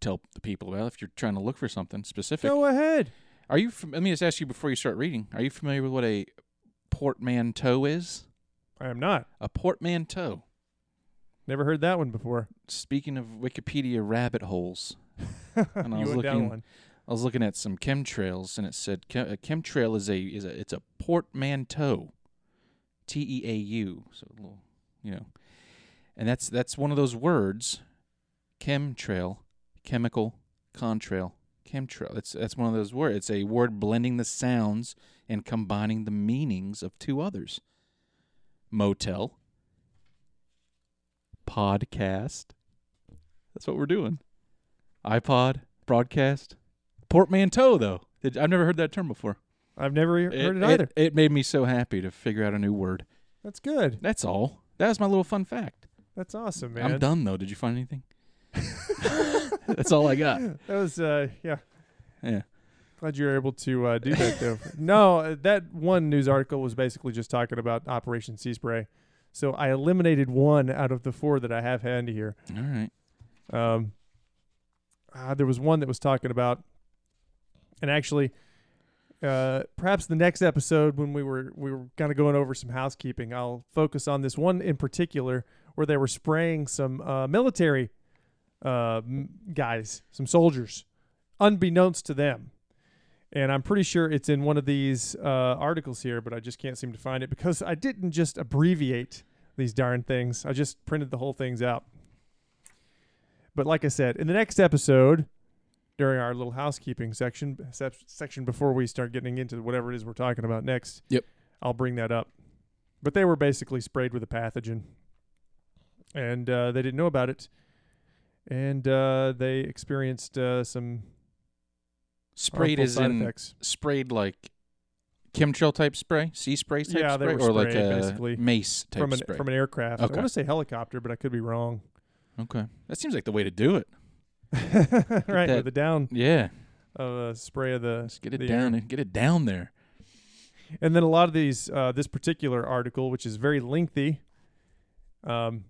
Speaker 2: tell the people about if you're trying to look for something specific.
Speaker 1: Go ahead.
Speaker 2: Are you? Fam- let me just ask you before you start reading. Are you familiar with what a portmanteau is?
Speaker 1: I am not.
Speaker 2: A portmanteau.
Speaker 1: Never heard that one before.
Speaker 2: Speaking of Wikipedia rabbit holes, I
Speaker 1: you
Speaker 2: was
Speaker 1: went down
Speaker 2: looking-
Speaker 1: one.
Speaker 2: I was looking at some chemtrails, and it said chem- a chemtrail is a is a it's a portmanteau, T E A U. So a little, you know, and that's that's one of those words, chemtrail, chemical, contrail, chemtrail. That's that's one of those words. It's a word blending the sounds and combining the meanings of two others. Motel. Podcast. That's what we're doing. iPod broadcast. Portmanteau, though. Did- I've never heard that term before.
Speaker 1: I've never he- heard it, either.
Speaker 2: It, made me so happy to figure out a new word.
Speaker 1: That's good.
Speaker 2: That's all. That was my little fun fact.
Speaker 1: That's awesome, man.
Speaker 2: I'm done, though. Did you find anything? That's all I got.
Speaker 1: That was uh yeah.
Speaker 2: Yeah.
Speaker 1: Glad you were able to uh, do that though. no, uh, that one news article was basically just talking about Operation Sea Spray. So I eliminated one out of the four that I have handy here.
Speaker 2: All right.
Speaker 1: Um, ah, there was one that was talking about, and actually, uh, perhaps the next episode when we were we were kind of going over some housekeeping, I'll focus on this one in particular where they were spraying some uh, military uh, m- guys, some soldiers, unbeknownst to them. And I'm pretty sure it's in one of these uh, articles here, but I just can't seem to find it because I didn't just abbreviate these darn things. I just printed the whole things out. But like I said, in the next episode, during our little housekeeping section sec- section before we start getting into whatever it is we're talking about next,
Speaker 2: Yep.
Speaker 1: I'll bring that up. But they were basically sprayed with a pathogen, and uh, they didn't know about it, and uh, they experienced uh, some
Speaker 2: Sprayed
Speaker 1: harmful
Speaker 2: is
Speaker 1: side
Speaker 2: in
Speaker 1: effects.
Speaker 2: sprayed like chemtrail type spray, sea spray type
Speaker 1: Yeah, they
Speaker 2: spray,
Speaker 1: were
Speaker 2: or like
Speaker 1: sprayed,
Speaker 2: a
Speaker 1: basically,
Speaker 2: mace type
Speaker 1: from an
Speaker 2: spray.
Speaker 1: from an aircraft. I
Speaker 2: Okay.
Speaker 1: want to say helicopter, but I could be wrong.
Speaker 2: okay, that seems like the way to do it.
Speaker 1: right,
Speaker 2: that-
Speaker 1: with the down
Speaker 2: Yeah,
Speaker 1: of a spray of the
Speaker 2: let's get it
Speaker 1: the air.
Speaker 2: down and get it down there.
Speaker 1: And then a lot of these, uh, this particular article, which is very lengthy, um,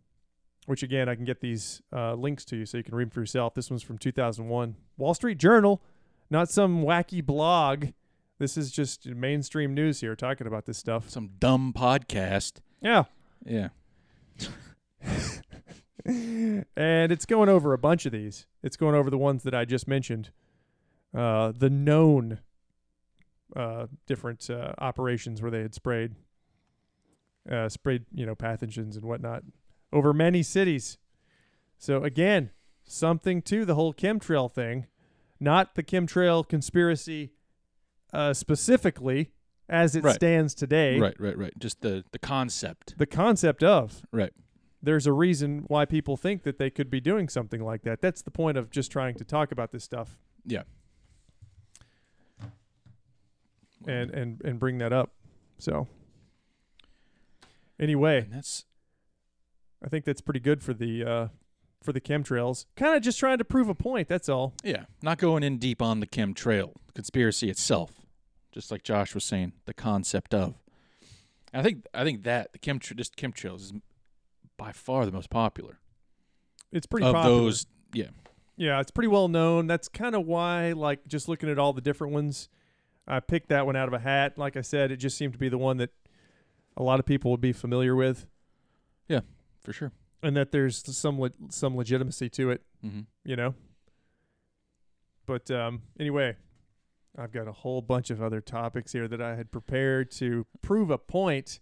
Speaker 1: which again, I can get these uh, links to you so you can read them for yourself. This one's from 2001. Wall Street Journal, not some wacky blog. This is just mainstream news here talking about this stuff.
Speaker 2: Some dumb podcast.
Speaker 1: Yeah.
Speaker 2: Yeah.
Speaker 1: and it's going over a bunch of these. It's going over the ones that I just mentioned, uh, the known uh, different uh, operations where they had sprayed, uh, sprayed you know pathogens and whatnot over many cities. So again, something to the whole chemtrail thing, not the chemtrail conspiracy uh, specifically as it
Speaker 2: Right.
Speaker 1: stands today.
Speaker 2: Right, right, right. Just the the concept.
Speaker 1: The concept of
Speaker 2: Right.
Speaker 1: there's a reason why people think that they could be doing something like that. That's the point of just trying to talk about this stuff and and and bring that up. So anyway,
Speaker 2: And that's
Speaker 1: I think that's pretty good for the uh for the chemtrails. Kind of just trying to prove a point, that's all.
Speaker 2: yeah, not going in deep on the chemtrail conspiracy itself. Just like Josh was saying, the concept of. I think I think that the chemtrail just chemtrails is by far the most popular
Speaker 1: It's pretty
Speaker 2: of
Speaker 1: popular.
Speaker 2: those. Yeah.
Speaker 1: Yeah, it's pretty well known. That's kind of why like just looking at all the different ones, I picked that one out of a hat. Like I said, it just seemed to be the one that a lot of people would be familiar with
Speaker 2: for sure.
Speaker 1: and that there's some le- some legitimacy to it.
Speaker 2: hmm
Speaker 1: you know. But um, anyway, I've got a whole bunch of other topics here that I had prepared to prove a point.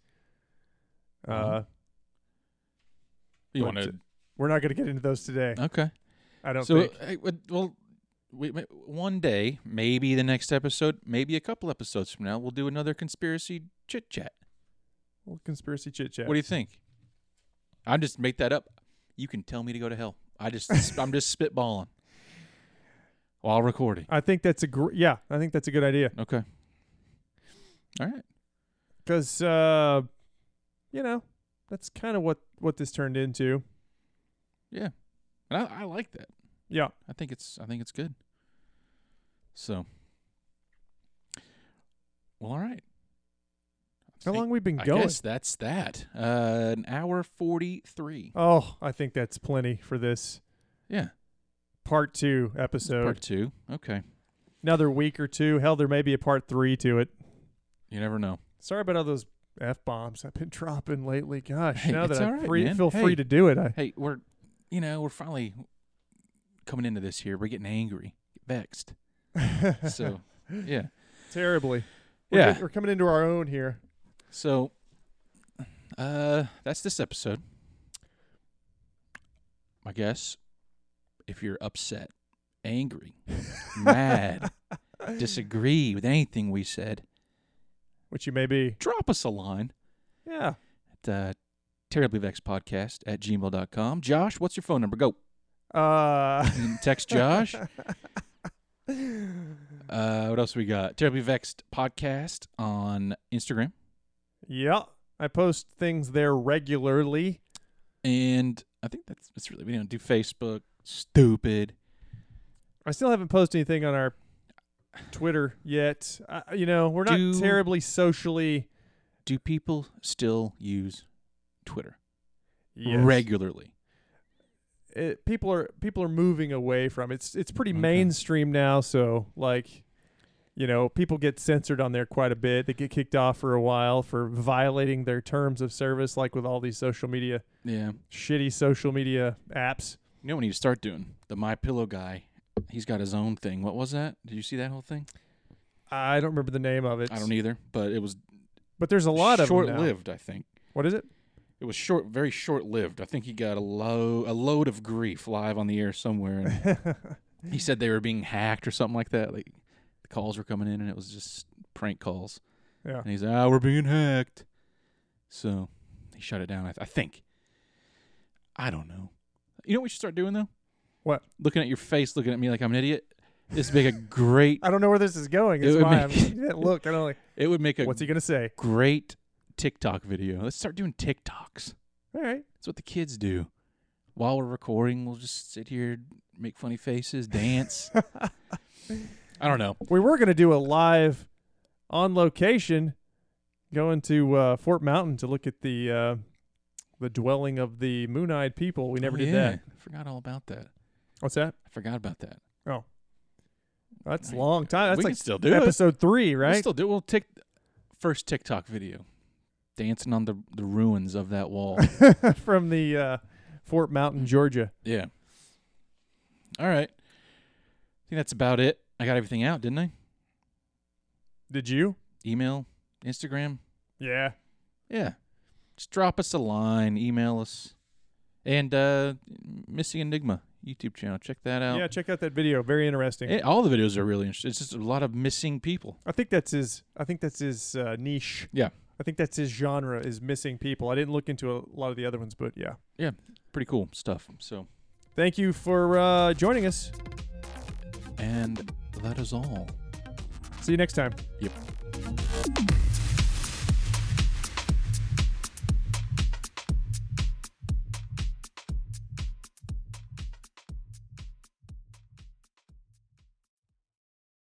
Speaker 1: Uh,
Speaker 2: Uh-huh. You
Speaker 1: But,
Speaker 2: want to?
Speaker 1: We're not going to get into those today.
Speaker 2: Okay.
Speaker 1: I don't
Speaker 2: Uh, so,
Speaker 1: think.
Speaker 2: I would- well, we, may- one day, maybe the next episode, maybe a couple episodes from now, we'll do another conspiracy chit chat.
Speaker 1: Well, conspiracy chit chat.
Speaker 2: What do you think? I just make that up. You can tell me to go to hell. I just, I'm just spitballing while recording.
Speaker 1: I think that's a gr- yeah. I think that's a good idea
Speaker 2: Okay. All right.
Speaker 1: because uh, you know that's kind of what what this turned into.
Speaker 2: Yeah. And I, I like that.
Speaker 1: Yeah.
Speaker 2: I think it's I think it's good. So. Well, all right. I
Speaker 1: How
Speaker 2: think-
Speaker 1: long we been
Speaker 2: I
Speaker 1: going?
Speaker 2: guess that's that. Uh, an hour forty-three.
Speaker 1: Oh, I think that's plenty for this
Speaker 2: yeah,
Speaker 1: part two
Speaker 2: it's
Speaker 1: episode.
Speaker 2: part two. Okay,
Speaker 1: Another week or two. Hell, there may be a part three to it.
Speaker 2: you never know.
Speaker 1: Sorry about all those f bombs I've been dropping lately. Gosh,
Speaker 2: Hey,
Speaker 1: now
Speaker 2: it's
Speaker 1: that I
Speaker 2: all right,
Speaker 1: free,
Speaker 2: man.
Speaker 1: feel
Speaker 2: Hey.
Speaker 1: free to do it, I
Speaker 2: Hey, we're, you know, we're finally coming into this here. We're getting angry, vexed. So yeah,
Speaker 1: terribly. We're
Speaker 2: Yeah.
Speaker 1: get- we're coming into our own here.
Speaker 2: so uh, that's this episode. I guess if you're upset, angry, mad, disagree with anything we said,
Speaker 1: Which you may be.
Speaker 2: drop us a line.
Speaker 1: Yeah,
Speaker 2: at uh, terriblyvexpodcast at gmail.com. Josh, what's your phone number? Go.
Speaker 1: uh,
Speaker 2: You can Text Josh. Uh, what else we got? Terribly Vexed Podcast on Instagram.
Speaker 1: yeah. I post things there regularly.
Speaker 2: And I think that's, that's really, we don't do Facebook. Stupid.
Speaker 1: I still haven't posted anything on our Twitter yet. Uh, you know, we're not
Speaker 2: Do-
Speaker 1: terribly socially.
Speaker 2: Do people still use Twitter
Speaker 1: Yes.
Speaker 2: regularly.
Speaker 1: It, Eh, people are people are moving away from it. it's it's pretty
Speaker 2: Okay.
Speaker 1: mainstream now. So like, you know, people get censored on there quite a bit. They get kicked off for a while for violating their terms of service, like with all these social media
Speaker 2: Yeah.
Speaker 1: shitty social media apps.
Speaker 2: You know what we need to start doing? The My Pillow guy. He's got his own thing. What was that? Did you see that whole thing?
Speaker 1: I don't remember the name of it.
Speaker 2: I don't either, but it was
Speaker 1: But there's a lot of them now.
Speaker 2: short-lived, I think.
Speaker 1: What is it?
Speaker 2: It was short, very short-lived. I think he got a low, a load of grief live on the air somewhere. And he said they were being hacked or something like that. Like the calls were coming in, and it was just prank calls.
Speaker 1: yeah.
Speaker 2: And he's, ah, we're being hacked. So he shut it down. I, th- I think. I don't know. You know what we should start doing though?
Speaker 1: What?
Speaker 2: Looking at your face, looking at me like I'm an idiot. This would make a great.
Speaker 1: I don't know where this is going.
Speaker 2: It
Speaker 1: It's
Speaker 2: would
Speaker 1: why I'm,
Speaker 2: make-
Speaker 1: yeah, look, I don't like,
Speaker 2: It would make a
Speaker 1: what's he gonna say?
Speaker 2: great TikTok video. Let's start doing TikToks.
Speaker 1: All right.
Speaker 2: That's what the kids do. While we're recording, we'll just sit here, make funny faces, dance. I don't know.
Speaker 1: We were gonna do a live on location, going to uh, Fort Mountain to look at the uh, the dwelling of the Moon Eyed people. We never
Speaker 2: Oh,
Speaker 1: did
Speaker 2: yeah.
Speaker 1: that.
Speaker 2: I forgot all about that.
Speaker 1: What's that?
Speaker 2: I forgot about that.
Speaker 1: That's a
Speaker 2: I-
Speaker 1: long time. That's
Speaker 2: we
Speaker 1: like
Speaker 2: can still do it.
Speaker 1: episode three,
Speaker 2: We'll
Speaker 1: right?
Speaker 2: still do. We'll take first TikTok video, dancing on the the ruins of that wall.
Speaker 1: From the uh, Fort Mountain, Georgia.
Speaker 2: yeah. All right. I think that's about it. I got everything out, didn't I?
Speaker 1: Did you?
Speaker 2: Email, Instagram.
Speaker 1: Yeah.
Speaker 2: Yeah. Just drop us a line, email us. And uh Missing Enigma YouTube channel. Check that out.
Speaker 1: Yeah. Check out that video. Very interesting.
Speaker 2: Eh, all the videos are really interesting. It's just a lot of missing people.
Speaker 1: I think that's his. I think that's his uh, niche.
Speaker 2: Yeah.
Speaker 1: I think that's his genre is missing people. I didn't look into a lot of the other ones, but yeah.
Speaker 2: Pretty cool stuff. So,
Speaker 1: Thank you for uh, joining us.
Speaker 2: and that is all.
Speaker 1: See you next time.